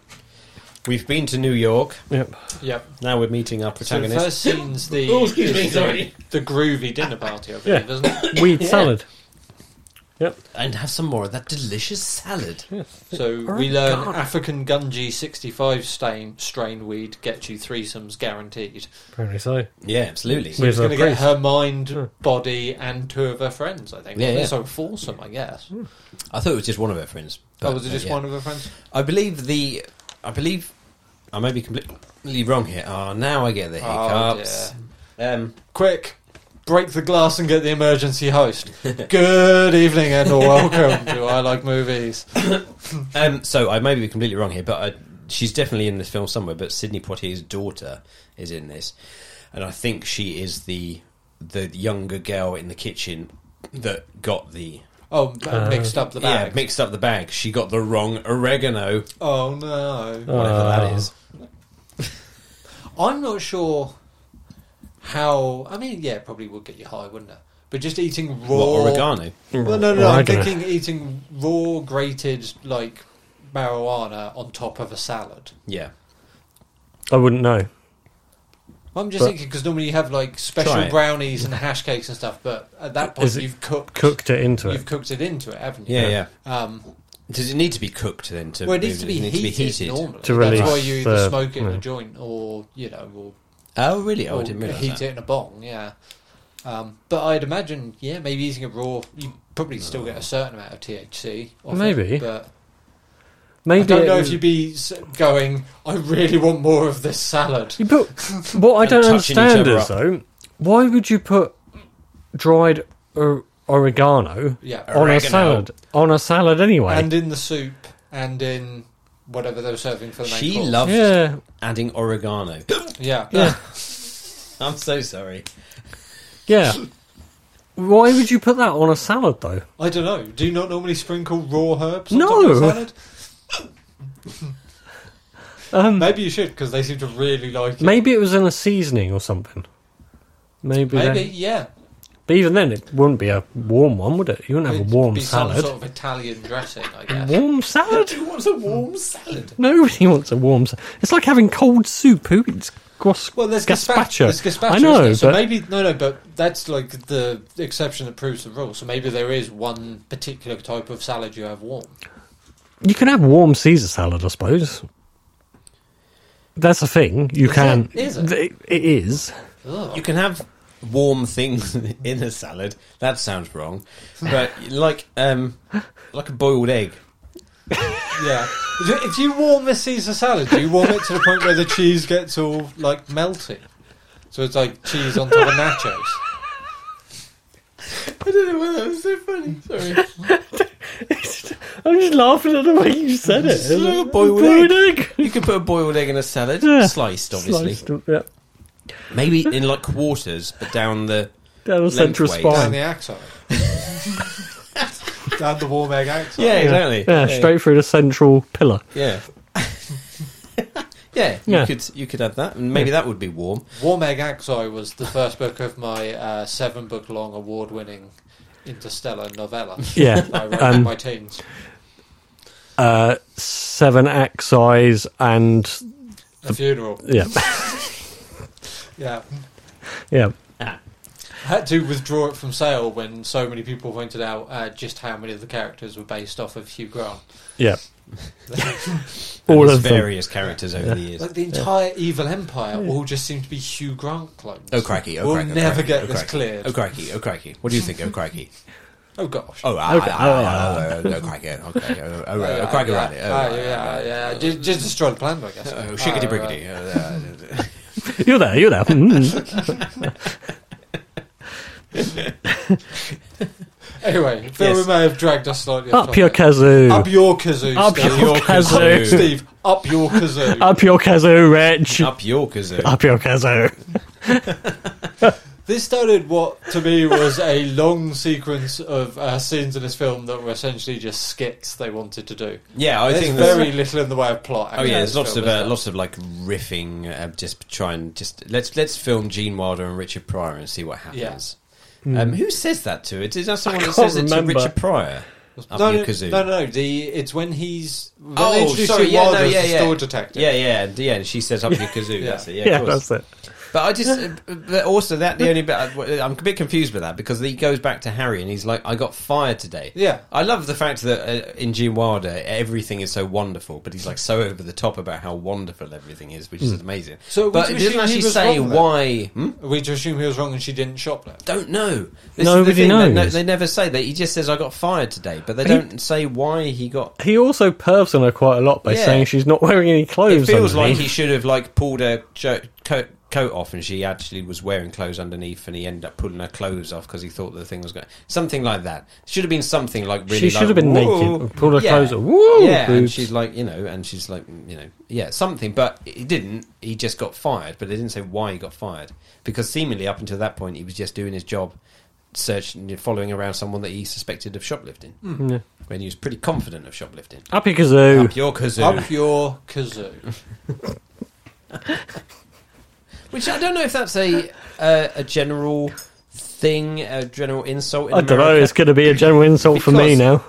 Speaker 2: We've been to New York.
Speaker 1: Yep.
Speaker 3: Yep.
Speaker 2: Now we're meeting our
Speaker 3: So the
Speaker 2: protagonist.
Speaker 3: first scene's the
Speaker 2: Oh, excuse me,
Speaker 3: is the-
Speaker 2: sorry.
Speaker 3: the groovy dinner party, I
Speaker 1: Yeah.
Speaker 3: believe, isn't it?
Speaker 1: Weed salad. Yep.
Speaker 2: and have some more of that delicious salad.
Speaker 3: So we learn African Gunji 65 stain, strain weed get you threesomes guaranteed.
Speaker 1: Apparently so.
Speaker 2: Yeah, absolutely.
Speaker 1: With
Speaker 3: She's going
Speaker 1: a
Speaker 3: to get
Speaker 1: priest.
Speaker 3: her mind,
Speaker 1: Sure.
Speaker 3: body, and two of her friends, I think.
Speaker 2: Yeah, yeah.
Speaker 3: So foursome, I guess.
Speaker 2: I thought it was just one of her friends.
Speaker 3: oh, was it
Speaker 2: but, uh,
Speaker 3: just
Speaker 2: yeah.
Speaker 3: one of her friends?
Speaker 2: I believe the. I believe. I may be completely wrong here. Oh, now I get the
Speaker 3: Oh,
Speaker 2: hiccups. um,
Speaker 3: Quick, break the glass and get the emergency host. Good evening and welcome to I Like Movies.
Speaker 2: um, so I may be completely wrong here, but I, she's definitely in this film somewhere. But Sydney Poitier's daughter is in this, and I think she is the the younger girl in the kitchen that got the
Speaker 3: Oh, mixed up the bag.
Speaker 2: Yeah, mixed up the bag. She got the wrong oregano,
Speaker 3: oh, no.
Speaker 2: whatever that
Speaker 1: Oh.
Speaker 2: is.
Speaker 3: I'm not sure how. I mean, yeah, it probably would get you high, wouldn't it? But just eating raw.
Speaker 2: What oregano?
Speaker 3: Well, no, no, I'm
Speaker 1: Oregano.
Speaker 3: thinking eating raw grated like marijuana on top of a salad.
Speaker 2: Yeah,
Speaker 1: I wouldn't know.
Speaker 3: I'm just
Speaker 1: But-
Speaker 3: thinking because normally you have like
Speaker 2: Try
Speaker 3: special
Speaker 2: it.
Speaker 3: brownies and hash cakes and stuff, but at that point
Speaker 1: Is it
Speaker 3: you've cooked,
Speaker 1: Cooked it into
Speaker 3: you've
Speaker 1: it.
Speaker 3: cooked it into it, haven't you?
Speaker 2: yeah, yeah.
Speaker 3: Um,
Speaker 2: Does it need to be cooked then? To
Speaker 3: well, it
Speaker 2: move
Speaker 3: needs to be, heated, normally.
Speaker 1: To
Speaker 3: That's
Speaker 1: release
Speaker 3: why you either
Speaker 1: the-
Speaker 3: smoke it in
Speaker 1: yeah.
Speaker 3: a joint or you know, or,
Speaker 2: Oh, really? Oh, I
Speaker 3: or
Speaker 2: didn't realize
Speaker 3: heat
Speaker 2: that.
Speaker 3: it in a bong. Yeah. Um, but I'd imagine, yeah, maybe eating it raw, you probably still get a certain amount of THC. off it,
Speaker 1: Maybe.
Speaker 3: but
Speaker 1: Maybe
Speaker 3: I don't know
Speaker 1: it-
Speaker 3: if you'd be s- going. I really want more of this salad.
Speaker 1: You put what I
Speaker 2: And
Speaker 1: don't
Speaker 2: touching
Speaker 1: understand
Speaker 2: each other
Speaker 1: is
Speaker 2: up.
Speaker 1: though, why would you put dried or- oregano
Speaker 3: Yeah,
Speaker 1: on
Speaker 2: Oregano.
Speaker 1: a salad? On a salad anyway.
Speaker 3: and in the soup, and in whatever they were serving for the main
Speaker 2: She
Speaker 3: course.
Speaker 2: loved
Speaker 1: yeah,
Speaker 2: adding oregano.
Speaker 3: Yeah,
Speaker 1: yeah,
Speaker 2: I'm so sorry.
Speaker 1: yeah. Why would you put that on a salad though?
Speaker 3: I don't know. Do you not normally sprinkle raw herbs? On
Speaker 1: No.
Speaker 3: top of salad?
Speaker 1: Um,
Speaker 3: Maybe you should because they seem to really like it.
Speaker 1: maybe it was in a seasoning or something. Maybe,
Speaker 3: Maybe,
Speaker 1: they-
Speaker 3: yeah.
Speaker 1: but even then, it wouldn't be a warm one, would it? You wouldn't have
Speaker 3: It'd
Speaker 1: a warm
Speaker 3: be
Speaker 1: salad.
Speaker 3: Some sort of Italian dressing, I guess.
Speaker 1: Warm salad?
Speaker 2: Who wants a warm salad?
Speaker 1: Nobody wants a warm. Sa- it's like having cold soup. Who eats gros-
Speaker 3: Well, there's
Speaker 1: gazpacho?
Speaker 3: gazpacho. There's gazpacho.
Speaker 1: I know,
Speaker 3: isn't there? So
Speaker 1: but
Speaker 3: maybe no, no, but that's like the exception that proves the rule. So maybe there is one particular type of salad you have warm.
Speaker 1: You can have warm Caesar salad, I suppose. That's a thing. You
Speaker 3: Is
Speaker 1: can.
Speaker 3: it? Is it?
Speaker 1: Th- It is.
Speaker 3: Ugh.
Speaker 2: You can have warm things in a salad. That sounds wrong, but like um, like a boiled egg.
Speaker 3: Yeah. If you warm a Caesar salad, do you warm it to the point where the cheese gets all like melty? So it's like cheese on top of nachos.
Speaker 2: I don't know why that was so funny. Sorry.
Speaker 1: I'm just laughing at the way you said it.
Speaker 2: It's like a boiled
Speaker 1: egg.
Speaker 2: You could put a boiled egg in a salad,
Speaker 1: Yeah.
Speaker 2: sliced obviously,
Speaker 1: Sliced up, yeah.
Speaker 2: maybe in like quarters, but down the
Speaker 1: Down the central
Speaker 2: Lengthways.
Speaker 3: Down
Speaker 1: spine.
Speaker 3: the axon. Down the warm egg axon.
Speaker 2: yeah, exactly,
Speaker 1: Yeah, straight through the central pillar.
Speaker 2: yeah. Yeah, you
Speaker 1: Yeah.
Speaker 2: could you could have that, and maybe that would be warm.
Speaker 3: Warm Egg Axoi was the first book of my uh, seven book long award winning interstellar novella.
Speaker 1: Yeah.
Speaker 3: I wrote
Speaker 1: Um,
Speaker 3: in my teens.
Speaker 1: Uh, seven axis and
Speaker 3: A funeral.
Speaker 1: yeah,
Speaker 3: Yeah.
Speaker 1: yeah.
Speaker 3: had to withdraw it from sale when so many people pointed out uh, just how many of the characters were based off of Hugh Grant.
Speaker 1: Yeah.
Speaker 2: And
Speaker 1: All
Speaker 2: there's
Speaker 1: of them.
Speaker 2: various characters over the years.
Speaker 3: Like the entire evil empire all just seem to be Hugh Grant clones.
Speaker 2: Oh crikey! Oh
Speaker 3: we'll
Speaker 2: crikey! oh,
Speaker 3: never
Speaker 2: crikey,
Speaker 3: get
Speaker 2: oh,
Speaker 3: this
Speaker 2: crikey.
Speaker 3: cleared.
Speaker 2: Oh crikey! Oh crikey! What do you think? Oh crikey!
Speaker 3: Oh gosh.
Speaker 2: Oh, ah,
Speaker 1: Okay.
Speaker 2: ah, ah, ah, oh, oh, crikey! Oh crikey! Oh, oh,
Speaker 3: yeah,
Speaker 2: oh, crikey!
Speaker 3: yeah,
Speaker 2: right, oh,
Speaker 3: ah,
Speaker 2: ah,
Speaker 3: yeah, yeah. Just, just destroy the planet, I guess.
Speaker 2: Oh, shiggity
Speaker 3: Ah, right.
Speaker 2: briggity! Oh, ah, ah, ah.
Speaker 1: You're there. You're there. Mm.
Speaker 3: Uh, Anyway, Phil,
Speaker 2: Yes.
Speaker 3: we may have dragged us slightly off
Speaker 1: Up your
Speaker 3: topic. Up
Speaker 1: kazoo.
Speaker 3: your kazoo,
Speaker 1: Up
Speaker 3: Steve.
Speaker 1: your kazoo.
Speaker 3: Steve, up your kazoo.
Speaker 1: Up your kazoo, Rich.
Speaker 2: Up your kazoo!
Speaker 1: Up your kazoo.
Speaker 3: This started what to me was a long sequence of uh, scenes in this film that were essentially just skits they wanted to do.
Speaker 2: Yeah, I
Speaker 3: There's
Speaker 2: think there's-
Speaker 3: very little in the way of plot.
Speaker 2: Oh
Speaker 3: actually,
Speaker 2: yeah,
Speaker 3: in
Speaker 2: there's
Speaker 3: this
Speaker 2: lots
Speaker 3: film,
Speaker 2: of uh,
Speaker 3: isn't
Speaker 2: lots of like riffing. Uh, just try and just let's let's film Gene Wilder and Richard Pryor and see what happens. Um, who says that to it? Is that someone
Speaker 1: I
Speaker 2: that says
Speaker 1: can't
Speaker 2: it to
Speaker 1: remember.
Speaker 2: Richard Pryor?
Speaker 3: there?
Speaker 2: Up
Speaker 3: no,
Speaker 2: your
Speaker 3: no,
Speaker 2: kazoo.
Speaker 3: no, no, no. The it's when he's when
Speaker 2: Oh,
Speaker 3: they introduce
Speaker 2: sorry,
Speaker 3: you
Speaker 2: yeah,
Speaker 3: Wilder
Speaker 2: no,
Speaker 3: as
Speaker 2: yeah,
Speaker 3: the
Speaker 2: yeah.
Speaker 3: store detective.
Speaker 2: Yeah, yeah, and- yeah. And she says up your kazoo.
Speaker 3: Yeah.
Speaker 2: That's it. Yeah, of
Speaker 1: Yeah,
Speaker 2: course.
Speaker 1: that's it.
Speaker 2: But I just, but also that the only bit I, I'm a bit confused with that because he goes back to Harry and he's like, "I got fired today."
Speaker 3: Yeah.
Speaker 2: I love the fact that uh, in Gene Wilder everything is so wonderful, but he's like so over the top about how wonderful everything is, which is amazing.
Speaker 3: Hmm. So
Speaker 2: but
Speaker 3: would
Speaker 2: it
Speaker 3: you
Speaker 2: doesn't
Speaker 3: assume
Speaker 2: actually
Speaker 3: he was
Speaker 2: say
Speaker 3: wrong, then?
Speaker 2: why. Hmm?
Speaker 3: We just assume he was wrong and she didn't shoplift.
Speaker 2: Don't know.
Speaker 1: Nobody
Speaker 2: thing, They,
Speaker 1: knows.
Speaker 2: no- they never say that. He just says, "I got fired today," but they
Speaker 1: He-
Speaker 2: don't say why he got.
Speaker 1: He also pervs on her quite a lot by
Speaker 2: Yeah.
Speaker 1: saying she's not wearing any
Speaker 2: It
Speaker 1: clothes.
Speaker 2: feels like
Speaker 1: underneath.
Speaker 2: he should have like pulled her jo- coat, coat off, and she actually was wearing clothes underneath, and he ended up pulling her clothes off because he thought the thing was going. Something like that should have been something like really.
Speaker 1: she should have been
Speaker 2: like, "Whoa."
Speaker 1: naked. Pulled her
Speaker 2: Yeah.
Speaker 1: clothes. up. Woo!
Speaker 2: yeah, and
Speaker 1: boobs.
Speaker 2: she's like, you know, and she's like, you know, yeah, something. But he didn't. He just got fired. But they didn't say why he got fired because seemingly up until that point he was just doing his job, searching, following around someone that he suspected of shoplifting.
Speaker 1: Mm. Yeah.
Speaker 2: When he was pretty confident of shoplifting.
Speaker 1: Happy kazoo.
Speaker 2: Up your kazoo,
Speaker 3: Up your kazoo.
Speaker 2: which I don't know if that's a uh, a general thing, a general insult. In
Speaker 1: I don't know.
Speaker 2: America.
Speaker 1: It's going to be a general insult for me
Speaker 2: Because-
Speaker 1: now.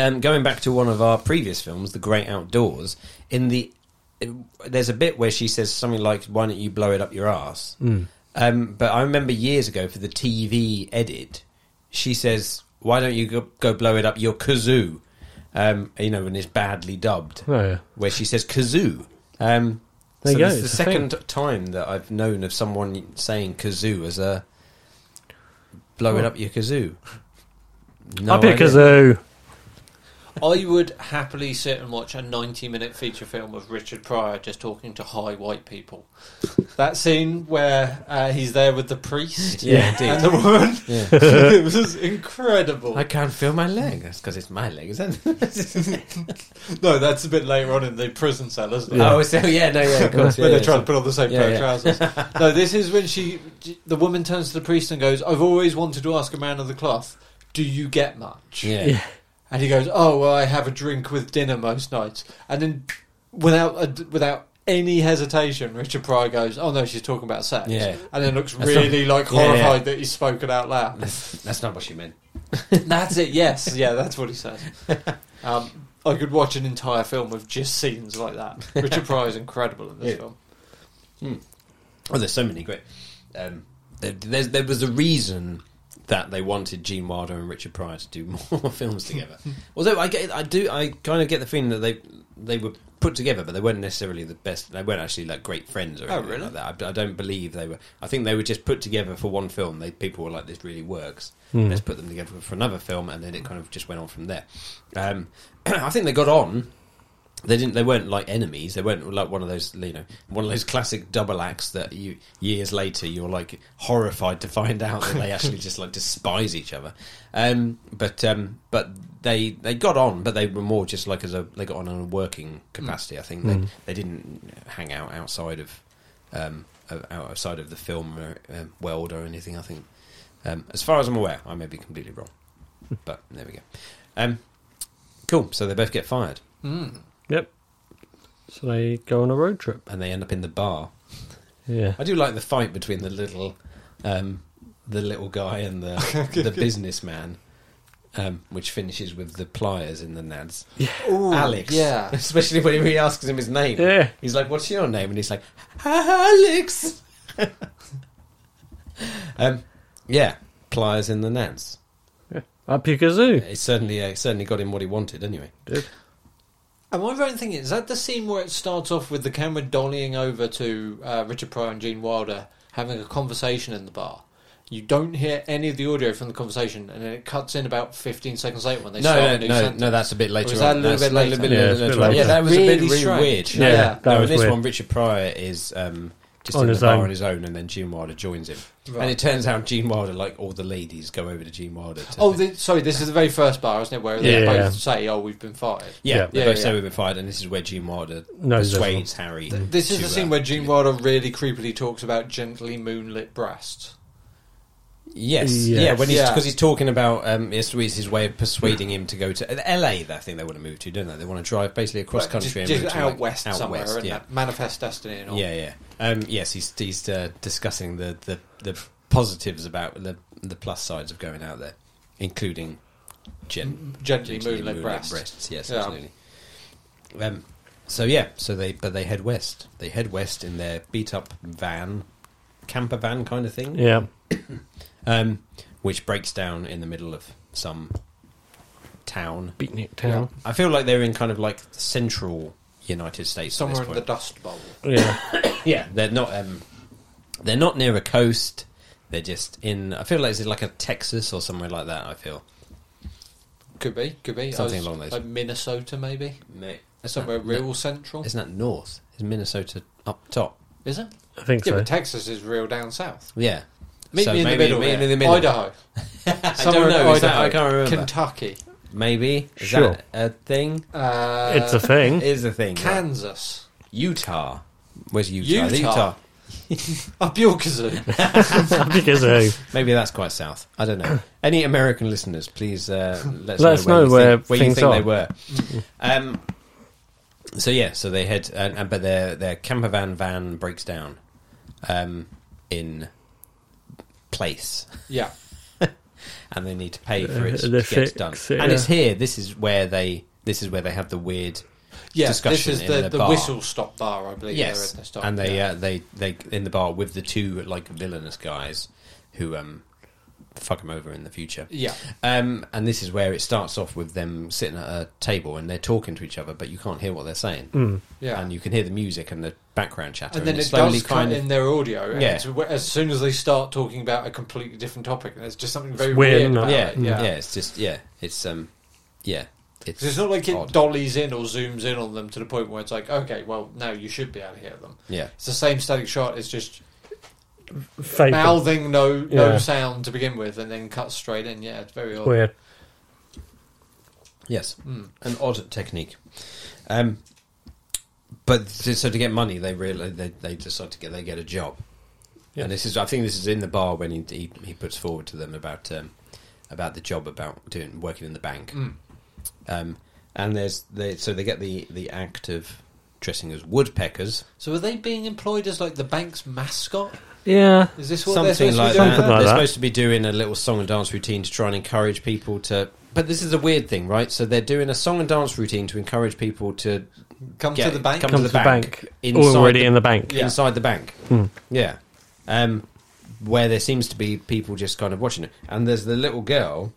Speaker 2: um, going back to one of our previous films, The Great Outdoors, in the there's a bit where she says something like, "Why don't you blow it up your ass?"
Speaker 1: Hmm.
Speaker 2: Um, but I remember years ago for the TV edit, she says, "Why don't you go, go blow it up your kazoo?" Um, you know, and it's badly dubbed
Speaker 1: Oh, yeah.
Speaker 2: where she says kazoo. Um,
Speaker 1: There
Speaker 2: so
Speaker 1: you go,
Speaker 2: this is the
Speaker 1: it's a
Speaker 2: second time that I've known of someone saying kazoo as a blow it up your kazoo. No
Speaker 1: Up your
Speaker 2: idea.
Speaker 1: kazoo.
Speaker 3: I would happily sit and watch a 90 minute feature film of Richard Pryor just talking to high white people. That scene where uh, he's there with the priest
Speaker 2: Yeah,
Speaker 3: and
Speaker 2: indeed.
Speaker 3: the woman.
Speaker 2: Yeah.
Speaker 3: it was incredible.
Speaker 2: I can't feel my leg. That's because it's my leg, isn't it?
Speaker 3: no, that's a bit later on in the prison cell, isn't it?
Speaker 2: Oh, so yeah, no, yeah, of course. yeah,
Speaker 3: When they're
Speaker 2: yeah,
Speaker 3: trying
Speaker 2: so-
Speaker 3: to put on the same
Speaker 2: Yeah,
Speaker 3: pair
Speaker 2: yeah.
Speaker 3: of trousers. no, this is when she, the woman turns to the priest and goes, "I've always wanted to ask a man of the cloth, do you get much?"
Speaker 2: Yeah.
Speaker 1: Yeah.
Speaker 3: And he goes, "Oh well, I have a drink with dinner most nights." And then, without a, without any hesitation, Richard Pryor goes, "Oh no, she's talking about sex."
Speaker 2: Yeah.
Speaker 3: And then looks
Speaker 2: That's
Speaker 3: really like
Speaker 2: yeah,
Speaker 3: horrified
Speaker 2: yeah.
Speaker 3: that he's spoken out loud.
Speaker 2: That's not what she meant.
Speaker 3: that's it. Yes, yeah, that's what he says. Um, I could watch an entire film of just scenes like that. Richard Pryor is incredible in this
Speaker 2: Yeah.
Speaker 3: film.
Speaker 2: Oh, there's so many great. Um, there, there's, there was a reason that they wanted Gene Wilder and Richard Pryor to do more films together. Although I get, I do, I kind of get the feeling that they they were put together, but they weren't necessarily the best. They weren't actually like great friends or
Speaker 3: Oh,
Speaker 2: anything
Speaker 3: really?
Speaker 2: like that. I, I don't believe they were. I think they were just put together for one film. They people were like, "This really works."
Speaker 1: Hmm.
Speaker 2: Let's put them together for another film, and then it kind of just went on from there. Um, I think they got on they didn't. They weren't like enemies. They weren't like one of those, you know, one of those classic double acts that you years later you're like horrified to find out that they actually just like despise each other. Um, but um, but they they got on, but they were more just like as a they got on in a working capacity. I think they they didn't hang out outside of um, o- outside of the film or, um, world or anything. I think, um, as far as I'm aware, I may be completely wrong, but there we go. Um, cool. So they both get fired.
Speaker 1: Yep. So they go on a road trip.
Speaker 2: and they end up in the bar.
Speaker 1: Yeah.
Speaker 2: I do like the fight between the little, um, the little guy and the the businessman, um, which finishes with the pliers in the nads.
Speaker 3: Ooh,
Speaker 2: Alex,
Speaker 3: Yeah.
Speaker 2: especially when he asks him his name.
Speaker 1: Yeah.
Speaker 2: he's like, "What's your name?" and he's like, "Alex." um, yeah, pliers in the nads.
Speaker 1: Up your kazoo.
Speaker 2: It certainly uh, certainly got him what he wanted. Anyway,
Speaker 3: Am I right in thinking is that the scene where it starts off with the camera dollying over to uh, Richard Pryor and Gene Wilder having a conversation in the bar? You don't hear any of the audio from the conversation, and then it cuts in about fifteen seconds later when they
Speaker 2: no,
Speaker 3: start
Speaker 2: no,
Speaker 3: a new
Speaker 2: no,
Speaker 3: sentence.
Speaker 2: no, that's a bit later.
Speaker 3: was that
Speaker 2: on.
Speaker 3: a little
Speaker 2: That's
Speaker 3: bit later?
Speaker 2: little
Speaker 1: Yeah, it's a bit
Speaker 2: yeah,
Speaker 1: later.
Speaker 2: that was a
Speaker 3: Really
Speaker 2: bit really
Speaker 3: strange.
Speaker 2: weird.
Speaker 3: Yeah.
Speaker 1: Yeah. That
Speaker 2: no, in
Speaker 1: was
Speaker 2: this
Speaker 1: weird.
Speaker 2: one, Richard Pryor is um, just
Speaker 1: On
Speaker 2: in
Speaker 1: his
Speaker 2: the bar
Speaker 1: own.
Speaker 2: on his own, and then Gene Wilder joins him.
Speaker 3: Right.
Speaker 2: And it turns out Gene Wilder, like all the ladies, go over to Gene Wilder. To
Speaker 3: Oh, the, sorry, this is the very first bar, isn't it? Where they
Speaker 1: Yeah.
Speaker 3: both say, "Oh, we've been fired."
Speaker 2: yeah,
Speaker 1: Yeah.
Speaker 2: they
Speaker 3: Yeah,
Speaker 2: both
Speaker 3: yeah.
Speaker 2: say we've been fired, and this is where Gene Wilder
Speaker 1: No, there's
Speaker 2: persuades Harry.
Speaker 3: This is
Speaker 2: to,
Speaker 3: the scene
Speaker 2: uh,
Speaker 3: where Gene Wilder really creepily talks about gently moonlit breasts.
Speaker 2: Yes,
Speaker 1: Yes.
Speaker 2: yeah, when he's
Speaker 3: Yeah.
Speaker 2: because he's talking about um, it's it's his way of persuading him to go to L.A. I think they want to move to, don't they? They want to drive basically across
Speaker 3: Right,
Speaker 2: country
Speaker 3: just,
Speaker 2: and
Speaker 3: just
Speaker 2: move to,
Speaker 3: out
Speaker 2: like,
Speaker 3: west
Speaker 2: out
Speaker 3: somewhere,
Speaker 2: west,
Speaker 3: and
Speaker 2: yeah.
Speaker 3: that manifest destiny and all.
Speaker 2: Yeah, yeah. Um, yes, he's he's uh, discussing the, the the positives about the the plus sides of going out there, including
Speaker 3: Mm-hmm.
Speaker 2: gen-
Speaker 3: Gently, moonlit,
Speaker 2: moonlit
Speaker 3: breasts.
Speaker 2: Yes,
Speaker 3: Yeah.
Speaker 2: absolutely. Um, so yeah, so they but they head west. They head west in their beat up van, camper van kind of thing,
Speaker 1: Yeah.
Speaker 2: um, which breaks down in the middle of some town.
Speaker 1: Beatnik town.
Speaker 2: I feel like they're in kind of like central United States. at
Speaker 3: Somewhere
Speaker 2: this
Speaker 3: in
Speaker 2: point.
Speaker 3: the Dust Bowl.
Speaker 1: Yeah.
Speaker 2: Yeah, they're not. Um, they're not near a coast. They're just in. I feel like it's like a Texas or somewhere like that. I feel.
Speaker 3: Could be, could be. I
Speaker 2: Something
Speaker 3: was-
Speaker 2: along those-
Speaker 3: Like Minnesota, maybe?
Speaker 2: That's
Speaker 3: Somewhere
Speaker 2: not-
Speaker 3: real central?
Speaker 2: Isn't that north? Is Minnesota up top?
Speaker 3: Is it?
Speaker 1: I think
Speaker 3: Yeah,
Speaker 1: so.
Speaker 3: but Texas is real down south.
Speaker 2: Yeah.
Speaker 3: Meet
Speaker 2: So
Speaker 3: me in the
Speaker 2: maybe-
Speaker 3: middle.
Speaker 2: meet me
Speaker 3: here.
Speaker 2: in the middle.
Speaker 3: Idaho.
Speaker 2: I
Speaker 3: Somewhere
Speaker 2: don't
Speaker 3: in
Speaker 2: know. Is that,
Speaker 3: Idaho.
Speaker 2: I can't remember.
Speaker 3: Kentucky.
Speaker 2: Maybe is
Speaker 1: Sure.
Speaker 2: that a thing?
Speaker 3: Uh,
Speaker 1: it's a thing.
Speaker 2: Is a thing. right.
Speaker 3: Kansas.
Speaker 2: Utah. Where's Utah?
Speaker 3: Utah. Up your kazoo.
Speaker 1: Up your kazoo.
Speaker 2: Maybe that's quite south. I don't know. Any American listeners, please uh, let us
Speaker 1: Let us
Speaker 2: know,
Speaker 1: know
Speaker 2: where,
Speaker 1: where
Speaker 2: you think, where you
Speaker 1: things
Speaker 2: think
Speaker 1: are.
Speaker 2: they
Speaker 1: Mm-hmm.
Speaker 2: were. Um, so yeah, so they head, uh, and, and, but their their camper van van breaks down um, in place,
Speaker 3: Yeah.
Speaker 2: and they need to pay for it
Speaker 1: Uh,
Speaker 2: to
Speaker 1: they
Speaker 2: get
Speaker 1: fix
Speaker 2: done.
Speaker 1: it,
Speaker 2: And it's
Speaker 1: yeah.
Speaker 2: here. This is where they. This is where they have the weird.
Speaker 3: Yeah, this
Speaker 2: Discussion
Speaker 3: is
Speaker 2: in
Speaker 3: the,
Speaker 2: the
Speaker 3: the
Speaker 2: bar.
Speaker 3: whistle stop bar, I believe.
Speaker 2: yes,
Speaker 3: they're in this time.
Speaker 2: and they
Speaker 3: Yeah.
Speaker 2: uh, they they in the bar with the two like villainous guys who um fuck them over in the future.
Speaker 3: yeah.
Speaker 2: Um, and this is where it starts off with them sitting at a table and they're talking to each other, but you can't hear what they're saying.
Speaker 3: Yeah.
Speaker 2: And you can hear the music and the background chatter.
Speaker 3: and then
Speaker 2: it
Speaker 3: it
Speaker 2: slowly
Speaker 3: does
Speaker 2: kind
Speaker 3: cut
Speaker 2: of.
Speaker 3: in their audio. And
Speaker 2: Yeah.
Speaker 3: it's wh- as soon as they start talking about a completely different topic, there's just something very
Speaker 1: weird,
Speaker 3: weird.
Speaker 1: isn't it?
Speaker 3: about
Speaker 2: yeah,
Speaker 3: it,
Speaker 2: yeah,
Speaker 3: yeah.
Speaker 2: It's just yeah. It's um, yeah. It's,
Speaker 3: 'Cause It's not like it
Speaker 2: odd.
Speaker 3: dollies in or zooms in on them to the point where it's like, okay, well, now you should be able to hear them.
Speaker 2: yeah.
Speaker 3: It's the same static shot. It's just
Speaker 1: Fake.
Speaker 3: mouthing no no
Speaker 1: Yeah.
Speaker 3: sound to begin with, and then cut straight in. Yeah, it's very odd.
Speaker 1: Weird.
Speaker 2: Yes,
Speaker 3: Hmm.
Speaker 2: an odd technique. Um, but so so to get money, they really they, they decide to get they get a job,
Speaker 1: Yeah.
Speaker 2: and this is I think this is in the bar when he he, he puts forward to them about um, about the job about doing working in the bank,
Speaker 3: Hmm.
Speaker 2: um, and there's they so they get the the act of dressing as woodpeckers,
Speaker 3: So are they being employed as like the bank's mascot?
Speaker 1: Yeah.
Speaker 3: Is this what they're
Speaker 2: something
Speaker 3: supposed
Speaker 2: like
Speaker 3: to be doing?
Speaker 2: that.
Speaker 1: Something
Speaker 2: They're
Speaker 1: like that.
Speaker 2: supposed to be doing a little song and dance routine to try and encourage people to. But this is a weird thing, right? So they're doing a song and dance routine to encourage people to
Speaker 3: Come
Speaker 2: Yeah,
Speaker 3: to the bank.
Speaker 2: come
Speaker 1: Come
Speaker 2: to
Speaker 1: to
Speaker 2: the
Speaker 1: the bank.
Speaker 2: bank.
Speaker 1: Oh,
Speaker 2: Inside
Speaker 1: Already
Speaker 2: the-
Speaker 1: in the bank.
Speaker 3: Yeah.
Speaker 2: inside the bank.
Speaker 1: Hmm.
Speaker 2: Yeah. Um, where there seems to be people just kind of watching it. And there's the little girl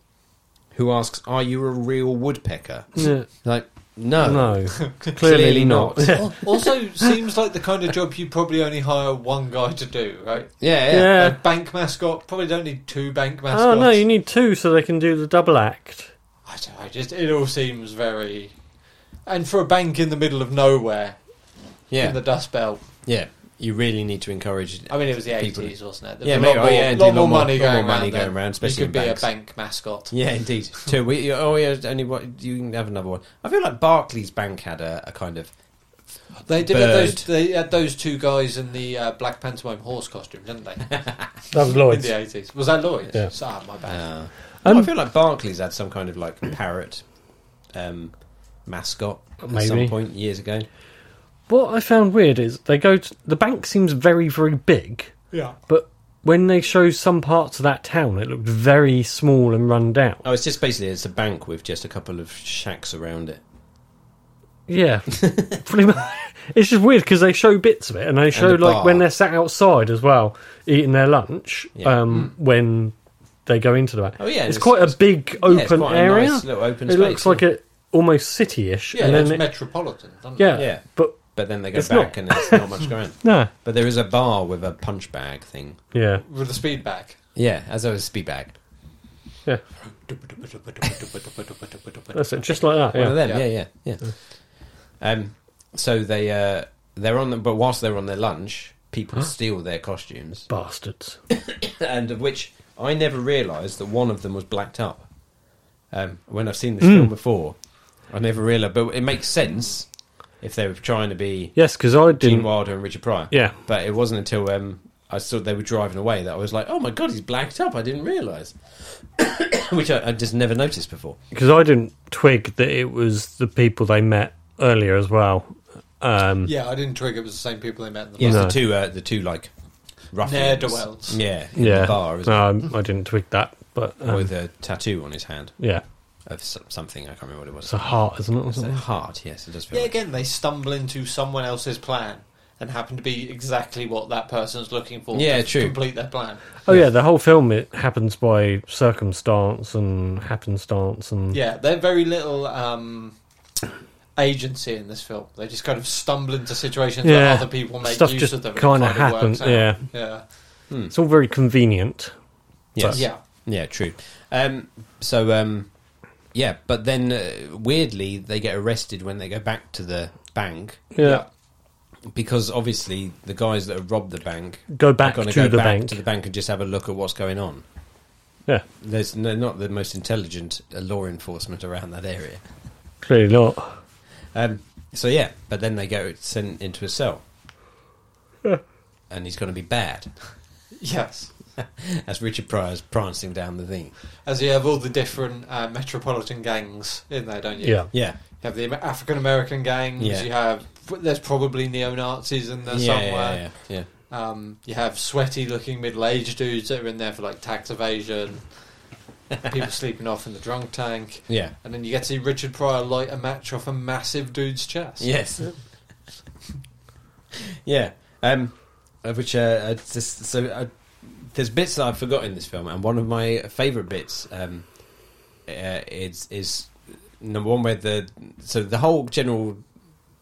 Speaker 2: who asks, Are you a real woodpecker?
Speaker 1: Yeah.
Speaker 2: Like, no.
Speaker 1: No. Clearly, not.
Speaker 3: Al- also, seems like the kind of job you probably only hire one guy to do, right?
Speaker 2: yeah, yeah.
Speaker 1: Yeah.
Speaker 3: A bank mascot probably don't need two bank mascots.
Speaker 1: Oh no, you need two so they can do the double act.
Speaker 3: I don't know, just it all seems very. and for a bank in the middle of nowhere in
Speaker 2: Yeah,
Speaker 3: the Dust Belt.
Speaker 2: yeah. You really need to encourage.
Speaker 3: I mean, it was the
Speaker 2: People-
Speaker 3: eighties, wasn't it? There
Speaker 2: Yeah,
Speaker 3: was a lot
Speaker 2: maybe- oh,
Speaker 3: more,
Speaker 2: yeah, indeed,
Speaker 3: lot more
Speaker 2: lot more-
Speaker 3: money
Speaker 2: lot more
Speaker 3: going
Speaker 2: money
Speaker 3: around.
Speaker 2: going
Speaker 3: then.
Speaker 2: around, especially
Speaker 3: you
Speaker 2: in
Speaker 3: could be
Speaker 2: banks.
Speaker 3: a bank mascot.
Speaker 2: Yeah, indeed. Two. We, you- oh, yeah. Only what you can have another one. I feel like Barclays Bank had a, a kind of.
Speaker 3: They did
Speaker 2: Bird.
Speaker 3: have those. They had those two guys in the uh, black pantomime horse costume, didn't they?
Speaker 1: That was
Speaker 3: in
Speaker 1: Lloyd's.
Speaker 3: the eighties, was that Lloyd?
Speaker 1: Yeah.
Speaker 3: Ah, my bad.
Speaker 2: Uh,
Speaker 1: Um,
Speaker 2: I feel like Barclays had some kind of like parrot um, mascot at some
Speaker 1: Maybe.
Speaker 2: point years ago.
Speaker 1: What I found weird is they go to the bank seems very very big,
Speaker 3: yeah.
Speaker 1: but when they show some parts of that town, it looked very small and run down.
Speaker 2: Oh, it's just basically it's a bank with just a couple of shacks around it.
Speaker 1: Yeah, pretty much. It's just weird because they show bits of it, and they show
Speaker 2: a
Speaker 1: like
Speaker 2: bar.
Speaker 1: when they're sat outside as well, eating their lunch.
Speaker 2: Yeah. Mm.
Speaker 1: Um, when they go into the bank,
Speaker 2: Oh, yeah,
Speaker 1: it's
Speaker 2: it's-
Speaker 1: quite a big
Speaker 2: Yeah, it's
Speaker 1: open
Speaker 2: quite a
Speaker 1: area.
Speaker 2: nice little open
Speaker 1: it
Speaker 2: space,
Speaker 1: looks like
Speaker 2: yeah.
Speaker 1: it almost city-ish,
Speaker 3: Yeah,
Speaker 1: and
Speaker 3: that's
Speaker 1: then it-
Speaker 3: metropolitan. Doesn't
Speaker 1: yeah,
Speaker 3: It?
Speaker 2: Yeah.
Speaker 1: but
Speaker 2: But then they go
Speaker 1: It's not.
Speaker 2: back and there's not much going.
Speaker 1: no,
Speaker 2: But there is a bar with a punch bag thing.
Speaker 1: yeah,
Speaker 3: With the speed back.
Speaker 2: Yeah, as a speed bag.
Speaker 1: yeah, that's it, just like that.
Speaker 2: One of
Speaker 1: Yeah,
Speaker 2: them. Yeah, yeah, yeah. Um, so they uh, they're on the, but whilst they're on their lunch, people steal their costumes,
Speaker 1: bastards.
Speaker 2: and of which I never realised that one of them was blacked up. Um, when I've seen this
Speaker 1: Hmm.
Speaker 2: film before, I never realised, but it makes sense if they were trying to be
Speaker 1: Yes, because I
Speaker 2: Gene
Speaker 1: didn't.
Speaker 2: Wilder and Richard Pryor.
Speaker 1: Yeah.
Speaker 2: but it wasn't until um, I saw they were driving away that I was like, "Oh my god, he's blacked up!" I didn't realise, which I, I just never noticed before.
Speaker 1: because I didn't twig that it was the people they met earlier as well. Um,
Speaker 3: Yeah, I didn't twig it was the same people they met in the
Speaker 2: Yeah,
Speaker 1: No.
Speaker 2: the two, uh, the two like ruffians.
Speaker 3: Ne'er-do-wells.
Speaker 2: Yeah, in
Speaker 1: yeah,
Speaker 2: the bar isn't
Speaker 1: um, I didn't twig that, but
Speaker 2: it?
Speaker 1: um,
Speaker 2: with a tattoo on his hand
Speaker 1: yeah,
Speaker 2: of so- something. I can't remember what it was.
Speaker 1: it's a heart, isn't it? Or
Speaker 2: Is that
Speaker 1: something?
Speaker 2: heart? Yes, it does feel.
Speaker 3: Yeah,
Speaker 2: like
Speaker 3: again, they stumble into someone else's plan and happen to be exactly what that person's looking for.
Speaker 2: Yeah,
Speaker 3: to
Speaker 2: true.
Speaker 3: Complete their plan.
Speaker 1: Oh yeah, the whole film it happens by circumstance and happenstance and
Speaker 3: Yeah, they're very little um, agency in this film. They just kind of stumble into situations
Speaker 1: Yeah.
Speaker 3: that other people make
Speaker 1: Stuff
Speaker 3: use
Speaker 1: just
Speaker 3: of them. It
Speaker 1: kinda
Speaker 3: kinda works
Speaker 1: happens,
Speaker 3: out.
Speaker 1: yeah.
Speaker 3: yeah,
Speaker 2: Hmm.
Speaker 1: it's all very convenient.
Speaker 2: Yes.
Speaker 3: yeah.
Speaker 2: Yeah, true. Um, so, um, yeah, but then uh, weirdly they get arrested when they go back to the bank
Speaker 1: Yeah,
Speaker 2: because obviously the guys that have robbed the bank
Speaker 1: go back
Speaker 2: are
Speaker 1: to
Speaker 2: going
Speaker 1: the
Speaker 2: go back
Speaker 1: bank.
Speaker 2: to the bank and just have a look at what's going on.
Speaker 1: Yeah,
Speaker 2: There's no, not the most intelligent uh, law enforcement around that area.
Speaker 1: clearly not.
Speaker 2: Um, so yeah, but then they go sent into a cell, and he's going to be bad
Speaker 3: yes.
Speaker 2: as Richard Pryor's prancing down the thing.
Speaker 3: As you have all the different uh, metropolitan gangs in there, don't you?
Speaker 1: Yeah,
Speaker 2: Yeah,
Speaker 3: You have the African American gangs.
Speaker 2: Yeah.
Speaker 3: You have there's probably neo Nazis in there
Speaker 2: yeah,
Speaker 3: somewhere.
Speaker 2: yeah, yeah, yeah.
Speaker 3: Um, you have sweaty looking middle aged dudes that are in there for like tax evasion. people sleeping off in the drunk tank,
Speaker 2: Yeah.
Speaker 3: and then you get to see Richard Pryor light a match off a massive dude's chest.
Speaker 2: Yes. yeah. Um, uh, which uh, I just, so uh, there's bits that I forgot in this film, and one of my favourite bits um, uh, is is number one where the so the whole general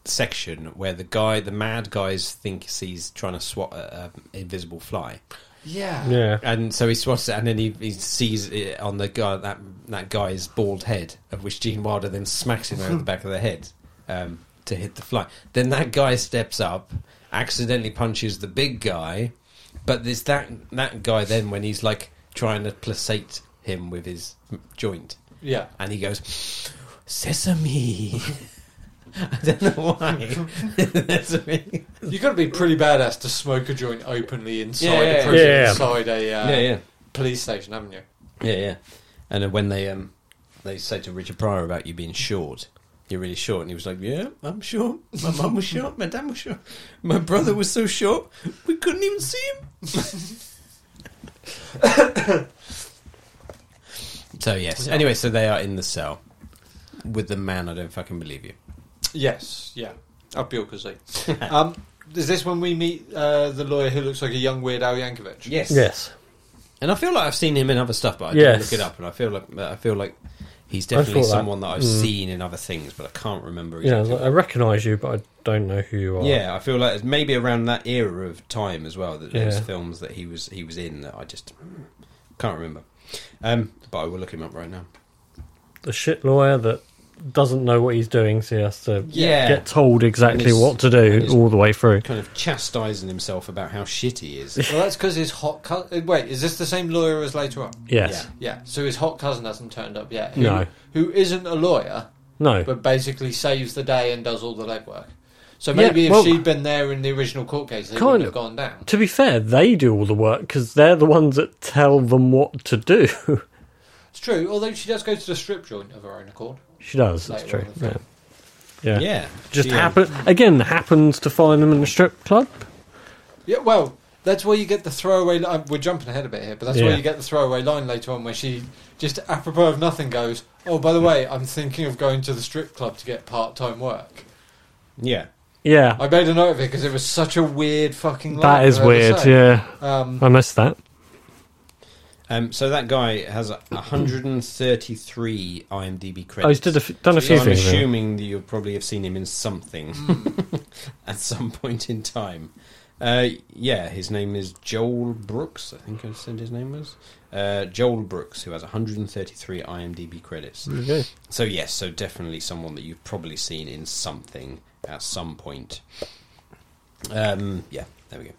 Speaker 2: section where the guy, the mad guys, thinks he's trying to swat an invisible fly.
Speaker 3: yeah,
Speaker 1: yeah,
Speaker 2: And so he swats it, and then he, he sees it on the guy that that guy's bald head, of which Gene Wilder then smacks him over the back of the head um, to hit the fly. Then that guy steps up, accidentally punches the big guy, but there's that that guy then when he's like trying to placate him with his joint,
Speaker 3: yeah.
Speaker 2: and he goes sesame. I don't know why. That's a bit-
Speaker 3: You got to be pretty badass to smoke a joint openly inside
Speaker 2: Yeah, yeah,
Speaker 3: a prison,
Speaker 1: yeah.
Speaker 3: inside a uh,
Speaker 2: yeah, yeah.
Speaker 3: police station, haven't you?
Speaker 2: Yeah, yeah. And uh, when they um they say to Richard Pryor about you being short, you're really short, and he was like, "Yeah, I'm short. My mum was short. My dad was short. My brother was so short we couldn't even see him." so yes. Anyway, so they are in the cell with the man. I don't fucking believe you.
Speaker 3: Yes, yeah. Up your cuisine. um, is this when we meet uh, the lawyer who looks like a young Weird Al Yankovic?
Speaker 2: Yes.
Speaker 1: yes.
Speaker 2: And I feel like I've seen him in other stuff, but I didn't
Speaker 1: Yes.
Speaker 2: look it up. And I feel like I feel like he's
Speaker 1: I thought
Speaker 2: definitely
Speaker 1: that.
Speaker 2: someone that, I've
Speaker 1: Mm.
Speaker 2: seen in other things, but I can't remember.
Speaker 1: Yeah, I, was
Speaker 2: exactly
Speaker 1: like, I recognise you, but I don't know who you are.
Speaker 2: Yeah, I feel like it's maybe around that era of time as well that there's
Speaker 1: Yeah.
Speaker 2: films that he was he was in that I just can't remember. Um, but I will look him up right now.
Speaker 1: the shit lawyer that doesn't know what he's doing, so he has to
Speaker 2: Yeah.
Speaker 1: get told exactly
Speaker 2: he's-
Speaker 1: what to
Speaker 2: and
Speaker 1: do
Speaker 2: he's-
Speaker 1: all the way through.
Speaker 2: Kind of chastising himself about how shit he is.
Speaker 3: Well, that's because his hot cousin. Wait, is this the same lawyer as later on?
Speaker 1: Yes.
Speaker 3: Yeah. So his hot cousin hasn't turned up yet. Who,
Speaker 1: No.
Speaker 3: Who isn't a lawyer,
Speaker 1: No.
Speaker 3: but basically saves the day and does all the legwork. So
Speaker 1: Yeah,
Speaker 3: maybe if
Speaker 1: well-
Speaker 3: she'd been there in the original court case, they
Speaker 1: Kind
Speaker 3: wouldn't have
Speaker 1: of.
Speaker 3: gone down.
Speaker 1: to be fair, they do all the work because they're the ones that tell them what to do.
Speaker 3: It's true. Although she does go to the strip joint of her own accord.
Speaker 1: she does. That's true.
Speaker 3: Later on in the
Speaker 1: Yeah.
Speaker 3: film.
Speaker 1: yeah.
Speaker 2: Yeah.
Speaker 1: Just
Speaker 2: She, um,
Speaker 1: happen again happens to find them in a strip club.
Speaker 3: Yeah. Well, that's where you get the throwaway. Li- we're jumping ahead a bit here, but that's
Speaker 1: Yeah.
Speaker 3: where you get the throwaway line later on, where she just apropos of nothing goes, "Oh, by the way, I'm thinking of going to the strip club to get part-time work."
Speaker 2: Yeah.
Speaker 1: Yeah,
Speaker 3: I made a note of it because it was such a weird fucking. Line
Speaker 1: that is
Speaker 3: for her to
Speaker 1: weird.
Speaker 3: say.
Speaker 1: Yeah,
Speaker 3: Um,
Speaker 1: I missed that.
Speaker 2: Um, so that guy has 133 IMDb credits.
Speaker 1: Oh, he's did a f- done a
Speaker 2: So
Speaker 1: few
Speaker 2: I'm
Speaker 1: things. yeah.
Speaker 2: assuming that you probably have seen him in something at some point in time. Uh, yeah, his name is Joel Brooks. I think I said his name was uh, Joel Brooks, who has 133 IMDb credits.
Speaker 1: There you go.
Speaker 2: So yes, so definitely someone that you've probably seen in something at some point. Um, yeah, there we go.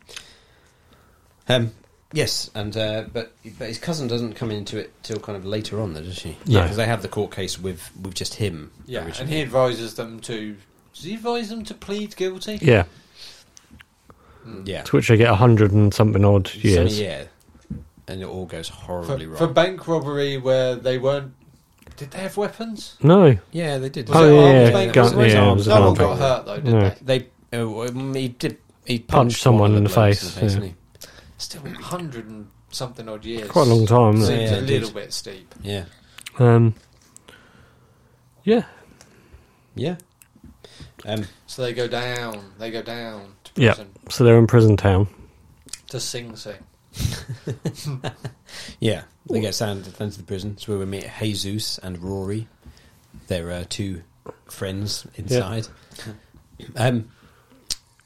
Speaker 2: Um, yes, and uh, but but his cousin doesn't come into it till kind of later on, though, does she?
Speaker 1: No.
Speaker 2: because they have the court case with with just him.
Speaker 3: yeah, and
Speaker 2: originally.
Speaker 3: he advises them to. Does he advise them to plead guilty?
Speaker 1: Yeah,
Speaker 2: yeah,
Speaker 1: to which I get a hundred and something odd years.
Speaker 2: So, yeah, and it all goes
Speaker 3: For,
Speaker 2: horribly wrong.
Speaker 3: for bank robbery where they weren't. Did they have weapons?
Speaker 1: No,
Speaker 2: yeah, they did.
Speaker 3: Was
Speaker 1: Oh,
Speaker 3: it
Speaker 1: yeah,
Speaker 3: armed
Speaker 1: yeah,
Speaker 3: bank
Speaker 1: gun-
Speaker 3: robbery?
Speaker 1: yeah, it was
Speaker 3: no
Speaker 1: an
Speaker 3: one
Speaker 1: armed
Speaker 3: got
Speaker 1: bank.
Speaker 3: hurt though, did
Speaker 1: No.
Speaker 3: they?
Speaker 2: They oh, um, he did he punched,
Speaker 1: Punched
Speaker 2: one
Speaker 1: someone
Speaker 2: of
Speaker 1: in
Speaker 2: the
Speaker 1: the
Speaker 2: blokes
Speaker 1: face,
Speaker 2: didn't
Speaker 1: yeah.
Speaker 2: he?
Speaker 3: Still, hundred and something odd years.
Speaker 1: quite a long time.
Speaker 3: Seems
Speaker 1: isn't it?
Speaker 2: Yeah,
Speaker 3: a
Speaker 2: it
Speaker 3: little
Speaker 2: did.
Speaker 3: bit steep.
Speaker 2: yeah.
Speaker 1: Um, yeah,
Speaker 2: Yeah. Um,
Speaker 3: So they go down. They go down to
Speaker 1: Yeah.
Speaker 3: prison
Speaker 1: so they're in prison town.
Speaker 3: to Sing Sing.
Speaker 2: yeah, they get sent sent to the prison. It's where we meet Jesus and Rory. They're uh, two friends inside. Um,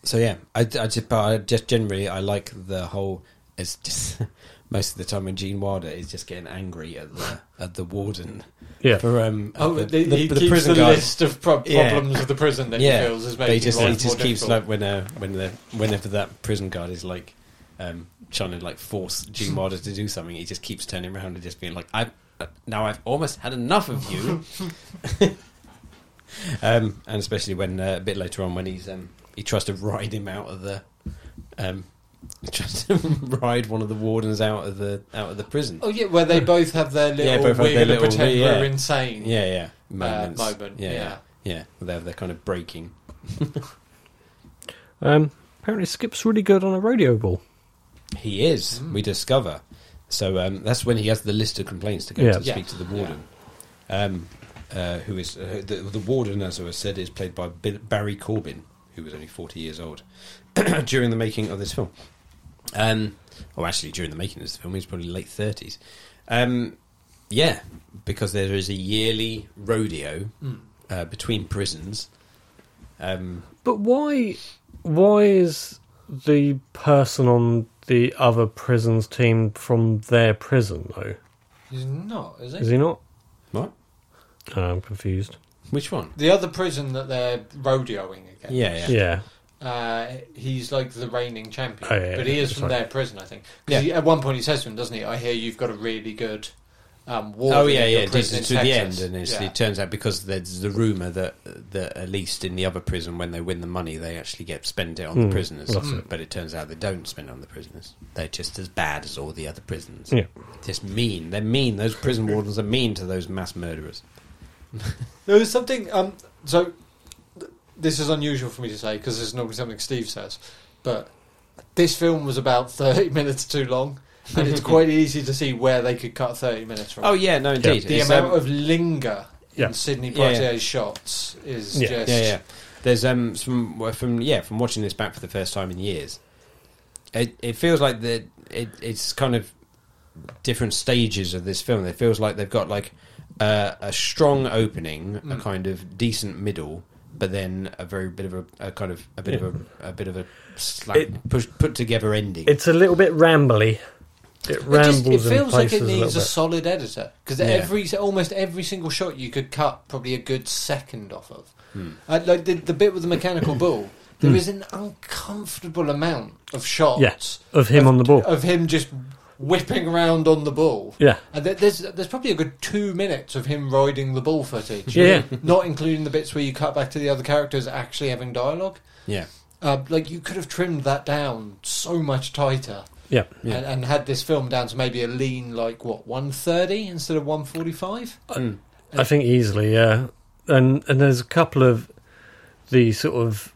Speaker 2: so yeah, I, I just, but I just generally I like the whole. It's just most of the time when Gene Wilder is just getting angry at the at the warden
Speaker 1: Yeah,
Speaker 2: for um
Speaker 3: Oh,
Speaker 2: the,
Speaker 3: the,
Speaker 2: the-
Speaker 3: he
Speaker 2: the
Speaker 3: keeps
Speaker 2: prison
Speaker 3: the
Speaker 2: guard.
Speaker 3: list of pro-
Speaker 2: Yeah.
Speaker 3: problems of the prison that he feels is
Speaker 2: but
Speaker 3: making
Speaker 2: he just,
Speaker 3: life
Speaker 2: he just
Speaker 3: more
Speaker 2: keeps
Speaker 3: difficult.
Speaker 2: like when uh, when the whenever that prison guard is like um, trying to like force Gene Wilder to do something, he just keeps turning around and just being like, "I now I've almost had enough of you." um, and especially when uh, a bit later on when he's um, he tries to ride him out of the. Um, he tries to ride one of the wardens out of the out of the prison.
Speaker 3: Oh yeah, where they both have their little
Speaker 2: Yeah, both have
Speaker 3: we're
Speaker 2: their
Speaker 3: going to
Speaker 2: little
Speaker 3: pretend
Speaker 2: wee- yeah.
Speaker 3: we're insane
Speaker 2: Yeah, yeah.
Speaker 3: uh,
Speaker 2: Moments.
Speaker 3: moment. Yeah.
Speaker 2: yeah, yeah. They're they're kind of breaking.
Speaker 1: um, apparently Skip's really good on a rodeo ball.
Speaker 2: He is. We discover. So um, that's when he has the list of complaints to go
Speaker 1: Yeah.
Speaker 2: to
Speaker 3: Yeah.
Speaker 2: speak to the warden, um, uh, who is uh, the, the warden, as I said, is played by Bill, Barry Corbin, who was only forty years old during the making of this film. Um, or actually, during the making of this film, he was probably late thirties. Um, yeah, because there is a yearly rodeo uh, between prisons. Um,
Speaker 1: But why? Why is the person on the other prison's team from their prison though?
Speaker 3: He's not, is he?
Speaker 1: Is he not?
Speaker 2: what?
Speaker 1: Uh, I'm confused.
Speaker 2: Which one?
Speaker 3: The other prison that they're rodeoing again.
Speaker 2: Yeah, yeah.
Speaker 1: Yeah. yeah.
Speaker 3: Uh, he's like the reigning champion,
Speaker 1: Oh, yeah, yeah,
Speaker 3: but he
Speaker 1: yeah,
Speaker 3: is
Speaker 1: that's
Speaker 3: from
Speaker 1: right.
Speaker 3: their prison, I think.
Speaker 2: Yeah.
Speaker 3: Because at one point he says to him, doesn't he? I hear you've got a really good um, warden.
Speaker 2: Oh yeah,
Speaker 3: in your
Speaker 2: yeah. This
Speaker 3: prison
Speaker 2: is to
Speaker 3: in
Speaker 2: the end,
Speaker 3: Texas."
Speaker 2: and it's,
Speaker 3: Yeah.
Speaker 2: it turns out because there's the rumor that that at least in the other prison, when they win the money, they actually get spend it on the
Speaker 1: Mm,
Speaker 2: prisoners.
Speaker 1: that's
Speaker 2: But it turns out they don't spend it on the prisoners. They're just as bad as all the other prisons.
Speaker 1: Yeah.
Speaker 2: Just mean. They're mean. Those prison wardens are mean to those mass murderers.
Speaker 3: There was something. Um, so th- this is unusual for me to say because it's normally something Steve says, but this film was about thirty minutes too long, and it's quite easy to see where they could cut thirty minutes from.
Speaker 2: Oh yeah, no, indeed.
Speaker 3: the
Speaker 2: It's,
Speaker 3: amount
Speaker 2: um,
Speaker 3: of linger
Speaker 1: Yeah.
Speaker 3: in Sydney
Speaker 2: Yeah,
Speaker 3: Poitier's
Speaker 2: yeah.
Speaker 3: shots is
Speaker 1: Yeah.
Speaker 3: just
Speaker 2: yeah, yeah. There's um from well, from yeah from watching this back for the first time in years, it it feels like the it it's kind of different stages of this film. It feels like they've got like uh, a strong opening, a kind of decent middle, but then a very bit of a, a kind of a bit of a, a bit of a slack,
Speaker 1: It-
Speaker 2: push, put together ending.
Speaker 1: It's a little bit rambly. It
Speaker 3: It, just,
Speaker 1: rambles
Speaker 3: it
Speaker 1: in
Speaker 3: feels like
Speaker 1: places
Speaker 3: it
Speaker 1: a
Speaker 3: needs a,
Speaker 1: little bit.
Speaker 3: solid editor because
Speaker 1: Yeah.
Speaker 3: every almost every single shot you could cut probably a good second off of.
Speaker 1: Hmm.
Speaker 3: Uh, like the, the bit with the mechanical bull, there is an uncomfortable amount of shots
Speaker 1: yeah, of him on the ball.
Speaker 3: of him just whipping around on the ball.
Speaker 1: yeah,
Speaker 3: And there- there's there's probably a good two minutes of him riding the ball footage.
Speaker 1: Yeah.
Speaker 3: not including the bits where you cut back to the other characters actually having dialogue.
Speaker 2: Yeah.
Speaker 3: Uh, like you could have trimmed that down so much tighter
Speaker 1: yeah.
Speaker 2: Yeah.
Speaker 3: and, and had this film down to maybe a lean like what 130 instead of 145
Speaker 1: I think easily, yeah. And and there's a couple of the sort of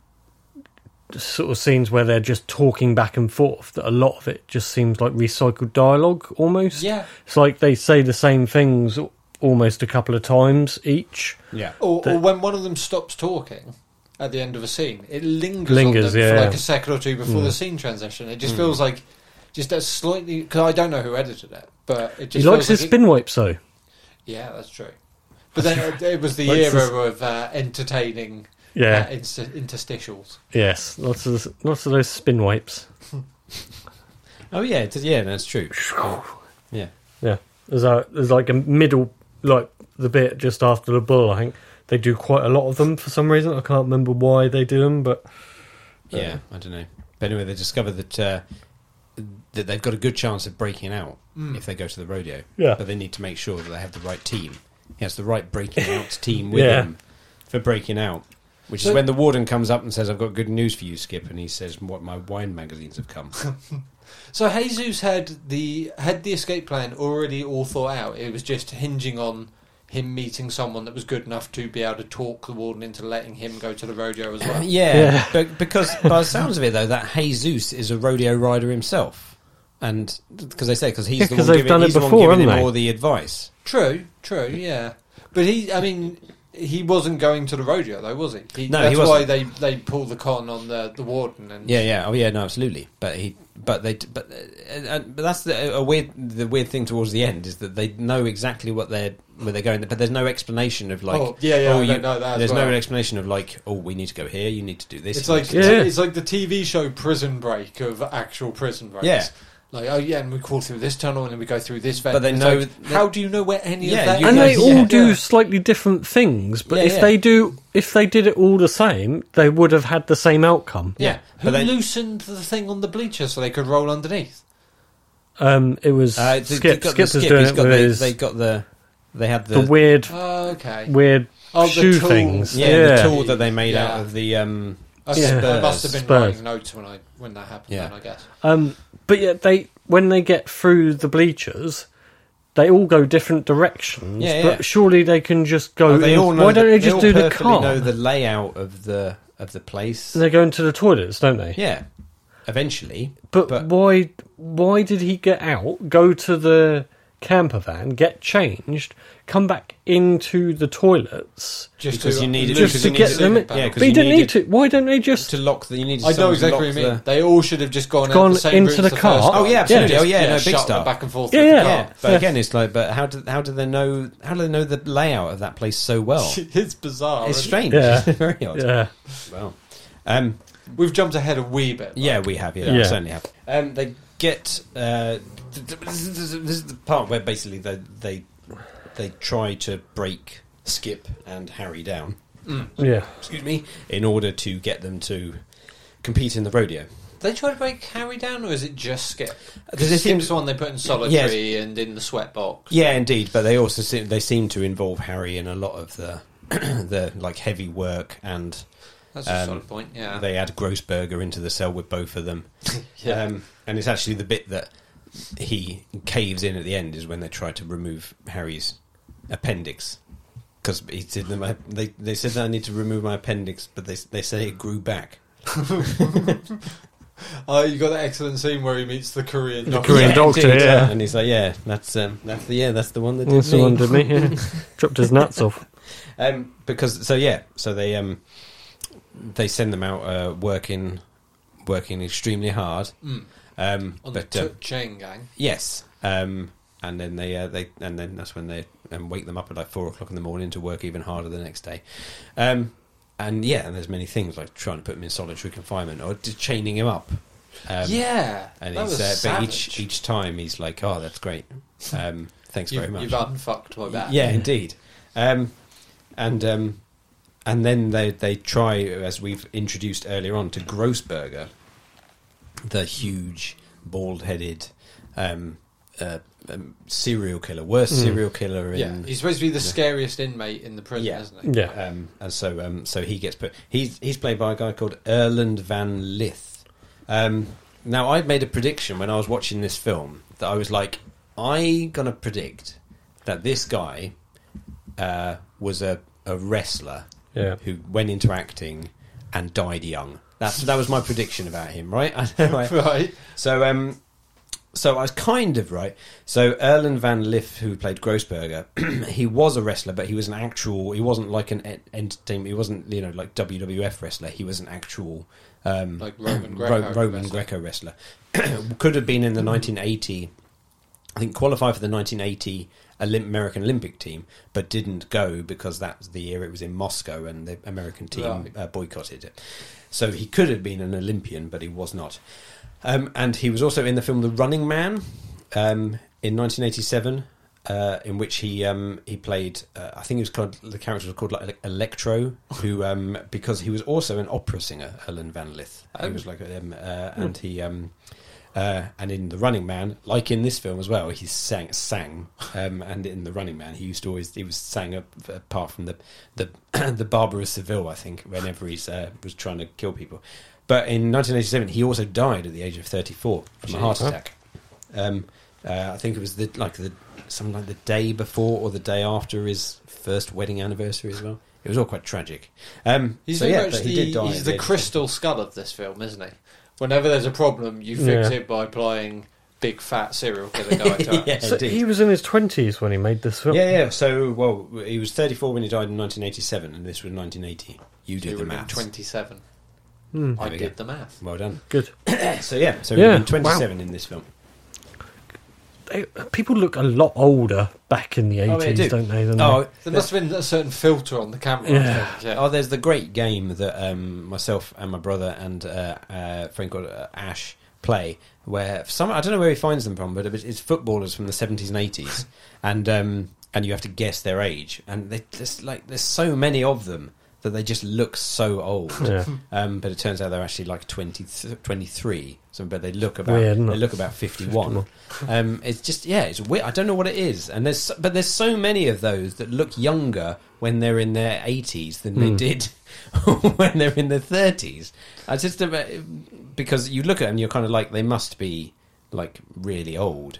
Speaker 1: sort of scenes where they're just talking back and forth that a lot of it just seems like recycled dialogue almost.
Speaker 3: yeah
Speaker 1: It's like they say the same things al- almost a couple of times each.
Speaker 2: Yeah.
Speaker 3: or,
Speaker 1: The-
Speaker 3: or when one of them stops talking at the end of a scene it lingers,
Speaker 1: Lingers,
Speaker 3: on them
Speaker 1: yeah. Mm.
Speaker 3: for like a second or two before the scene transition it just feels like just a slightly because i don't know who edited it but it
Speaker 1: He
Speaker 3: just
Speaker 1: likes
Speaker 3: feels
Speaker 1: his
Speaker 3: like it-
Speaker 1: spin wipes though.
Speaker 3: yeah that's true but then it, it was the
Speaker 1: Likes
Speaker 3: era
Speaker 1: his-
Speaker 3: of uh, entertaining
Speaker 1: Yeah.
Speaker 3: uh, inter- interstitials
Speaker 1: Yes. Lots of this- lots of those spin wipes.
Speaker 2: Oh yeah, it is, yeah, that's true. Yeah.
Speaker 1: Yeah. There's a there's like a middle like the bit just after the bull. I think they do quite a lot of them for some reason. I can't remember why they do them, but
Speaker 2: Yeah. I don't know. But anyway, they discover that uh, that they've got a good chance of breaking out if they go to the rodeo.
Speaker 1: Mm. Yeah.
Speaker 2: But they need to make sure that they have the right team. He has the right breaking out team with
Speaker 1: Yeah.
Speaker 2: him for breaking out. Which is
Speaker 3: So-
Speaker 2: when the warden comes up and says, "I've got good news for you, Skip," and he says, "What my wine magazines have come." Uh,
Speaker 3: So Jesus had the had the escape plan already all thought out. It was just hinging on him meeting someone that was good enough to be able to talk the warden into letting him go to the rodeo as well.
Speaker 2: Yeah,
Speaker 1: Yeah.
Speaker 2: But because by the sounds of it, though, that Jesus is a rodeo rider himself, and because they say because he's
Speaker 1: Yeah,
Speaker 2: the
Speaker 1: 'cause they've
Speaker 2: one giving,
Speaker 1: done it
Speaker 2: he's the one
Speaker 1: before,
Speaker 2: giving
Speaker 1: haven't
Speaker 2: him
Speaker 1: they?
Speaker 2: all the advice.
Speaker 3: True, true, yeah. But he, I mean, he wasn't going to the rodeo though, was he? he
Speaker 2: No,
Speaker 3: that's
Speaker 2: he
Speaker 3: why
Speaker 2: wasn't.
Speaker 3: they they pull the con on the the warden and
Speaker 2: Yeah, yeah, oh yeah, no, absolutely. But he, but they, but uh, uh, but that's the a weird the weird thing towards the end is that they know exactly what they're where they're going, but there's no explanation of like,
Speaker 3: Oh, yeah, yeah, I
Speaker 2: you-
Speaker 3: don't know that as
Speaker 2: there's no
Speaker 3: well.
Speaker 2: explanation of like, oh, we need to go here, you need to do this.
Speaker 3: It's
Speaker 2: you need
Speaker 3: like
Speaker 2: to do
Speaker 1: Yeah.
Speaker 3: it's like the TV show Prison Break of actual prison breaks.
Speaker 2: Yeah.
Speaker 3: Like oh yeah, and we crawl through this tunnel and then we go through this. vent.
Speaker 2: But they
Speaker 3: It's
Speaker 2: know
Speaker 3: like,
Speaker 2: that-
Speaker 3: how do you know where any
Speaker 2: Yeah,
Speaker 3: of that?
Speaker 2: you
Speaker 3: is?
Speaker 1: and
Speaker 2: know,
Speaker 1: they
Speaker 2: yeah.
Speaker 1: all do
Speaker 3: Yeah.
Speaker 1: slightly different things but
Speaker 2: Yeah,
Speaker 1: if
Speaker 2: yeah.
Speaker 1: they do if they did it all the same they would have had the same outcome
Speaker 3: Yeah.
Speaker 2: But
Speaker 3: Who
Speaker 2: they-
Speaker 3: loosened the thing on the bleacher so they could roll underneath?
Speaker 1: um it was
Speaker 2: Uh, it's-
Speaker 1: skip
Speaker 2: they've got
Speaker 1: skip
Speaker 2: the
Speaker 1: was
Speaker 2: Skip,
Speaker 1: doing
Speaker 2: he's
Speaker 1: it
Speaker 2: got
Speaker 1: with
Speaker 2: the-
Speaker 1: his,
Speaker 2: They got the. They had
Speaker 1: the, weird
Speaker 3: Oh, okay.
Speaker 1: weird
Speaker 3: Oh, the
Speaker 1: shoe
Speaker 3: tool.
Speaker 1: things
Speaker 2: yeah, the tool that they made
Speaker 3: Yeah.
Speaker 2: out of the um,
Speaker 3: I,
Speaker 1: Yeah.
Speaker 3: I must have
Speaker 2: Spurs.
Speaker 3: been
Speaker 1: Spurs.
Speaker 3: writing notes when I when that happened.
Speaker 2: Yeah.
Speaker 3: Then, I guess.
Speaker 1: um but yet they when they get through the bleachers they all go different directions
Speaker 2: Yeah, yeah.
Speaker 1: but surely they can just go
Speaker 2: Oh, they
Speaker 1: in-
Speaker 2: all know
Speaker 1: why don't
Speaker 2: the-
Speaker 1: they just
Speaker 2: all
Speaker 1: do the
Speaker 2: perfectly
Speaker 1: car
Speaker 2: Know the layout of the of the place.
Speaker 1: they go into the toilets don't they
Speaker 2: Yeah, eventually.
Speaker 1: But,
Speaker 2: But-
Speaker 1: why why did he get out, go to the camper van, get changed, come back into the toilets?
Speaker 3: Just
Speaker 2: Because
Speaker 3: to,
Speaker 2: you need it-
Speaker 1: Just
Speaker 2: because
Speaker 1: to
Speaker 2: you
Speaker 1: get
Speaker 2: need
Speaker 1: them in-
Speaker 2: Yeah, because
Speaker 1: But he
Speaker 2: you
Speaker 1: didn't need
Speaker 2: needed
Speaker 1: to. Why don't they just?
Speaker 2: to lock the. You need.
Speaker 3: I know exactly what you mean. They all should have just gone, out
Speaker 1: Gone
Speaker 3: the same
Speaker 1: into
Speaker 3: route as
Speaker 1: the car.
Speaker 3: first
Speaker 1: Oh,
Speaker 3: one.
Speaker 2: yeah, absolutely.
Speaker 3: Just,
Speaker 2: Oh, yeah,
Speaker 3: you know,
Speaker 2: no, big
Speaker 3: shuttle
Speaker 2: stuff.
Speaker 3: back and forth.
Speaker 1: Yeah,
Speaker 3: with
Speaker 1: yeah.
Speaker 3: the
Speaker 2: yeah,
Speaker 3: car.
Speaker 2: but
Speaker 1: Yeah.
Speaker 2: again, it's like, but how do how do they know how do they know the layout of that place so well?
Speaker 3: it's bizarre.
Speaker 2: It's
Speaker 3: isn't it?
Speaker 2: strange.
Speaker 1: Yeah.
Speaker 2: It's very odd.
Speaker 1: Yeah,
Speaker 2: Wow. Um,
Speaker 3: We've jumped ahead a wee bit. though.
Speaker 2: yeah, we have. Yeah,
Speaker 1: Yeah.
Speaker 2: I certainly have. Um, they get. Uh, th- th- this is this is the part where basically they they they try to break Skip and Harry down.
Speaker 1: yeah.
Speaker 2: Excuse me. In order to get them to compete in the rodeo.
Speaker 3: They try to break Harry down, or is it just Skip?
Speaker 2: Because
Speaker 3: Because
Speaker 2: Uh, it
Speaker 3: Skip's
Speaker 2: seems-
Speaker 3: the one they put in solitary and in the sweatbox.
Speaker 2: Yeah, indeed. But they also seem, they seem to involve Harry in a lot of the the like heavy work, and
Speaker 3: That's a
Speaker 2: Um,
Speaker 3: solid point. Yeah.
Speaker 2: they add Grossberger into the cell with both of them.
Speaker 3: Yeah.
Speaker 2: um, and it's actually the bit that he caves in at the end is when they try to remove Harry's appendix. Because he said that my, they they said that I need to remove my appendix, but they they say it grew back.
Speaker 3: Oh, you got that excellent scene where he meets the Korean.
Speaker 1: The
Speaker 3: doctor.
Speaker 1: Korean doctor,
Speaker 2: indeed,
Speaker 1: yeah.
Speaker 2: and he's like, yeah, that's um, that's the yeah, that's the one that did
Speaker 1: That's the
Speaker 2: me."
Speaker 1: one, didn't he? Yeah. Dropped his nuts off.
Speaker 2: Um, because so yeah, so they um, they send them out uh, working working extremely hard.
Speaker 3: Mm.
Speaker 2: Um,
Speaker 3: on
Speaker 2: but
Speaker 3: the
Speaker 2: uh,
Speaker 3: Tuk Chain Gang.
Speaker 2: yes, um, and then they uh, they and then that's when they um, wake them up at like four o'clock in the morning to work even harder the next day. Um, and yeah, and there's many things like trying to put him in solitary confinement or just chaining him up. Um,
Speaker 3: yeah.
Speaker 2: And
Speaker 3: that
Speaker 2: he's,
Speaker 3: was
Speaker 2: uh, but each
Speaker 3: savage.
Speaker 2: each time he's like, "Oh, that's great. Um, thanks
Speaker 3: you,
Speaker 2: very much."
Speaker 3: You've unfucked my back.
Speaker 2: Yeah, indeed. Um, and um, and then they they try, as we've introduced earlier on, to Grossberger, the huge bald-headed um, uh, um, serial killer, worst serial killer in.
Speaker 3: Yeah, he's supposed to be the scariest inmate in the prison,
Speaker 2: Yeah.
Speaker 3: isn't he?
Speaker 1: Yeah.
Speaker 2: Um, and so um, so he gets put. He's he's played by a guy called Erland van Lith. Um, now I made a prediction when I was watching this film that I was like, I gonna predict that this guy uh, was a, a wrestler
Speaker 1: Yeah.
Speaker 2: who went into acting and died young. That's that was my prediction about him, right? Right.
Speaker 3: Right.
Speaker 2: So um, so I was kind of right. So Erlen van Liff, who played Grossberger, he was a wrestler, but he was an actual. He wasn't like an en- entertainment. He wasn't you know like WWF wrestler. He was an actual um,
Speaker 3: Like Roman
Speaker 2: Ro-
Speaker 3: Greco
Speaker 2: Roman
Speaker 3: wrestler.
Speaker 2: Greco wrestler. Could have been in the 1980. I think qualified for the 1980 Olymp- American Olympic team, but didn't go because that's the year it was in Moscow and the American team
Speaker 3: Right.
Speaker 2: uh, boycotted it. So he could have been an Olympian, but he was not. Um, and he was also in the film The Running Man um, in 1987, uh, in which he um, he played. Uh, I think it was called the character was called like Electro, who um, because he was also an opera singer, Helen Van Lith. He was like um, uh, and he. Um, uh, and in The Running Man, like in this film as well, he sang. sang um, and in The Running Man, he used to always he was sang up, apart from the the the Barber of Seville, I think, whenever he's uh, was trying to kill people. But in 1987, he also died at the age of 34 from a heart
Speaker 1: Jeez.
Speaker 2: attack. Um, uh, I think it was the like the something like the day before or the day after his first wedding anniversary as well. It was all quite tragic. Um,
Speaker 3: He's
Speaker 2: so
Speaker 3: very
Speaker 2: yeah,
Speaker 3: much
Speaker 2: but
Speaker 3: the,
Speaker 2: he did die.
Speaker 3: he's
Speaker 2: at
Speaker 3: the
Speaker 2: age of-
Speaker 3: crystal skull of this film, isn't he? Whenever there's a problem, you fix
Speaker 1: Yeah.
Speaker 3: it by applying big fat serial killer guy to it.
Speaker 2: Yeah,
Speaker 1: So
Speaker 2: indeed.
Speaker 1: he was in his twenties when he made this film.
Speaker 2: Yeah, yeah. So, well, he was 34 when he died in 1987, and this was 1980. You
Speaker 3: You
Speaker 2: did the
Speaker 3: would have been
Speaker 2: math.
Speaker 3: 27. I
Speaker 2: There we
Speaker 3: did
Speaker 2: go.
Speaker 3: the math.
Speaker 2: Well done.
Speaker 1: Hmm, Good.
Speaker 2: So, yeah, so
Speaker 1: Yeah,
Speaker 2: yeah, 27 in this film.
Speaker 1: They, people look a lot older back in the
Speaker 2: Oh, they
Speaker 1: eighties,
Speaker 2: do.
Speaker 1: don't they? than
Speaker 2: Oh,
Speaker 3: There must have been a certain filter on the camera.
Speaker 1: Yeah.
Speaker 3: I think, yeah.
Speaker 2: oh, there's the great game that um, myself and my brother and uh, uh, friend called uh, Ash play, where some I don't know where he finds them from, but it's it's footballers from the 70s and 80s, and um, and you have to guess their age, and they just like there's so many of them that they just look so old.
Speaker 1: they? Yeah.
Speaker 2: Um, but it turns out they're actually like 20, 23, so, but they look about
Speaker 1: Weird, isn't
Speaker 2: they
Speaker 1: it?
Speaker 2: look about fifty one. um, it's just yeah, it's weird. I don't know what it is, and there's so- but there's so many of those that look younger when they're in their eighties than they
Speaker 1: Hmm.
Speaker 2: did when they're in their thirties. I just about, because you look at them, you're kind of like they must be like really old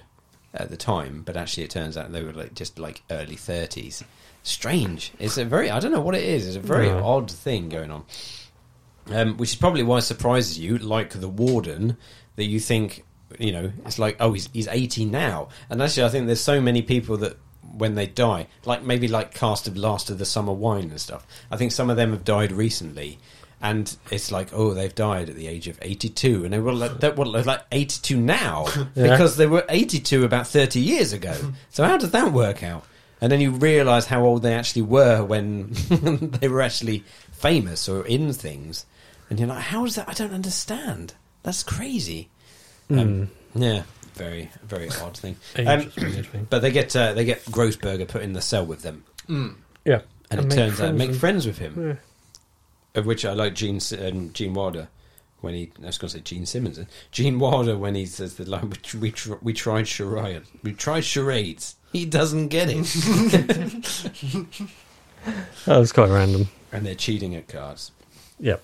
Speaker 2: at the time, but actually it turns out they were like just like early thirties. Strange. It's a very I don't know what it is. It's a very
Speaker 1: Yeah.
Speaker 2: odd thing going on um, which is probably why it surprises you, like the warden, that you think, you know, it's like, oh, he's, he's 80 now. And actually, I think there's so many people that when they die, like maybe like cast of Last of the Summer Wine and stuff, I think some of them have died recently. And it's like, oh, they've died at the age of 82. And they were like, they were like 82 now
Speaker 1: Yeah.
Speaker 2: because they were 82 about 30 years ago. so how does that work out? And then you realise how old they actually were when they were actually famous or in things. And you're like, how is that? I don't understand. That's crazy. Um, yeah, very, very odd thing. Um,
Speaker 1: Ages, weird thing.
Speaker 2: but they get uh, they get Grossberger put in the cell with them,
Speaker 1: yeah.
Speaker 2: and,
Speaker 1: And
Speaker 2: it
Speaker 1: make
Speaker 2: turns out
Speaker 1: friends
Speaker 2: make
Speaker 1: with-
Speaker 2: friends with him.
Speaker 1: Yeah.
Speaker 2: Of which I like Gene S- um, Gene Wilder when he I was going to say Gene Simmons, eh? Gene Wilder when he says the line we tr- we, tr- we tried charade, we tried charades. He doesn't get it,
Speaker 1: That was Oh, quite random.
Speaker 2: and they're cheating at cards.
Speaker 1: Yep.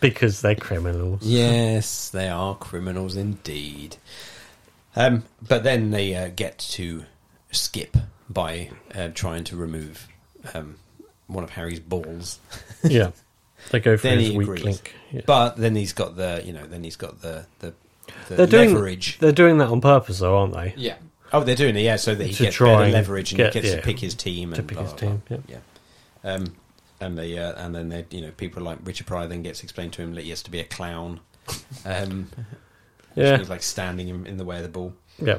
Speaker 1: Because they're criminals.
Speaker 2: Yes, they are criminals indeed. Um, but then they uh, get to skip by uh, trying to remove um, one of Harry's balls.
Speaker 1: yeah. They go for
Speaker 2: Then
Speaker 1: his
Speaker 2: he
Speaker 1: weak
Speaker 2: agrees.
Speaker 1: link. Yeah.
Speaker 2: But then he's got the, you know, then he's got the the, the
Speaker 1: They're doing-
Speaker 2: leverage.
Speaker 1: They're doing that on purpose, though, aren't they?
Speaker 3: Yeah.
Speaker 2: oh, they're doing it, yeah. So that he
Speaker 1: To
Speaker 2: gets
Speaker 1: try
Speaker 2: better
Speaker 1: and
Speaker 2: leverage and
Speaker 1: get-
Speaker 2: he gets
Speaker 1: yeah,
Speaker 2: to pick his team
Speaker 1: to
Speaker 2: and
Speaker 1: pick
Speaker 2: blah,
Speaker 1: his
Speaker 2: blah,
Speaker 1: team,
Speaker 2: blah. Yeah. Um, and they uh, and then they you know people like Richard Pryor then gets explained to him that he has to be a clown. Um,
Speaker 1: Yeah.
Speaker 2: he's like standing in, in the way of the ball.
Speaker 1: Yeah.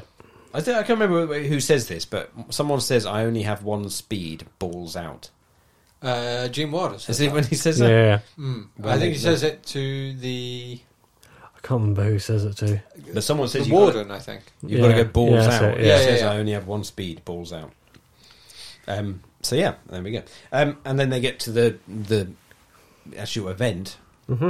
Speaker 2: I, think, I can't remember who says this, but someone says, "I only have one speed, balls out."
Speaker 3: Uh, Gene Wilder.
Speaker 2: Is
Speaker 3: Says
Speaker 2: it
Speaker 3: that.
Speaker 2: when he says that?
Speaker 1: Yeah.
Speaker 3: Mm.
Speaker 2: Well,
Speaker 3: I think
Speaker 2: they-
Speaker 3: he says it to the.
Speaker 1: I can't remember who says it to.
Speaker 2: But someone says
Speaker 3: The
Speaker 2: you've got,
Speaker 3: warden, I think.
Speaker 2: to, you've got
Speaker 1: Yeah.
Speaker 2: to go balls
Speaker 1: Yeah, that's
Speaker 2: out.
Speaker 1: it,
Speaker 2: It
Speaker 3: yeah.
Speaker 2: says
Speaker 3: Yeah, yeah,
Speaker 2: I only have one speed, balls out. Um, so yeah, there we go. Um, and then they get to the the actual event,
Speaker 1: Mm-hmm.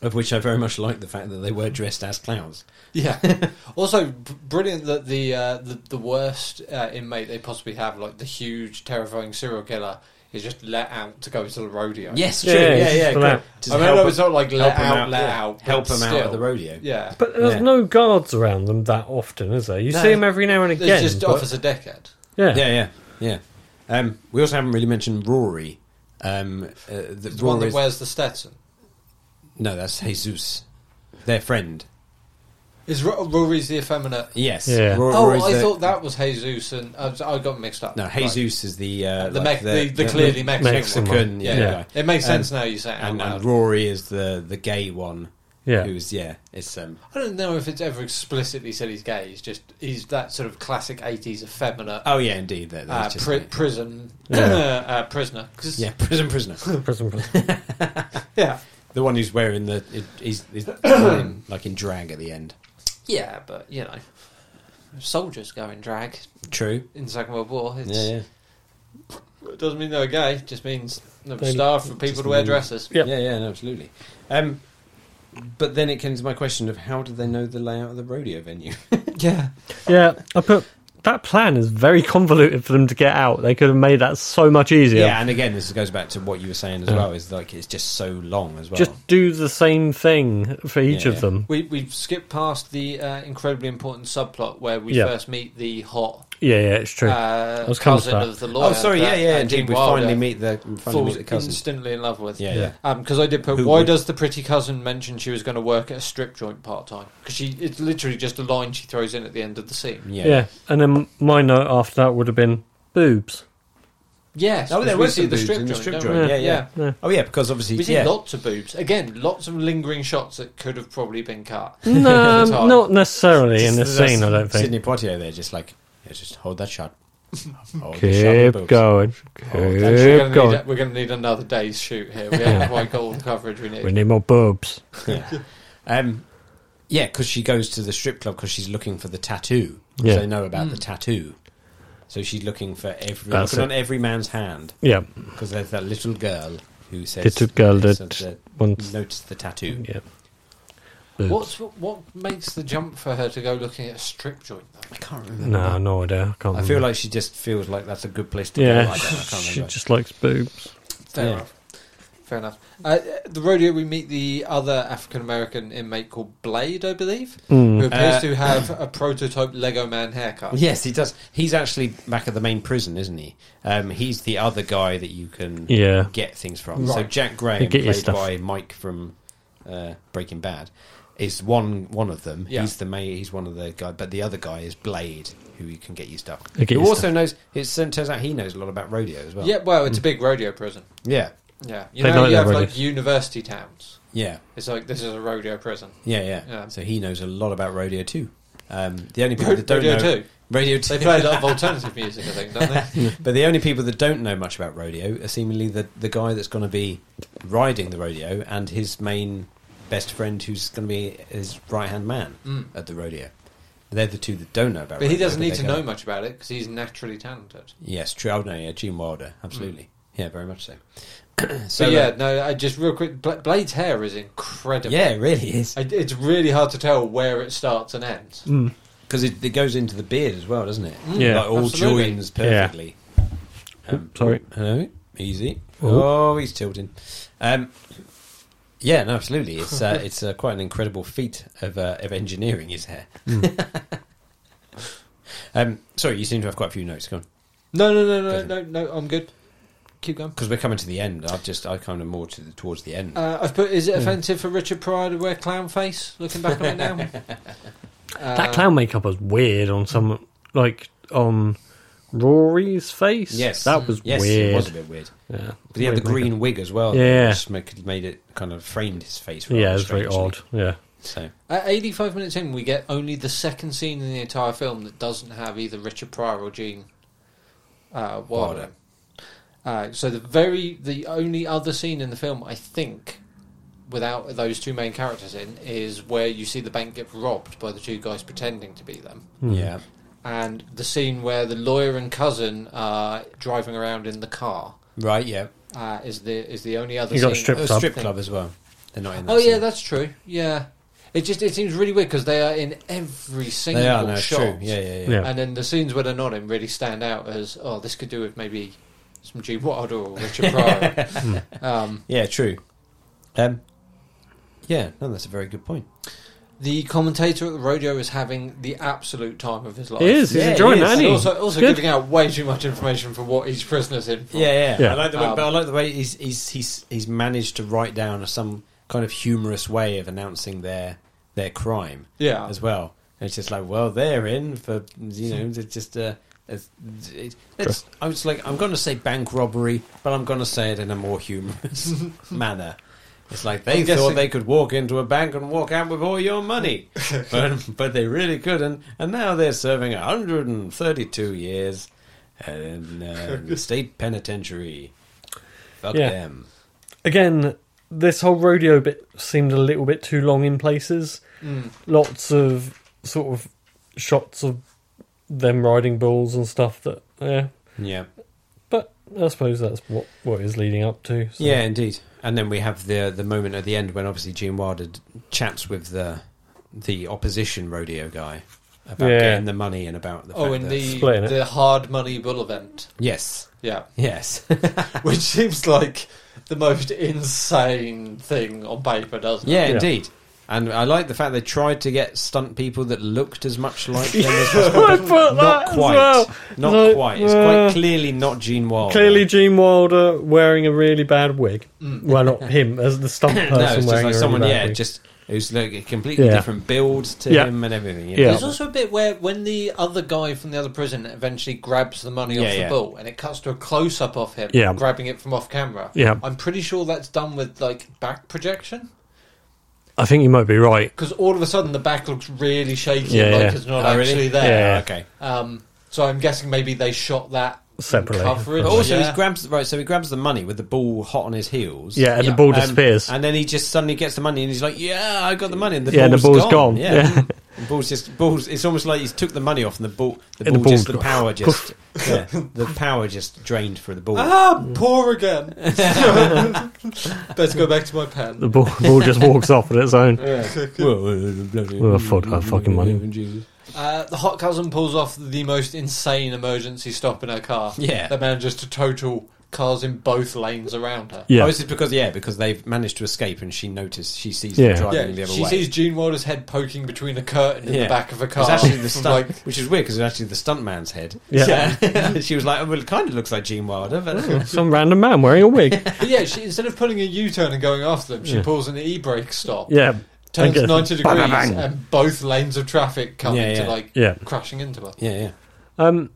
Speaker 2: of which I very much like the fact that they were dressed as clowns.
Speaker 3: Yeah. also, b- brilliant that the uh, the, the worst uh, inmate they possibly have, like the huge, terrifying serial killer, is just let out to go to the rodeo.
Speaker 2: Yes,
Speaker 1: Yeah,
Speaker 2: true.
Speaker 1: yeah,
Speaker 2: Yeah, yeah.
Speaker 1: it's just
Speaker 2: yeah,
Speaker 1: for that.
Speaker 2: Just
Speaker 3: I mean, I
Speaker 2: help
Speaker 3: know
Speaker 2: them-
Speaker 3: it's not like let
Speaker 2: help them
Speaker 3: out, let
Speaker 2: yeah.
Speaker 3: out,
Speaker 2: help
Speaker 3: but
Speaker 2: them out
Speaker 3: still.
Speaker 2: of the rodeo.
Speaker 3: Yeah.
Speaker 1: But there's
Speaker 2: Yeah.
Speaker 1: no guards around them that often, is there? You
Speaker 3: No.
Speaker 1: see them every now and
Speaker 3: It's
Speaker 1: again.
Speaker 3: just
Speaker 1: but-
Speaker 3: Officer Deckard.
Speaker 1: yeah.
Speaker 2: Yeah, yeah, yeah. Um, we also haven't really mentioned Rory. Um, uh, the
Speaker 3: The one
Speaker 2: Rory
Speaker 3: that
Speaker 2: is-
Speaker 3: wears the Stetson.
Speaker 2: no, that's Jesus, their friend.
Speaker 3: Is Ro- Rory's the effeminate?
Speaker 2: Yes.
Speaker 1: Yeah.
Speaker 2: Ro-
Speaker 3: Oh,
Speaker 2: Rory's
Speaker 3: I
Speaker 2: the-
Speaker 3: thought that was Jesus, and I, was- I got mixed up.
Speaker 2: No,
Speaker 3: Right.
Speaker 2: Jesus is the uh,
Speaker 3: The,
Speaker 2: like
Speaker 3: me- the, the, clearly Mexican.
Speaker 1: Mexican
Speaker 3: one.
Speaker 2: Mexican, yeah,
Speaker 3: Yeah.
Speaker 2: guy.
Speaker 3: It makes sense
Speaker 2: Um,
Speaker 3: now you say it out
Speaker 2: and,
Speaker 3: loud.
Speaker 2: and Rory is the the gay one.
Speaker 1: Yeah.
Speaker 2: who's yeah, it's um,
Speaker 3: I don't know if it's ever explicitly said he's gay. He's just he's that sort of classic '80s effeminate
Speaker 2: oh yeah, indeed, that,
Speaker 3: uh,
Speaker 2: that's just
Speaker 3: pri- prison
Speaker 1: Yeah.
Speaker 3: uh, prisoner. 'Cause-
Speaker 2: yeah, prison prisoner,
Speaker 1: Prison, prison.
Speaker 3: yeah,
Speaker 2: the one who's wearing the he's, he's in, like in drag at the end.
Speaker 3: yeah, but you know, soldiers go in drag
Speaker 2: True.
Speaker 3: in the Second World War. It's,
Speaker 2: Yeah, yeah,
Speaker 3: It doesn't mean they're gay. It just means they were
Speaker 1: They-
Speaker 3: starved for people to wear dresses.
Speaker 1: Yep.
Speaker 2: yeah, yeah, no, absolutely. Um, but then it came to my question of how do they know the layout of the rodeo venue?
Speaker 3: Yeah,
Speaker 1: Yeah, I put that plan is very convoluted for them to get out. They could have made that so much easier.
Speaker 2: Yeah, and again, this goes back to what you were saying as well. Is like it's just so long as well.
Speaker 1: Just do the same thing for each
Speaker 2: Yeah.
Speaker 1: of them.
Speaker 3: we we've skipped past the uh, incredibly important subplot where we
Speaker 1: Yeah.
Speaker 3: first meet the hot
Speaker 1: Yeah, yeah, it's true.
Speaker 3: uh,
Speaker 1: was coming to
Speaker 3: cousin
Speaker 1: that.
Speaker 3: of the lawyer.
Speaker 2: oh, sorry, yeah,
Speaker 3: that,
Speaker 2: yeah.
Speaker 3: uh,
Speaker 2: Indeed,
Speaker 3: Gene
Speaker 2: we
Speaker 3: Wilder
Speaker 2: finally meet the we finally meet
Speaker 3: falls
Speaker 2: the cousins.
Speaker 3: instantly in love with.
Speaker 2: Yeah, yeah.
Speaker 3: Because Um, I did put,
Speaker 2: Who
Speaker 3: why
Speaker 2: would-
Speaker 3: does the pretty cousin mention she was going to work at a strip joint part time? Because she, it's literally just a line she throws in at the end of the scene.
Speaker 1: yeah. and then my note after that would have been boobs.
Speaker 3: Yes,
Speaker 2: Oh, there
Speaker 3: because we
Speaker 2: was
Speaker 3: see
Speaker 2: some
Speaker 3: the
Speaker 2: boobs
Speaker 3: strip
Speaker 2: in
Speaker 3: joint.
Speaker 2: the strip
Speaker 3: don't we?
Speaker 2: joint. Yeah,
Speaker 3: yeah.
Speaker 2: yeah. Oh yeah, because obviously,
Speaker 3: We see
Speaker 2: yeah,
Speaker 3: lots of boobs. Again, lots of lingering shots that could have probably been cut.
Speaker 1: No,
Speaker 3: It's hard.
Speaker 1: not necessarily in
Speaker 2: Just-
Speaker 1: this
Speaker 2: that's
Speaker 1: scene. I don't think.
Speaker 2: Sidney Poitier there, just like yeah, just hold that shot. Hold the shot with
Speaker 1: Keep
Speaker 2: boobs. Oh,
Speaker 1: going,
Speaker 3: Actually, we're
Speaker 1: keep
Speaker 3: going to
Speaker 1: going.
Speaker 3: need, we're gonna need another day's shoot here. We haven't quite got all the coverage we need.
Speaker 1: We need more boobs.
Speaker 2: Um, yeah, because she goes to the strip club because she's looking for the tattoo.
Speaker 1: Yeah.
Speaker 2: So they know about the tattoo. So she's looking for every
Speaker 1: That's
Speaker 2: looking on
Speaker 1: it.
Speaker 2: every man's hand
Speaker 1: Yeah,
Speaker 2: because there's that little girl who says
Speaker 1: Little girl that
Speaker 2: says
Speaker 1: once.
Speaker 2: notes the tattoo.
Speaker 1: Yeah. Boobs.
Speaker 3: What's what makes the jump for her to go looking at a strip joint? Though?
Speaker 2: I can't remember.
Speaker 1: No, no idea. I can't.
Speaker 2: I feel
Speaker 1: remember.
Speaker 2: like she just feels like that's a good place to
Speaker 1: yeah,
Speaker 2: go. I, don't, know, I can't
Speaker 1: she
Speaker 2: remember.
Speaker 1: just likes boobs.
Speaker 3: Fair
Speaker 2: Yeah.
Speaker 3: enough. Fair enough. Uh, the rodeo, we meet the other African American inmate called Blade, I believe, who
Speaker 1: Mm.
Speaker 3: appears
Speaker 2: Uh,
Speaker 3: to have a prototype Lego Man haircut.
Speaker 2: Yes, he does. He's actually back at the main prison, isn't he? Um, he's the other guy that you can
Speaker 1: Yeah.
Speaker 2: get things from. So
Speaker 3: Right.
Speaker 2: Jack Graham,
Speaker 1: Get your
Speaker 2: played
Speaker 1: stuff.
Speaker 2: by Mike from uh, Breaking Bad, is one one of them.
Speaker 3: Yeah.
Speaker 2: He's the main. He's one of the guy, but the other guy is Blade, who you can get your stuff.
Speaker 1: Get
Speaker 2: who
Speaker 1: your
Speaker 2: also knows. It turns out he knows a lot about rodeo as well.
Speaker 3: Yeah, well,
Speaker 2: Hmm.
Speaker 3: it's a big rodeo prison.
Speaker 2: yeah,
Speaker 3: Yeah, you
Speaker 1: They
Speaker 3: know,
Speaker 1: like
Speaker 3: you
Speaker 1: their
Speaker 3: have like
Speaker 1: rodeos.
Speaker 3: university towns.
Speaker 2: yeah,
Speaker 3: It's like this is a rodeo prison.
Speaker 2: yeah, yeah.
Speaker 3: Yeah.
Speaker 2: So he knows a lot about rodeo too. Um, the only people that don't
Speaker 3: rodeo
Speaker 2: know
Speaker 3: too.
Speaker 2: radio
Speaker 3: They
Speaker 2: two.
Speaker 3: play a lot of alternative music, I think, don't they?
Speaker 2: But the only people that don't know much about rodeo are seemingly the, the guy that's going to be riding the rodeo and his main best friend who's going to be his right hand man
Speaker 3: Mm.
Speaker 2: at the rodeo. They're the two that don't know about
Speaker 3: But he
Speaker 2: rodeo,
Speaker 3: doesn't need
Speaker 2: they
Speaker 3: to
Speaker 2: go-
Speaker 3: know much about it because he's naturally talented.
Speaker 2: Yes, true. Oh, no, yeah, Gene Wilder, absolutely. Yeah, very much so.
Speaker 3: So
Speaker 2: so,
Speaker 3: Mm. yeah,
Speaker 2: uh,
Speaker 3: no, I just real quick. Bla- Blade's hair is incredible.
Speaker 2: yeah, it really is.
Speaker 3: I, it's really hard to tell where it starts and ends.
Speaker 2: Because it, it goes into the beard as well, doesn't it?
Speaker 1: Yeah.
Speaker 2: Like all
Speaker 3: Mm. Absolutely.
Speaker 2: joins perfectly. Um,
Speaker 1: sorry.
Speaker 2: Hello. Easy.
Speaker 1: Oop.
Speaker 2: Oh, he's tilting. Um, yeah, no, absolutely. It's uh, it's uh, quite an incredible feat of uh, of engineering his hair.
Speaker 1: Hmm.
Speaker 2: um, sorry, you seem to have quite a few notes. Go on,
Speaker 3: No, no, no, no,
Speaker 2: Doesn't-
Speaker 3: no, no. I'm good. Keep going.
Speaker 2: because we're coming to the end. I've just I kind of more to the, towards the
Speaker 1: Oh,
Speaker 2: end.
Speaker 3: Uh, I've put. Is it offensive for Richard Pryor to wear clown face? Looking back on it now, uh,
Speaker 1: That clown makeup was weird on some, like on Rory's face.
Speaker 2: Yes.
Speaker 1: that was
Speaker 2: yes,
Speaker 1: weird.
Speaker 2: it was a bit weird.
Speaker 1: Yeah,
Speaker 2: But he had the
Speaker 1: Weird
Speaker 2: green
Speaker 1: makeup.
Speaker 2: wig as well.
Speaker 1: Yeah.
Speaker 2: which make- made it kind of framed his face. rather
Speaker 1: Yeah, it was very
Speaker 2: strangely.
Speaker 1: odd. Yeah,
Speaker 2: So
Speaker 3: At 85 minutes in, we get only the second scene in the entire film that doesn't have either Richard Pryor or Gene uh, Wilder. Uh, so the very the only other scene in the film, I think, without those two main characters in is where you see the bank get robbed by the two guys pretending to be them.
Speaker 1: Hmm.
Speaker 2: Yeah.
Speaker 3: And the scene where the lawyer and cousin are driving around in the car
Speaker 2: Right, yeah.
Speaker 3: uh, is the is the only other
Speaker 1: You got
Speaker 3: scene.
Speaker 1: stripped
Speaker 2: Oh,
Speaker 1: Club.
Speaker 2: strip
Speaker 3: Thing.
Speaker 2: club as well. They're not in that
Speaker 3: Oh yeah,
Speaker 2: scene.
Speaker 3: that's true. Yeah, it just it seems really weird because they are in every single
Speaker 2: They are, no, it's
Speaker 3: shot.
Speaker 2: true. Yeah, yeah, yeah.
Speaker 1: Yeah.
Speaker 3: And then the scenes where they're not in really stand out as oh, this could do with maybe some Gene Wilder or Richard Pryor. um,
Speaker 2: Yeah, true. Um, yeah, no, that's a very good point.
Speaker 3: the commentator at the rodeo is having the absolute time of his life.
Speaker 1: He is. He's
Speaker 2: Oh, Yeah,
Speaker 1: enjoying
Speaker 2: he is.
Speaker 1: that,
Speaker 3: And
Speaker 1: isn't he?
Speaker 3: also, also
Speaker 1: Good.
Speaker 3: giving out way too much information for what each prisoner's in for.
Speaker 2: Yeah, yeah.
Speaker 1: Yeah.
Speaker 2: I like the way,
Speaker 3: Um,
Speaker 2: but I like the way he's he's he's he's managed to write down some kind of humorous way of announcing their their crime
Speaker 3: Yeah.
Speaker 2: as well. And it's just like, well, they're in for you know,
Speaker 3: Hmm.
Speaker 2: it's just uh, it's, it's, it's, I was like, I'm going to say bank robbery, but I'm going to say it in a more humorous manner. It's like they thought
Speaker 3: I'm guessing-
Speaker 2: they could walk into a bank and walk out with all your money, but, but they really couldn't. And now they're serving 132 years in uh, state penitentiary. Fuck
Speaker 1: Yeah.
Speaker 2: them.
Speaker 1: Again, this whole rodeo bit seemed a little bit too long in places.
Speaker 3: Mm.
Speaker 1: Lots of sort of shots of them riding bulls and stuff that, yeah.
Speaker 2: Yeah.
Speaker 1: But I suppose that's what, what it is leading up to. so.
Speaker 2: Yeah, indeed. And then we have the the moment at the end when obviously Gene Wilder d- chats with the the opposition rodeo guy about
Speaker 1: Yeah.
Speaker 2: getting the money and about the
Speaker 3: Oh,
Speaker 2: fact
Speaker 3: in
Speaker 2: that-
Speaker 3: the
Speaker 1: Splitting it.
Speaker 3: the hard money bull event.
Speaker 2: yes,
Speaker 3: Yeah.
Speaker 2: yes,
Speaker 3: Which seems like the most insane thing on paper, doesn't it?
Speaker 2: yeah,
Speaker 1: Yeah.
Speaker 2: indeed. And I like the fact they tried to get stunt people that looked as much like them as possible.
Speaker 1: I put
Speaker 2: Not
Speaker 1: that as
Speaker 2: quite.
Speaker 1: well.
Speaker 2: Not
Speaker 1: No,
Speaker 2: quite. It's
Speaker 1: uh,
Speaker 2: quite clearly not Gene Wilder.
Speaker 1: Clearly, Gene Wilder wearing a really bad wig. Well, not him, as the stunt person
Speaker 2: Mm. no, it's just
Speaker 1: wearing
Speaker 2: like
Speaker 1: a
Speaker 2: someone,
Speaker 1: really bad
Speaker 2: yeah,
Speaker 1: wig.
Speaker 2: just who's like a completely
Speaker 1: Yeah.
Speaker 2: different build to
Speaker 1: Yeah.
Speaker 2: him and everything. you
Speaker 1: Yeah.
Speaker 2: know?
Speaker 3: There's also a bit where when the other guy from the other prison eventually grabs the money
Speaker 2: Yeah,
Speaker 3: off the
Speaker 2: yeah.
Speaker 3: bull, and it cuts to a close up of him
Speaker 1: Yeah.
Speaker 3: grabbing it from off camera.
Speaker 1: Yeah.
Speaker 3: I'm pretty sure that's done with like back projection
Speaker 1: I think you might be right.
Speaker 3: because all of a sudden the back looks really shaky,
Speaker 1: Yeah,
Speaker 3: like
Speaker 1: yeah.
Speaker 3: it's not
Speaker 2: Oh, really?
Speaker 3: actually there.
Speaker 1: Yeah.
Speaker 2: Okay.
Speaker 3: Um, so I'm guessing maybe they shot that in
Speaker 1: Separately.
Speaker 3: Coverage.
Speaker 2: But also,
Speaker 3: yeah.
Speaker 2: he grabs right. So he grabs the money with the ball hot on his heels.
Speaker 1: Yeah, and
Speaker 3: Yeah.
Speaker 1: the ball
Speaker 2: Um,
Speaker 1: disappears.
Speaker 2: and then he just suddenly gets the money, and he's like, "Yeah, I got the money." And the
Speaker 1: Yeah, and the
Speaker 2: ball's
Speaker 1: ball's
Speaker 2: gone.
Speaker 1: gone.
Speaker 2: Yeah,
Speaker 1: Yeah.
Speaker 2: The ball's just balls. It's almost like he's took the money off, and the ball, the
Speaker 1: And
Speaker 2: ball
Speaker 1: the
Speaker 2: just the
Speaker 1: ball's
Speaker 2: power just, yeah, the power just drained through the ball.
Speaker 3: Ah, poor again. Better go back to my pen.
Speaker 1: the ball, ball just walks off on its own.
Speaker 2: uh, well,
Speaker 1: fuck that fucking money.
Speaker 3: Uh, the hot cousin pulls off the most insane emergency stop in her car.
Speaker 2: Yeah.
Speaker 3: That manages to total cars in both lanes around her.
Speaker 2: Oh,
Speaker 1: Yeah,
Speaker 2: this is because yeah, because they've managed to escape, and she noticed she sees
Speaker 1: Yeah.
Speaker 2: them driving
Speaker 3: Yeah,
Speaker 2: the other
Speaker 3: she
Speaker 2: way.
Speaker 3: sees Gene Wilder's head poking between a curtain in
Speaker 2: Yeah.
Speaker 3: the back of a car.
Speaker 2: it's actually the
Speaker 3: from,
Speaker 2: stunt,
Speaker 3: like-
Speaker 2: which is weird because it's actually the stuntman's head.
Speaker 1: Yeah.
Speaker 2: she was like, oh, "Well, it kind of looks like Gene Wilder." But
Speaker 1: some random man wearing a wig.
Speaker 3: but yeah, she, instead of pulling a U-turn and going after them, she pulls an e-brake stop,
Speaker 1: Yeah,
Speaker 3: turns
Speaker 1: Okay.
Speaker 3: 90 degrees,
Speaker 1: Bang, bang, bang.
Speaker 3: and both lanes of traffic come
Speaker 2: Yeah,
Speaker 3: to
Speaker 2: yeah.
Speaker 3: like
Speaker 1: yeah.
Speaker 3: crashing into her.
Speaker 2: yeah, yeah.
Speaker 1: Um,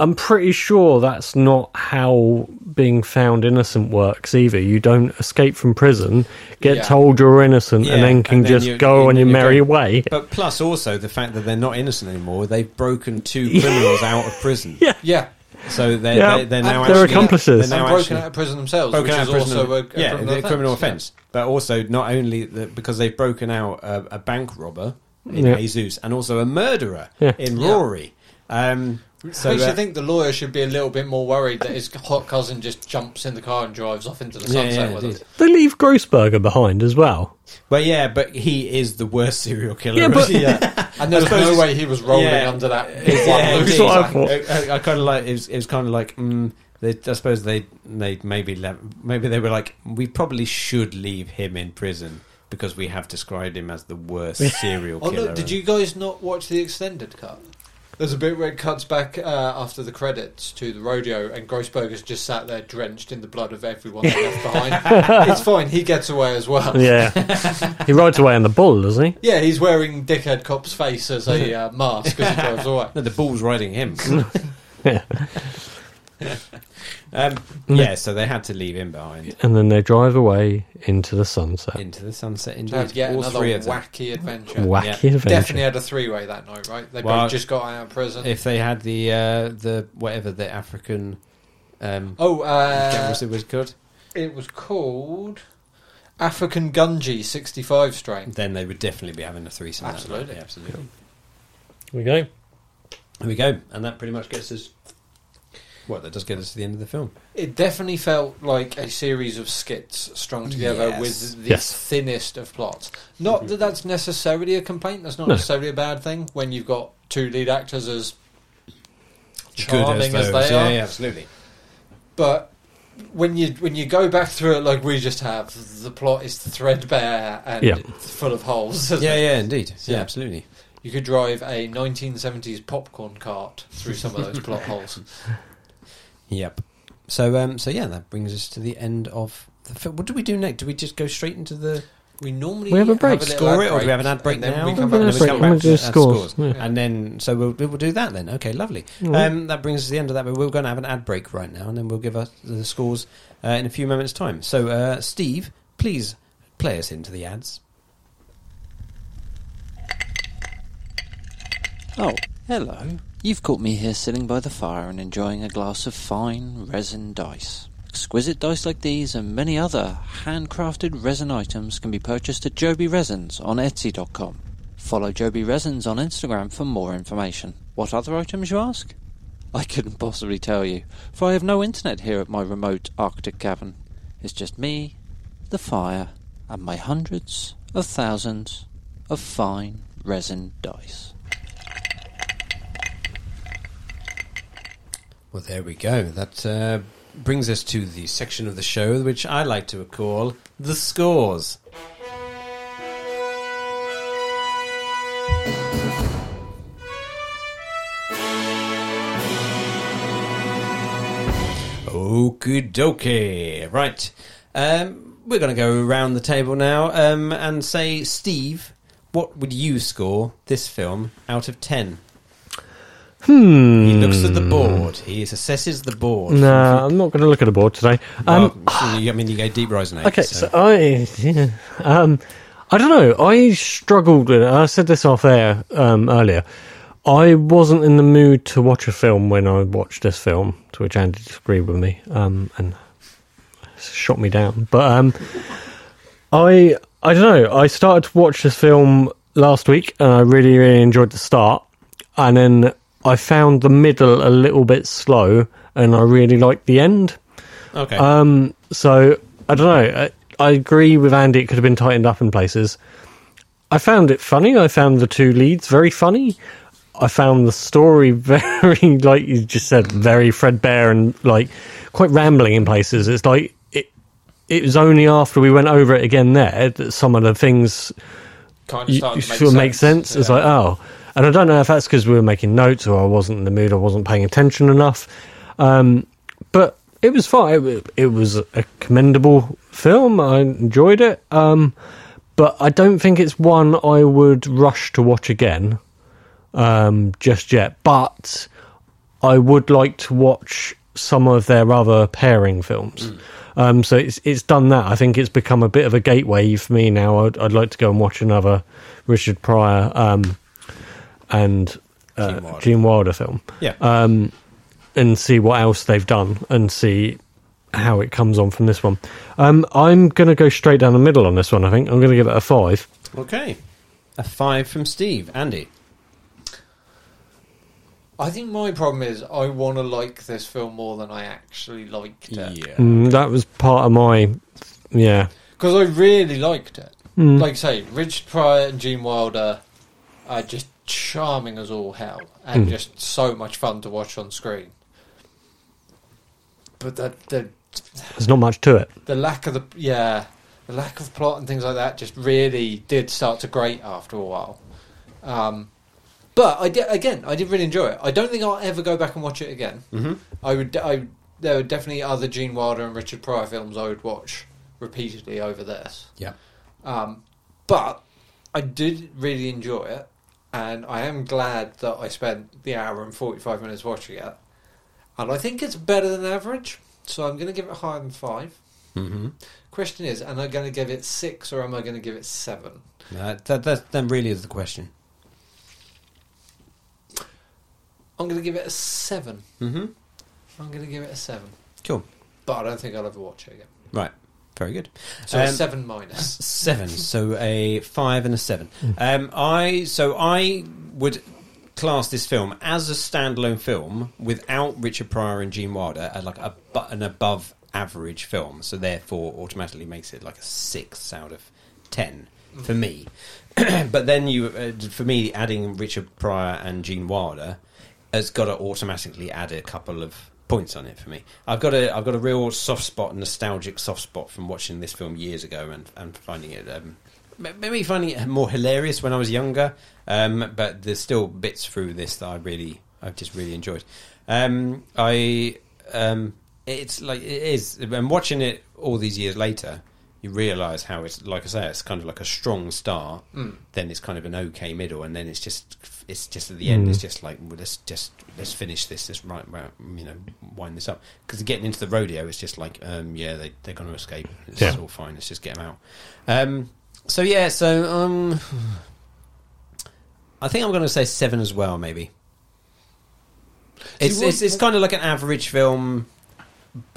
Speaker 1: I'm pretty sure that's not how being found innocent works either. You don't escape from prison, get
Speaker 3: Yeah.
Speaker 1: told you're innocent,
Speaker 2: Yeah,
Speaker 1: and then can
Speaker 2: and then
Speaker 1: just
Speaker 2: you-
Speaker 1: go on
Speaker 2: and
Speaker 1: your
Speaker 2: then you
Speaker 1: merry
Speaker 2: go-
Speaker 1: way.
Speaker 2: But plus, also the fact that they're not innocent anymore. They've broken two criminals out of prison.
Speaker 1: Yeah.
Speaker 3: Yeah,
Speaker 2: So they're
Speaker 1: Yeah.
Speaker 2: they, they're now
Speaker 3: And they're
Speaker 2: actually,
Speaker 1: accomplices.
Speaker 2: They're
Speaker 3: and
Speaker 2: now
Speaker 3: broken
Speaker 2: actually
Speaker 3: out of prison themselves,
Speaker 2: broken
Speaker 3: which
Speaker 2: out
Speaker 3: is
Speaker 2: of prison.
Speaker 3: also a, a
Speaker 2: yeah,
Speaker 3: criminal
Speaker 2: they're
Speaker 3: offence.
Speaker 2: criminal
Speaker 3: Yeah.
Speaker 2: offence. But also not only the, because they've broken out a, a bank robber in
Speaker 1: Yeah.
Speaker 2: Jesus and also a murderer
Speaker 1: Yeah.
Speaker 2: in
Speaker 3: Yeah.
Speaker 2: Rory. Um, so
Speaker 3: Makes
Speaker 2: uh,
Speaker 3: you think the lawyer should be a little bit more worried that his hot cousin just jumps in the car and drives off into the
Speaker 2: Yeah,
Speaker 3: sunset
Speaker 2: yeah,
Speaker 3: with
Speaker 2: indeed.
Speaker 3: it.
Speaker 1: They leave Grossberger behind as well.
Speaker 2: Well, yeah, but he is the worst serial killer.
Speaker 1: Yeah, but-
Speaker 3: And there was
Speaker 2: suppose
Speaker 3: no
Speaker 2: it's-
Speaker 3: way he was rolling
Speaker 2: yeah.
Speaker 3: under that.
Speaker 2: Yeah, indeed. Uh,
Speaker 3: one loose
Speaker 1: That's what I
Speaker 3: angle.
Speaker 1: thought.
Speaker 2: I, kind of like it was, it was kind of like mm, they, I suppose they they maybe le- maybe they were like we probably should leave him in prison because we have described him as the worst serial
Speaker 3: Oh
Speaker 2: killer.
Speaker 3: no! Did you guys not watch the extended cut? There's a bit where it cuts back uh, after the credits to the rodeo, and Grossberger's just sat there drenched in the blood of everyone they left behind. it's fine; he gets away as well.
Speaker 1: Yeah, he rides away on the bull, doesn't he?
Speaker 3: Yeah, he's wearing Dickhead Cop's face as a uh, mask as he drives away.
Speaker 2: No, the bull's riding him.
Speaker 1: Yeah.
Speaker 2: um, yeah, so they had to leave him behind
Speaker 1: And then they drive away into the sunset.
Speaker 2: into the sunset.
Speaker 3: To have
Speaker 2: Indeed,
Speaker 3: yet
Speaker 2: all
Speaker 3: another
Speaker 2: three of them.
Speaker 3: wacky adventure.
Speaker 1: Wacky
Speaker 2: Yeah.
Speaker 1: adventure.
Speaker 3: Definitely had a three-way that night, right? They
Speaker 2: Well,
Speaker 3: both just got out of prison.
Speaker 2: If they had the uh, the whatever the African. Um,
Speaker 3: oh,
Speaker 2: what
Speaker 3: uh,
Speaker 2: was it was good.
Speaker 3: it was called African Gunji 65 strain.
Speaker 2: Then they would definitely be having a threesome. that night.
Speaker 3: Absolutely.
Speaker 2: Yeah, absolutely.
Speaker 1: Here we go.
Speaker 2: There we go, and that pretty much gets us. What that does get us to the end of the film.
Speaker 3: It definitely felt like a series of skits strung together
Speaker 2: Yes. Mhm.
Speaker 3: with the
Speaker 1: Yes.
Speaker 3: thinnest of plots. Not that that's necessarily a complaint, that's not
Speaker 1: No.
Speaker 3: necessarily a bad thing when you've got two lead actors as
Speaker 2: Good
Speaker 3: charming as,
Speaker 2: those.
Speaker 3: they
Speaker 2: yeah,
Speaker 3: are.
Speaker 2: yeah, absolutely.
Speaker 3: But when you when you go back through it like we just have, the plot is threadbare and
Speaker 1: Yeah.
Speaker 3: full of holes.
Speaker 2: Yeah, yeah, indeed. Yeah,
Speaker 3: Yeah.
Speaker 2: absolutely.
Speaker 3: You could drive a 1970s popcorn cart through some of those plot holes.
Speaker 2: Yep. So, um, so yeah, that brings us to the end of the film. What do we do next? Do we just go straight into the
Speaker 3: We normally
Speaker 1: We have a break.
Speaker 3: little
Speaker 2: score
Speaker 3: ad
Speaker 2: it, or do we
Speaker 3: break,
Speaker 2: have an ad break
Speaker 3: and then
Speaker 2: now?
Speaker 3: we come
Speaker 1: We'll have a
Speaker 3: back and we
Speaker 1: break.
Speaker 3: come
Speaker 1: and we'll
Speaker 3: back.
Speaker 1: do
Speaker 2: That's
Speaker 1: scores.
Speaker 2: scores.
Speaker 1: Yeah.
Speaker 2: And then, so we'll, we'll do that then. Okay, lovely. Um, that brings us to the end of that, but we're going to have an ad break right now, and then we'll give us the scores uh, in a few moments' time. So, uh, Steve, please play us into the ads.
Speaker 6: Oh, hello. You've caught me here sitting by the fire and enjoying a glass of fine resin dice. Exquisite dice like these and many other handcrafted resin items can be purchased at Joby Resins on Etsy.com. Follow Joby Resins on Instagram for more information. What other items, you ask? I couldn't possibly tell you, for I have no internet here at my remote Arctic cabin. It's just me, the fire, and my hundreds of thousands of fine resin dice.
Speaker 2: Well, there we go. That uh, brings us to the section of the show which I like to call the scores. Okie dokie. Right. Um, we're going to go around the table now um, and say, Steve, what would you score this film out of 10? Hmm. He looks at the board. He assesses the board.
Speaker 1: No, I'm not going to look at a board today. Um,
Speaker 2: Well, I mean, you go deep rise now.
Speaker 1: Okay, so, I, yeah, um, I don't know. I struggled with it. I said this off air um, earlier. I wasn't in the mood to watch a film when I watched this film, to which Andy disagreed with me um, and shot me down. But um, I, I don't know. I started to watch this film last week, and I really, really enjoyed the start, and then I found the middle a little bit slow, and I really liked the end.
Speaker 2: okay.
Speaker 1: Um, so I don't know. I, I agree with Andy. It could have been tightened up in places. I found it funny. I found the two leads very funny. I found the story very, like you just said, very threadbare and like quite rambling in places. It's like it. It was only after we went over it again there that some of the things
Speaker 3: Kind of
Speaker 1: you,
Speaker 3: started to
Speaker 1: sort of make sense. It's
Speaker 3: Yeah.
Speaker 1: like oh, and I don't know if that's because we were making notes or I wasn't in the mood, I wasn't paying attention enough. Um, but it was fine. It, wa- it was a commendable film. I enjoyed it. Um, but I don't think it's one I would rush to watch again um, just yet. But I would like to watch some of their other pairing films.
Speaker 3: Mm.
Speaker 1: Um, so it's it's done that. I think it's become a bit of a gateway for me now. I'd, I'd like to go and watch another Richard Pryor um, and uh,
Speaker 2: Gene Wilder.
Speaker 1: Gene Wilder film
Speaker 2: yeah.
Speaker 1: uh, and see what else they've done and see how it comes on from this one. Um, I'm going to go straight down the middle on this one, I think. I'm going to give it a five.
Speaker 2: okay. A five from Steve. Andy.
Speaker 3: I think my problem is I want to like this film more than I actually liked it
Speaker 1: Mm, that was part of my. Yeah.
Speaker 3: because I really liked it.
Speaker 1: Hmm.
Speaker 3: Like I say, Richard Pryor and Gene Wilder are just charming as all hell and
Speaker 1: Hmm.
Speaker 3: just so much fun to watch on screen. But that the
Speaker 1: There's not much to it.
Speaker 3: the lack of the yeah the lack of plot and things like that just really did start to grate after a while um, but I did, again I did really enjoy it I don't think I'll ever go back and watch it again mm-hmm. I would de- I there were definitely other Gene Wilder and Richard Pryor films I would watch repeatedly over this
Speaker 2: Yeah.
Speaker 3: um, but I did really enjoy it, and I am glad that I spent the hour and 45 minutes watching it. And I think it's better than average, so I'm going to give it higher than five.
Speaker 2: Mm-hmm.
Speaker 3: Question is, am I going to give it six or am I going to give it seven?
Speaker 2: That, that, that, that really is the question.
Speaker 3: I'm going to give it a seven.
Speaker 2: Mm-hmm.
Speaker 3: I'm going to give it a seven.
Speaker 2: Cool.
Speaker 3: But I don't think I'll ever watch it again.
Speaker 2: Right. Very good.
Speaker 3: So a
Speaker 2: Um,
Speaker 3: seven minus.
Speaker 2: seven. So a five and a seven. Um, I so I would class this film as a standalone film without Richard Pryor and Gene Wilder as like a bu- an above average film. So therefore, automatically makes it like a six out of ten for me. but then you, uh, for me, adding Richard Pryor and Gene Wilder has got to automatically add a couple of points on it for me. I've got a I've got a real soft spot, nostalgic soft spot from watching this film years ago and and finding it um, m- maybe finding it more hilarious when I was younger. Um, but there's still bits through this that I really I've just really enjoyed. Um, I um, it's like it is and watching it all these years later. You realise how it's like I say, it's kind of like a strong start.
Speaker 3: Mm.
Speaker 2: Then it's kind of an okay middle, and then it's just it's just at the
Speaker 1: Mm.
Speaker 2: end. It's just like well, let's just let's finish this. Let's right, right you know wind this up because getting into the rodeo is just like um, yeah they they're going to escape. It's
Speaker 1: Yeah.
Speaker 2: all fine. Let's just get them out. Um, so yeah, so um, I think I'm going to say seven as well. Maybe it's
Speaker 3: what-
Speaker 2: it's, it's kind of like an average film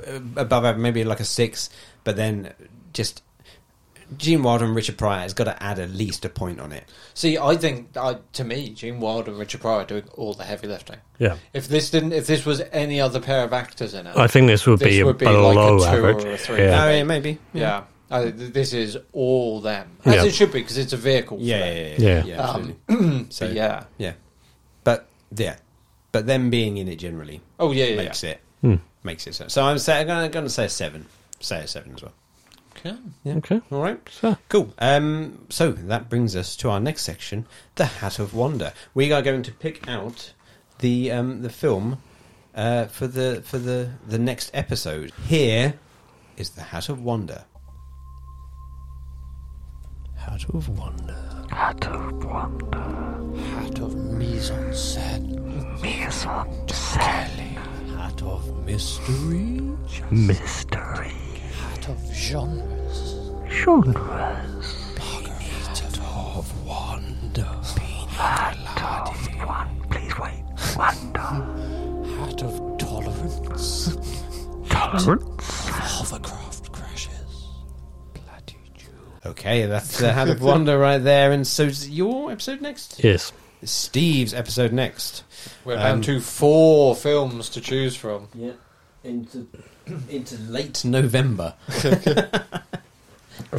Speaker 2: uh, above average, maybe like a six, but then just Gene Wilder and Richard Pryor has got to add at least a point on it.
Speaker 3: See, I think I, to me, Gene Wilder and Richard Pryor are doing all the heavy lifting.
Speaker 1: Yeah.
Speaker 3: If this didn't, if this was any other pair of actors in it,
Speaker 1: I think this would
Speaker 3: This
Speaker 1: be
Speaker 3: would be
Speaker 1: below
Speaker 3: like a two
Speaker 1: average.
Speaker 3: or a three.
Speaker 1: Yeah.
Speaker 2: Oh yeah, maybe.
Speaker 3: yeah, I, th- this is all them as
Speaker 1: Yeah.
Speaker 3: it should be because it's a vehicle. for
Speaker 2: Yeah,
Speaker 3: them.
Speaker 2: yeah, yeah,
Speaker 1: Yeah.
Speaker 2: yeah, absolutely. so
Speaker 3: So Um, yeah.
Speaker 2: yeah, but yeah, but them being in it generally
Speaker 3: Oh yeah, yeah. yeah.
Speaker 2: makes it
Speaker 1: Hmm.
Speaker 2: makes it so. So I'm, say, I'm gonna, gonna say a seven, say a seven as well.
Speaker 3: Okay.
Speaker 1: Okay.
Speaker 2: All right.
Speaker 1: Sure.
Speaker 2: Cool. Um, so that brings us to our next section, the Hat of Wonder. We are going to pick out the um, the film uh, for the for the the next episode. Here is the Hat of Wonder.
Speaker 7: Hat of wonder.
Speaker 4: Hat of mise en scène.
Speaker 7: Hat of mystery.
Speaker 4: Hat of genres. Genres.
Speaker 7: Of wonder.
Speaker 4: Hat of tolerance. Tolerance. Hovercraft crashes.
Speaker 2: Okay, that's the Hat of Wonder right there. And so is your episode next.
Speaker 1: Yes.
Speaker 2: Steve's episode next.
Speaker 3: We're down
Speaker 2: Um,
Speaker 3: to four films to choose from.
Speaker 2: Yeah. Into into late November.
Speaker 1: I've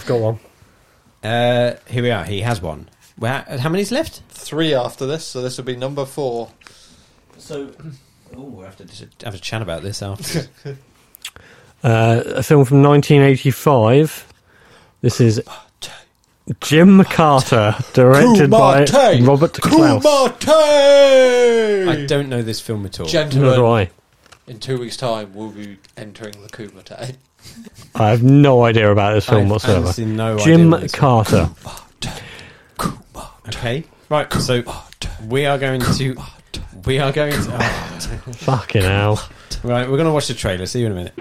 Speaker 1: got one.
Speaker 2: Uh, here we are. He has one. Well, how many's left?
Speaker 3: Three after this, so this will be number four.
Speaker 2: So, oh, we'll have to dis- have a chat about this after.
Speaker 1: Uh, a film from 1985. This is Jim Carter, directed by
Speaker 3: Kumite!
Speaker 1: Robert Klaus.
Speaker 2: I
Speaker 3: Kumite!
Speaker 2: don't know this film at all.
Speaker 1: Nor do
Speaker 3: Gentlemen,
Speaker 1: I.
Speaker 3: in two weeks' time, we'll be entering the Kumite.
Speaker 1: I have no idea about this film
Speaker 2: I've
Speaker 1: whatsoever.
Speaker 2: honestly no idea
Speaker 1: Jim
Speaker 2: what this is.
Speaker 1: Carter.
Speaker 2: Okay, right. So we are going to we are going to
Speaker 1: Fucking hell.
Speaker 2: right. We're going to watch the trailer. See you in a minute.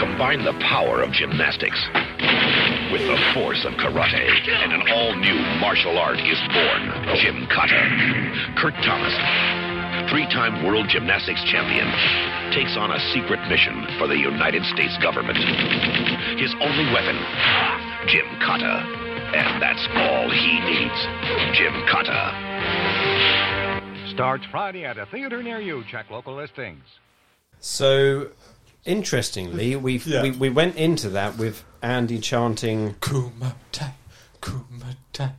Speaker 8: Combine the power of gymnastics with the force of karate, and an all new martial art is born Jim Kata. Kurt Thomas, three time world gymnastics champion, takes on a secret mission for the United States government. His only weapon, Jim Kata. And that's all he needs Jim Kata.
Speaker 9: Starts Friday at a theater near you. Check local listings.
Speaker 2: So interestingly, we we we went into that with Andy chanting,
Speaker 3: Kumite, Kumite,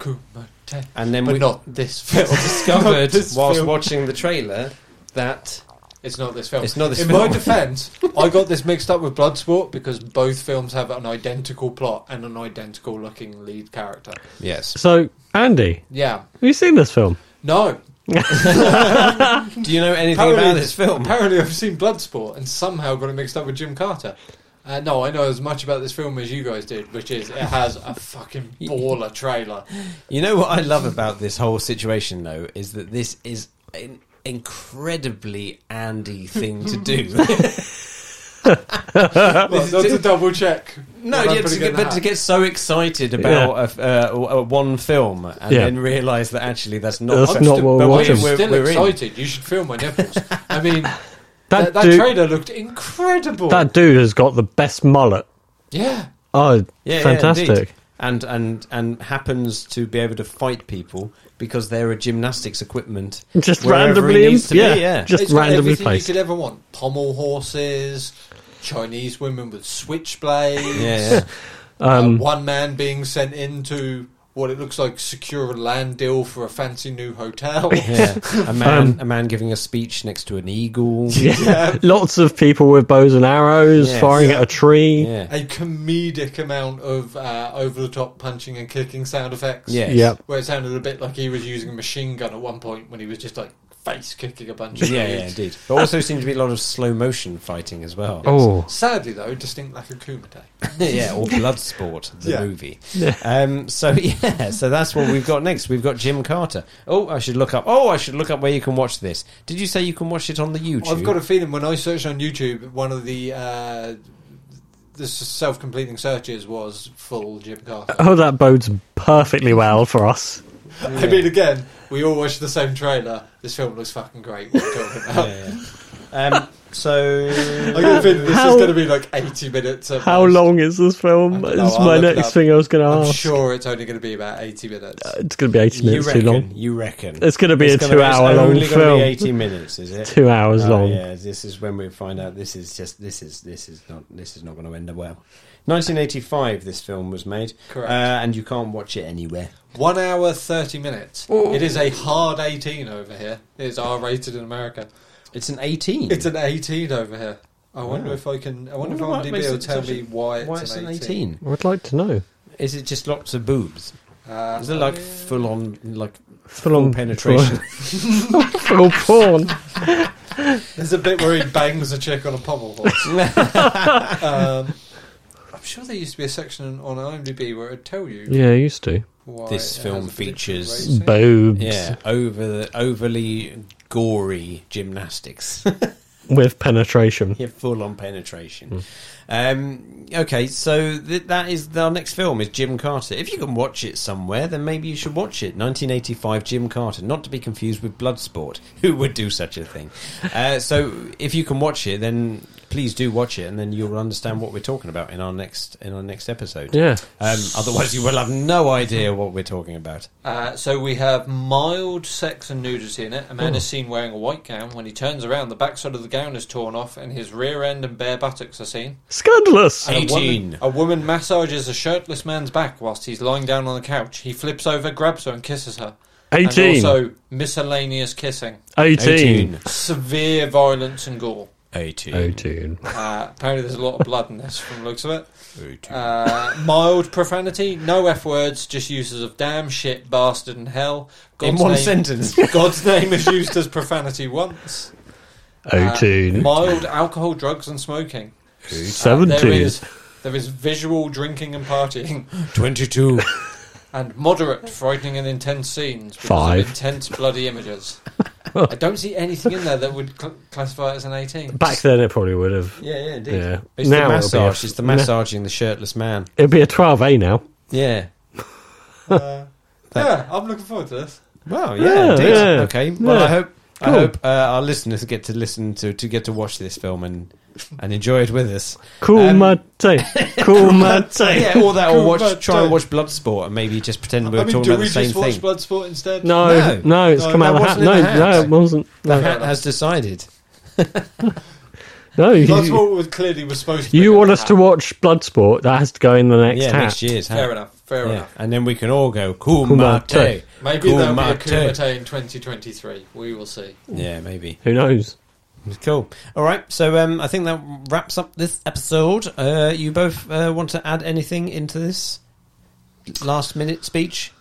Speaker 3: Kumite.
Speaker 2: and then
Speaker 3: But
Speaker 2: we
Speaker 3: not this film.
Speaker 2: discovered
Speaker 3: Not Oh, this
Speaker 2: whilst
Speaker 3: film.
Speaker 2: watching the trailer that
Speaker 3: It's not this film.
Speaker 2: It's not this
Speaker 3: In
Speaker 2: film.
Speaker 3: my defence, I got this mixed up with Bloodsport because both films have an identical plot and an identical looking lead character.
Speaker 2: yes.
Speaker 1: So, Andy,
Speaker 3: Yeah.
Speaker 1: have you seen this film?
Speaker 3: No.
Speaker 2: Do you know anything
Speaker 3: Apparently,
Speaker 2: about this film?
Speaker 3: apparently I've seen Bloodsport and somehow got it mixed up with Jim Carter. Uh, no, I know as much about this film as you guys did, which is it has a fucking baller trailer.
Speaker 2: You know what I love about this whole situation, though, is that this is an incredibly Andy thing to do.
Speaker 3: Well, not to double check.
Speaker 2: no,
Speaker 3: what I'm
Speaker 2: yeah, to
Speaker 3: putting
Speaker 2: get,
Speaker 3: in
Speaker 2: but
Speaker 3: that.
Speaker 2: to get so excited about a, uh, a- one film and
Speaker 1: Yeah.
Speaker 2: then realise that actually that's not
Speaker 1: That's
Speaker 2: I'm
Speaker 1: not
Speaker 2: st-
Speaker 1: what we're
Speaker 2: but we're,
Speaker 1: watching.
Speaker 2: we're,
Speaker 3: still
Speaker 2: we're in.
Speaker 3: excited. You should feel my nipples. I mean, that,
Speaker 1: That,
Speaker 3: that
Speaker 1: dude,
Speaker 3: trailer looked incredible.
Speaker 1: that dude has got the best mullet
Speaker 3: Yeah.
Speaker 1: Oh,
Speaker 2: Yeah,
Speaker 1: fantastic.
Speaker 2: Yeah, indeed. and and and happens to be able to fight people because they're a gymnastics equipment.
Speaker 1: Just
Speaker 2: wherever he
Speaker 1: randomly,
Speaker 2: needs to be,
Speaker 1: yeah,
Speaker 2: yeah.
Speaker 1: just
Speaker 3: It's got
Speaker 1: randomly
Speaker 3: everything
Speaker 1: placed.
Speaker 3: you could ever want. Pommel horses, Chinese women with switchblades.
Speaker 2: Yeah, yeah.
Speaker 1: Um,
Speaker 3: uh, one man being sent into what it looks like secure a land deal for a fancy new hotel.
Speaker 2: Yeah. A man, a man giving a speech next to an eagle.
Speaker 1: Um, Yeah. Lots of people with bows and arrows
Speaker 2: Yes.
Speaker 1: firing at a tree.
Speaker 2: Yeah.
Speaker 3: a comedic amount of uh, over the top punching and kicking sound effects.
Speaker 2: Yes.
Speaker 1: Yep.
Speaker 3: Where it sounded a bit like he was using a machine gun at one point when he was just like face kicking a bunch
Speaker 2: Yeah,
Speaker 3: of
Speaker 2: yeah,
Speaker 3: dudes.
Speaker 2: indeed. But also seemed to be a lot of slow motion fighting as well.
Speaker 1: Oh,
Speaker 3: Sadly, though, distinct lack of Kumite.
Speaker 2: yeah, or Bloodsport, the
Speaker 3: Yeah.
Speaker 2: movie. Um, so yeah, so that's what we've got next. We've got Jim Carter. Oh, I should look up. Oh, I should look up where you can watch this. Did you say you can watch it on the YouTube?
Speaker 3: I've got a feeling when I searched on YouTube, one of the uh, the self completing searches was full Jim Carter.
Speaker 1: oh, that bodes perfectly well for us.
Speaker 3: I mean, again, we all watched the same trailer. This film looks fucking great. What are you talking about?
Speaker 2: Yeah, yeah. Um, so
Speaker 3: I got a feeling this
Speaker 1: How-
Speaker 3: is going to be like 80 minutes. at
Speaker 1: How
Speaker 3: most.
Speaker 1: long is this film?
Speaker 3: I
Speaker 1: Is
Speaker 3: don't know, I'll
Speaker 1: my
Speaker 3: look it
Speaker 1: next
Speaker 3: up.
Speaker 1: thing I was going to
Speaker 3: I'm
Speaker 1: ask. Uh,
Speaker 3: sure it's only going to be about 80 minutes.
Speaker 1: It's going to be 80
Speaker 2: you
Speaker 1: minutes too
Speaker 2: reckon?
Speaker 1: long.
Speaker 2: You reckon?
Speaker 1: It's going to be
Speaker 2: It's
Speaker 1: a
Speaker 2: gonna-
Speaker 1: two hour
Speaker 2: it's
Speaker 1: long
Speaker 2: only gonna
Speaker 1: film.
Speaker 2: Be Eighty minutes, is it?
Speaker 1: Two hours
Speaker 2: Oh,
Speaker 1: long.
Speaker 2: Yeah, this is when we find out. This is just this is this is not this is not going to end well. 1985, this film was made,
Speaker 3: Correct.
Speaker 2: Uh, and you can't watch it anywhere.
Speaker 3: One hour, 30 minutes. It is a hard 18 over here. It's R rated in America.
Speaker 2: It's an 18.
Speaker 3: It's an 18 over here. I wonder
Speaker 2: Wow.
Speaker 3: if I can. I
Speaker 2: Wonder
Speaker 3: wonder,
Speaker 2: what
Speaker 3: if
Speaker 2: makes
Speaker 3: IMDb will
Speaker 2: it
Speaker 3: tell
Speaker 2: such a-
Speaker 3: me why it's,
Speaker 2: Why it's an 18?
Speaker 1: I'd like to know.
Speaker 2: Is it just lots of boobs?
Speaker 3: Uh,
Speaker 2: Is it like full on like
Speaker 1: Full on
Speaker 2: penetration?
Speaker 1: Full porn.
Speaker 3: there's a bit where he bangs a chick on a pommel horse. um, I'm sure there used to be a section on IMDb where it'd tell you.
Speaker 1: Yeah, I used to.
Speaker 3: why
Speaker 2: This
Speaker 3: it
Speaker 2: film
Speaker 3: has a particular
Speaker 2: features
Speaker 3: rating.
Speaker 1: Boobs.
Speaker 2: yeah, over the overly gory gymnastics.
Speaker 1: With penetration.
Speaker 2: Yeah, full on penetration. Um, okay, so th- that is our next film is Jim Carter. If you can watch it somewhere, then maybe you should watch it. 1985 Jim Carter, not to be confused with Bloodsport. Who would do such a thing? Uh, so if you can watch it, then please do watch it, and then you'll understand what we're talking about in our next in our next episode.
Speaker 1: Yeah.
Speaker 2: Um, otherwise, you will have no idea what we're talking about.
Speaker 3: Uh, so we have mild sex and nudity in it. A man is seen wearing a white gown. When he turns around, the backside of the gown is torn off, and his rear end and bare buttocks are seen.
Speaker 1: Scandalous.
Speaker 3: And a woman-
Speaker 2: 18.
Speaker 3: A woman, massages a shirtless man's back whilst he's lying down on the couch. He flips over, grabs her, and kisses her. And
Speaker 1: 18.
Speaker 3: also miscellaneous kissing,
Speaker 1: 18.
Speaker 2: 18.
Speaker 3: severe violence and gore.
Speaker 2: 18.
Speaker 1: 18.
Speaker 3: Uh, apparently, there's a lot of blood in this, from the looks of it. Uh, mild profanity, no f words, just uses of damn, shit, bastard, and hell.
Speaker 2: in
Speaker 3: God's
Speaker 2: one
Speaker 3: name-
Speaker 2: sentence.
Speaker 3: God's name is used as profanity once. Uh,
Speaker 1: 18.
Speaker 3: mild alcohol, drugs, and smoking. Uh,
Speaker 1: 17.
Speaker 3: there is there is visual drinking and partying,
Speaker 2: 22.
Speaker 3: and moderate, frightening, and intense scenes. because of
Speaker 1: Five.
Speaker 3: intense bloody images. I don't see anything in there that would cl- classify it as an eighteen.
Speaker 1: Back then, it probably would have.
Speaker 2: yeah, yeah, indeed.
Speaker 1: Yeah.
Speaker 2: It's the
Speaker 1: it'll be a-
Speaker 2: massage. It's the
Speaker 1: no,
Speaker 2: massaging the shirtless man.
Speaker 1: It'll be a 12A now.
Speaker 2: Yeah.
Speaker 3: yeah, I'm looking forward to this.
Speaker 2: Well, yeah,
Speaker 1: Yeah,
Speaker 2: indeed.
Speaker 1: yeah.
Speaker 2: Okay. Well,
Speaker 1: Yeah.
Speaker 2: I hope I
Speaker 1: Cool.
Speaker 2: hope uh, our listeners get to listen to to get to watch this film and and enjoy it with us.
Speaker 1: Cool
Speaker 2: Um,
Speaker 1: mate. Cool mate.
Speaker 2: Yeah, or that, or
Speaker 3: Cool,
Speaker 2: watch
Speaker 3: but,
Speaker 2: try
Speaker 3: uh,
Speaker 2: and watch Bloodsport and maybe just pretend we're
Speaker 3: I mean,
Speaker 2: talking
Speaker 3: do
Speaker 2: about
Speaker 3: we
Speaker 2: the same
Speaker 3: just watch
Speaker 2: thing.
Speaker 3: Bloodsport instead?
Speaker 1: No,
Speaker 2: No.
Speaker 1: no, it's
Speaker 2: No,
Speaker 1: come out of
Speaker 2: that
Speaker 1: the hat.
Speaker 2: wasn't
Speaker 1: No,
Speaker 2: in the
Speaker 1: no,
Speaker 2: hat.
Speaker 1: it wasn't.
Speaker 2: The
Speaker 1: No,
Speaker 2: hat has decided.
Speaker 1: no
Speaker 3: That's
Speaker 1: you,
Speaker 3: what was clearly was supposed to. be
Speaker 1: you
Speaker 3: in
Speaker 1: want
Speaker 3: the
Speaker 1: us
Speaker 3: hat.
Speaker 1: to watch Bloodsport? That has to go in the next
Speaker 2: yeah,
Speaker 1: hat.
Speaker 2: next year's hat.
Speaker 3: Fair enough. Fair
Speaker 2: Yeah,
Speaker 3: enough.
Speaker 2: and then we can all go
Speaker 1: Kumite.
Speaker 2: Kumate.
Speaker 3: Maybe that'll be a
Speaker 2: Kumate.
Speaker 3: Kumite in 2023. We will see.
Speaker 2: Yeah, maybe.
Speaker 1: Who knows?
Speaker 2: Cool. All right. So um, I think that wraps up this episode. Uh, you both uh, want to add anything into this last minute speech?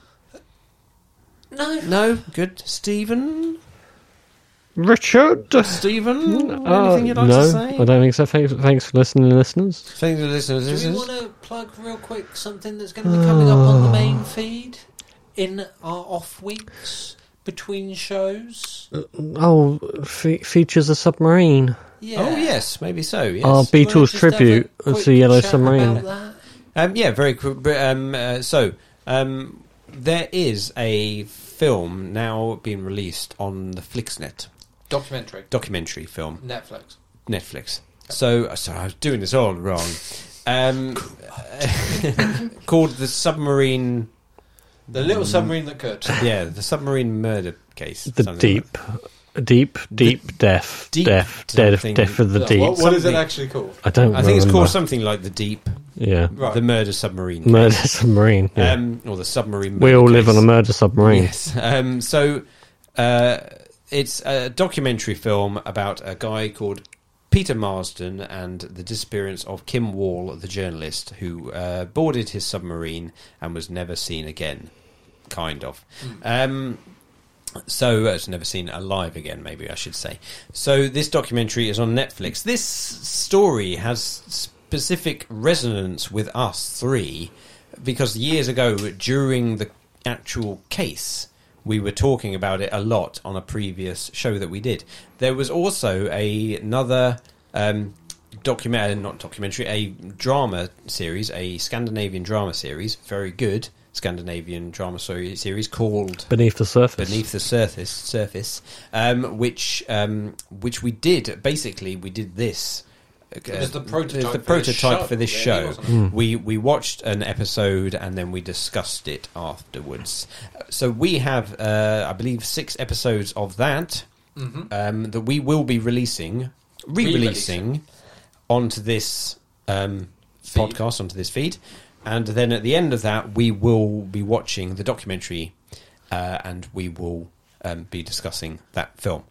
Speaker 2: No. Uh, No? Good. Stephen?
Speaker 1: Richard.
Speaker 2: Stephen?
Speaker 1: Uh,
Speaker 2: anything you'd like
Speaker 1: no,
Speaker 2: to
Speaker 1: I
Speaker 2: say?
Speaker 1: don't think so. Thanks, thanks for listening, listeners.
Speaker 2: Thanks for listening to
Speaker 3: Do we
Speaker 2: this.
Speaker 3: want to plug real quick something that's going to be coming up on the main
Speaker 1: Uh.
Speaker 3: feed in our off weeks between shows?
Speaker 1: Oh, fe- features a submarine.
Speaker 3: Yeah.
Speaker 2: Oh, yes. Maybe so. Yes.
Speaker 1: Our
Speaker 3: Do you wanna
Speaker 1: Beatles
Speaker 3: just have a
Speaker 1: tribute
Speaker 3: quick
Speaker 1: to Yellow
Speaker 3: chat
Speaker 1: Submarine.
Speaker 3: about that?
Speaker 2: Um, yeah, very cool. But, Um, uh, so, um, there is a film now being released on the Flixnet
Speaker 3: Documentary.
Speaker 2: documentary film.
Speaker 3: Netflix.
Speaker 2: Netflix. So, so I was doing this all wrong. um, called the submarine.
Speaker 3: The little
Speaker 1: Mm.
Speaker 3: submarine that could.
Speaker 2: Yeah, the submarine murder case.
Speaker 1: The
Speaker 2: something like
Speaker 1: deep, deep, deep death,
Speaker 2: deep
Speaker 1: death, death,
Speaker 2: something.
Speaker 1: death of the
Speaker 3: What-
Speaker 1: deep.
Speaker 3: what is it
Speaker 2: Something-
Speaker 3: actually called?
Speaker 1: I don't.
Speaker 2: that. I think it's called
Speaker 1: remember.
Speaker 2: something like the deep,
Speaker 1: Yeah,
Speaker 3: Right.
Speaker 2: the murder submarine. case.
Speaker 1: murder submarine. yeah.
Speaker 2: Um, or the submarine.
Speaker 1: we
Speaker 2: murder
Speaker 1: all live
Speaker 2: case.
Speaker 1: on a murder submarine.
Speaker 2: Yes. Um, so uh, it's a documentary film about a guy called Peter Marsden and the disappearance of Kim Wall, the journalist, who uh, boarded his submarine and was never seen again. Kind of. Um, so uh, it's never seen alive again, maybe I should say. So this documentary is on Netflix. This story has specific resonance with us three because years ago, during the actual case, we were talking about it a lot on a previous show that we did. There was also a, another um, document, not documentary, a drama series, a Scandinavian drama series, very good Scandinavian drama seri- series called
Speaker 1: Beneath the surface.
Speaker 2: beneath the surface surface um, which um, which we did basically we did this Uh,
Speaker 3: It was the prototype
Speaker 2: the
Speaker 3: for this
Speaker 2: prototype
Speaker 3: show,
Speaker 2: for this
Speaker 3: really,
Speaker 2: show.
Speaker 3: wasn't it?
Speaker 2: We we watched an episode and then we discussed it afterwards. So we have, uh, I believe, six episodes of that
Speaker 3: Mm-hmm.
Speaker 2: um, that we will be releasing, re-releasing onto this um, podcast, onto this feed, and then at the end of that, we will be watching the documentary, uh, and we will um, be discussing that film.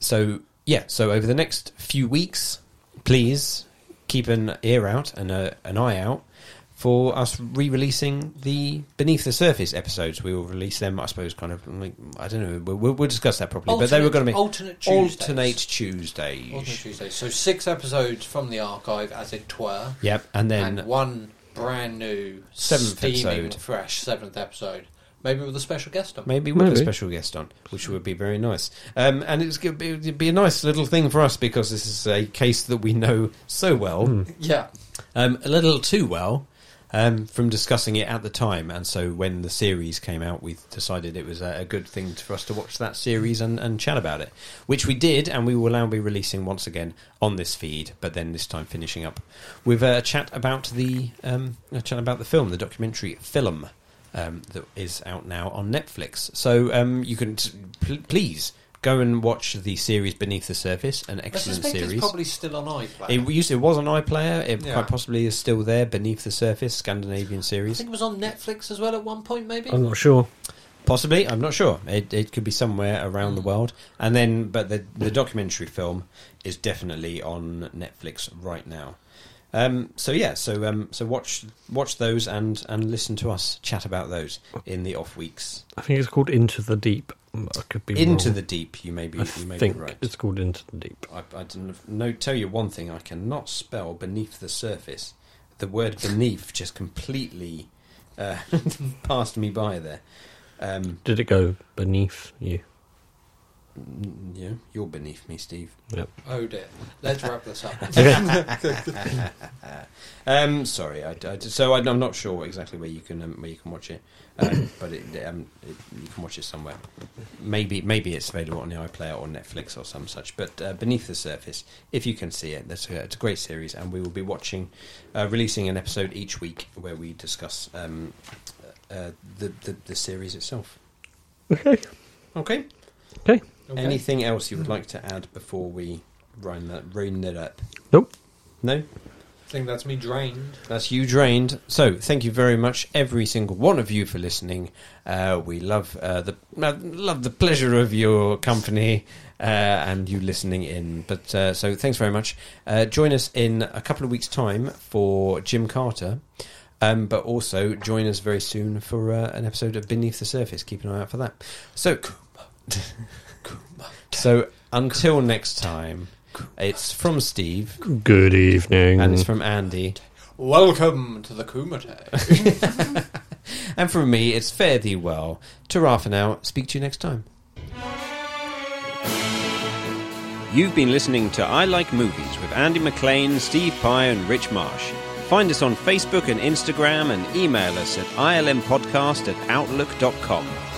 Speaker 2: So yeah, so over the next few weeks, please keep an ear out and a, an eye out for us re-releasing the Beneath the Surface episodes. We will release them, I suppose, kind of. like, I don't know. We'll, we'll, we'll discuss that properly. but they were going to be
Speaker 3: Alternate- alternate Tuesdays.
Speaker 2: alternate Tuesdays.
Speaker 3: Wasn't it Tuesday? So six episodes from the archive, as it were,
Speaker 2: Yep, and then
Speaker 3: and one brand new,
Speaker 2: Seventh
Speaker 3: steaming
Speaker 2: episode.
Speaker 3: fresh seventh episode. Maybe with a special guest on.
Speaker 2: maybe with a
Speaker 1: Maybe.
Speaker 2: special guest on, which would be very nice. Um, and it's going to be a nice little thing for us because this is a case that we know so well.
Speaker 3: Yeah.
Speaker 2: um, a little too well um, from discussing it at the time. And so when the series came out, we decided it was a, a good thing for us to watch that series and, and chat about it, which we did. And we will now be releasing once again on this feed, but then this time finishing up with a chat about the um, a chat about the film, the documentary film. Um, that is out now on Netflix. So um, you can t- pl- please go and watch the series Beneath the Surface, an
Speaker 3: I
Speaker 2: excellent
Speaker 3: suspect
Speaker 2: series.
Speaker 3: it's probably still on iPlayer.
Speaker 2: It used it was an iPlayer. It
Speaker 3: Yeah.
Speaker 2: quite possibly is still there beneath the surface. Scandinavian
Speaker 3: I
Speaker 2: series,
Speaker 3: think it was on Netflix as well at one point, maybe.
Speaker 1: I'm not sure.
Speaker 2: possibly. I'm not sure. It, it could be somewhere around the
Speaker 3: Mm.
Speaker 2: world. And then, but the the documentary film is definitely on Netflix right now. Um, so yeah, so um, so watch watch those and and listen to us chat about those in the off weeks.
Speaker 1: I think it's called Into the Deep. I could be
Speaker 2: Into
Speaker 1: wrong.
Speaker 2: the deep, you may be
Speaker 1: I
Speaker 2: you may
Speaker 1: think
Speaker 2: be right.
Speaker 1: it's called Into the Deep.
Speaker 2: I, I didn't know. Tell you one thing: I cannot spell beneath the surface. The word beneath just completely uh, passed me by there. Um,
Speaker 1: Did it go beneath you?
Speaker 2: yeah, you're beneath me, Steve.
Speaker 3: Oh dear. Let's wrap this up.
Speaker 1: Okay.
Speaker 2: Um, sorry, I, I- so I, am not sure exactly where you can um, where you can watch it, um, but it, um, it, you can watch it somewhere. Maybe maybe it's available on the iPlayer or Netflix or some such. But uh, beneath the surface, if you can see it, that's a, it's a great series, and we will be watching, uh, releasing an episode each week where we discuss um, uh, the, the the series itself.
Speaker 1: okay.
Speaker 2: Okay.
Speaker 1: Okay.
Speaker 3: Okay.
Speaker 2: Anything else you would like to add before we round that round it up?
Speaker 1: Nope.
Speaker 2: No.
Speaker 3: I think that's me drained.
Speaker 2: That's you drained. So thank you very much, every single one of you, for listening. Uh, we love uh, the uh, love the pleasure of your company uh, and you listening in. But uh, so thanks very much. Uh, join us in a couple of weeks' time for Jim Carter. Um, but also join us very soon for uh, an episode of Beneath the Surface. Keep an eye out for that. So, so until next time, it's from Steve
Speaker 1: Good evening.
Speaker 2: and it's from Andy.
Speaker 3: Welcome to the Kumite.
Speaker 2: And from me, it's fare thee well. Ta-ra for now. Speak to you next time.
Speaker 10: You've been listening to I Like Movies with Andy McLean, Steve Pye, and Rich Marsh. Find us on Facebook and Instagram and email us at ilmpodcast at outlook.com.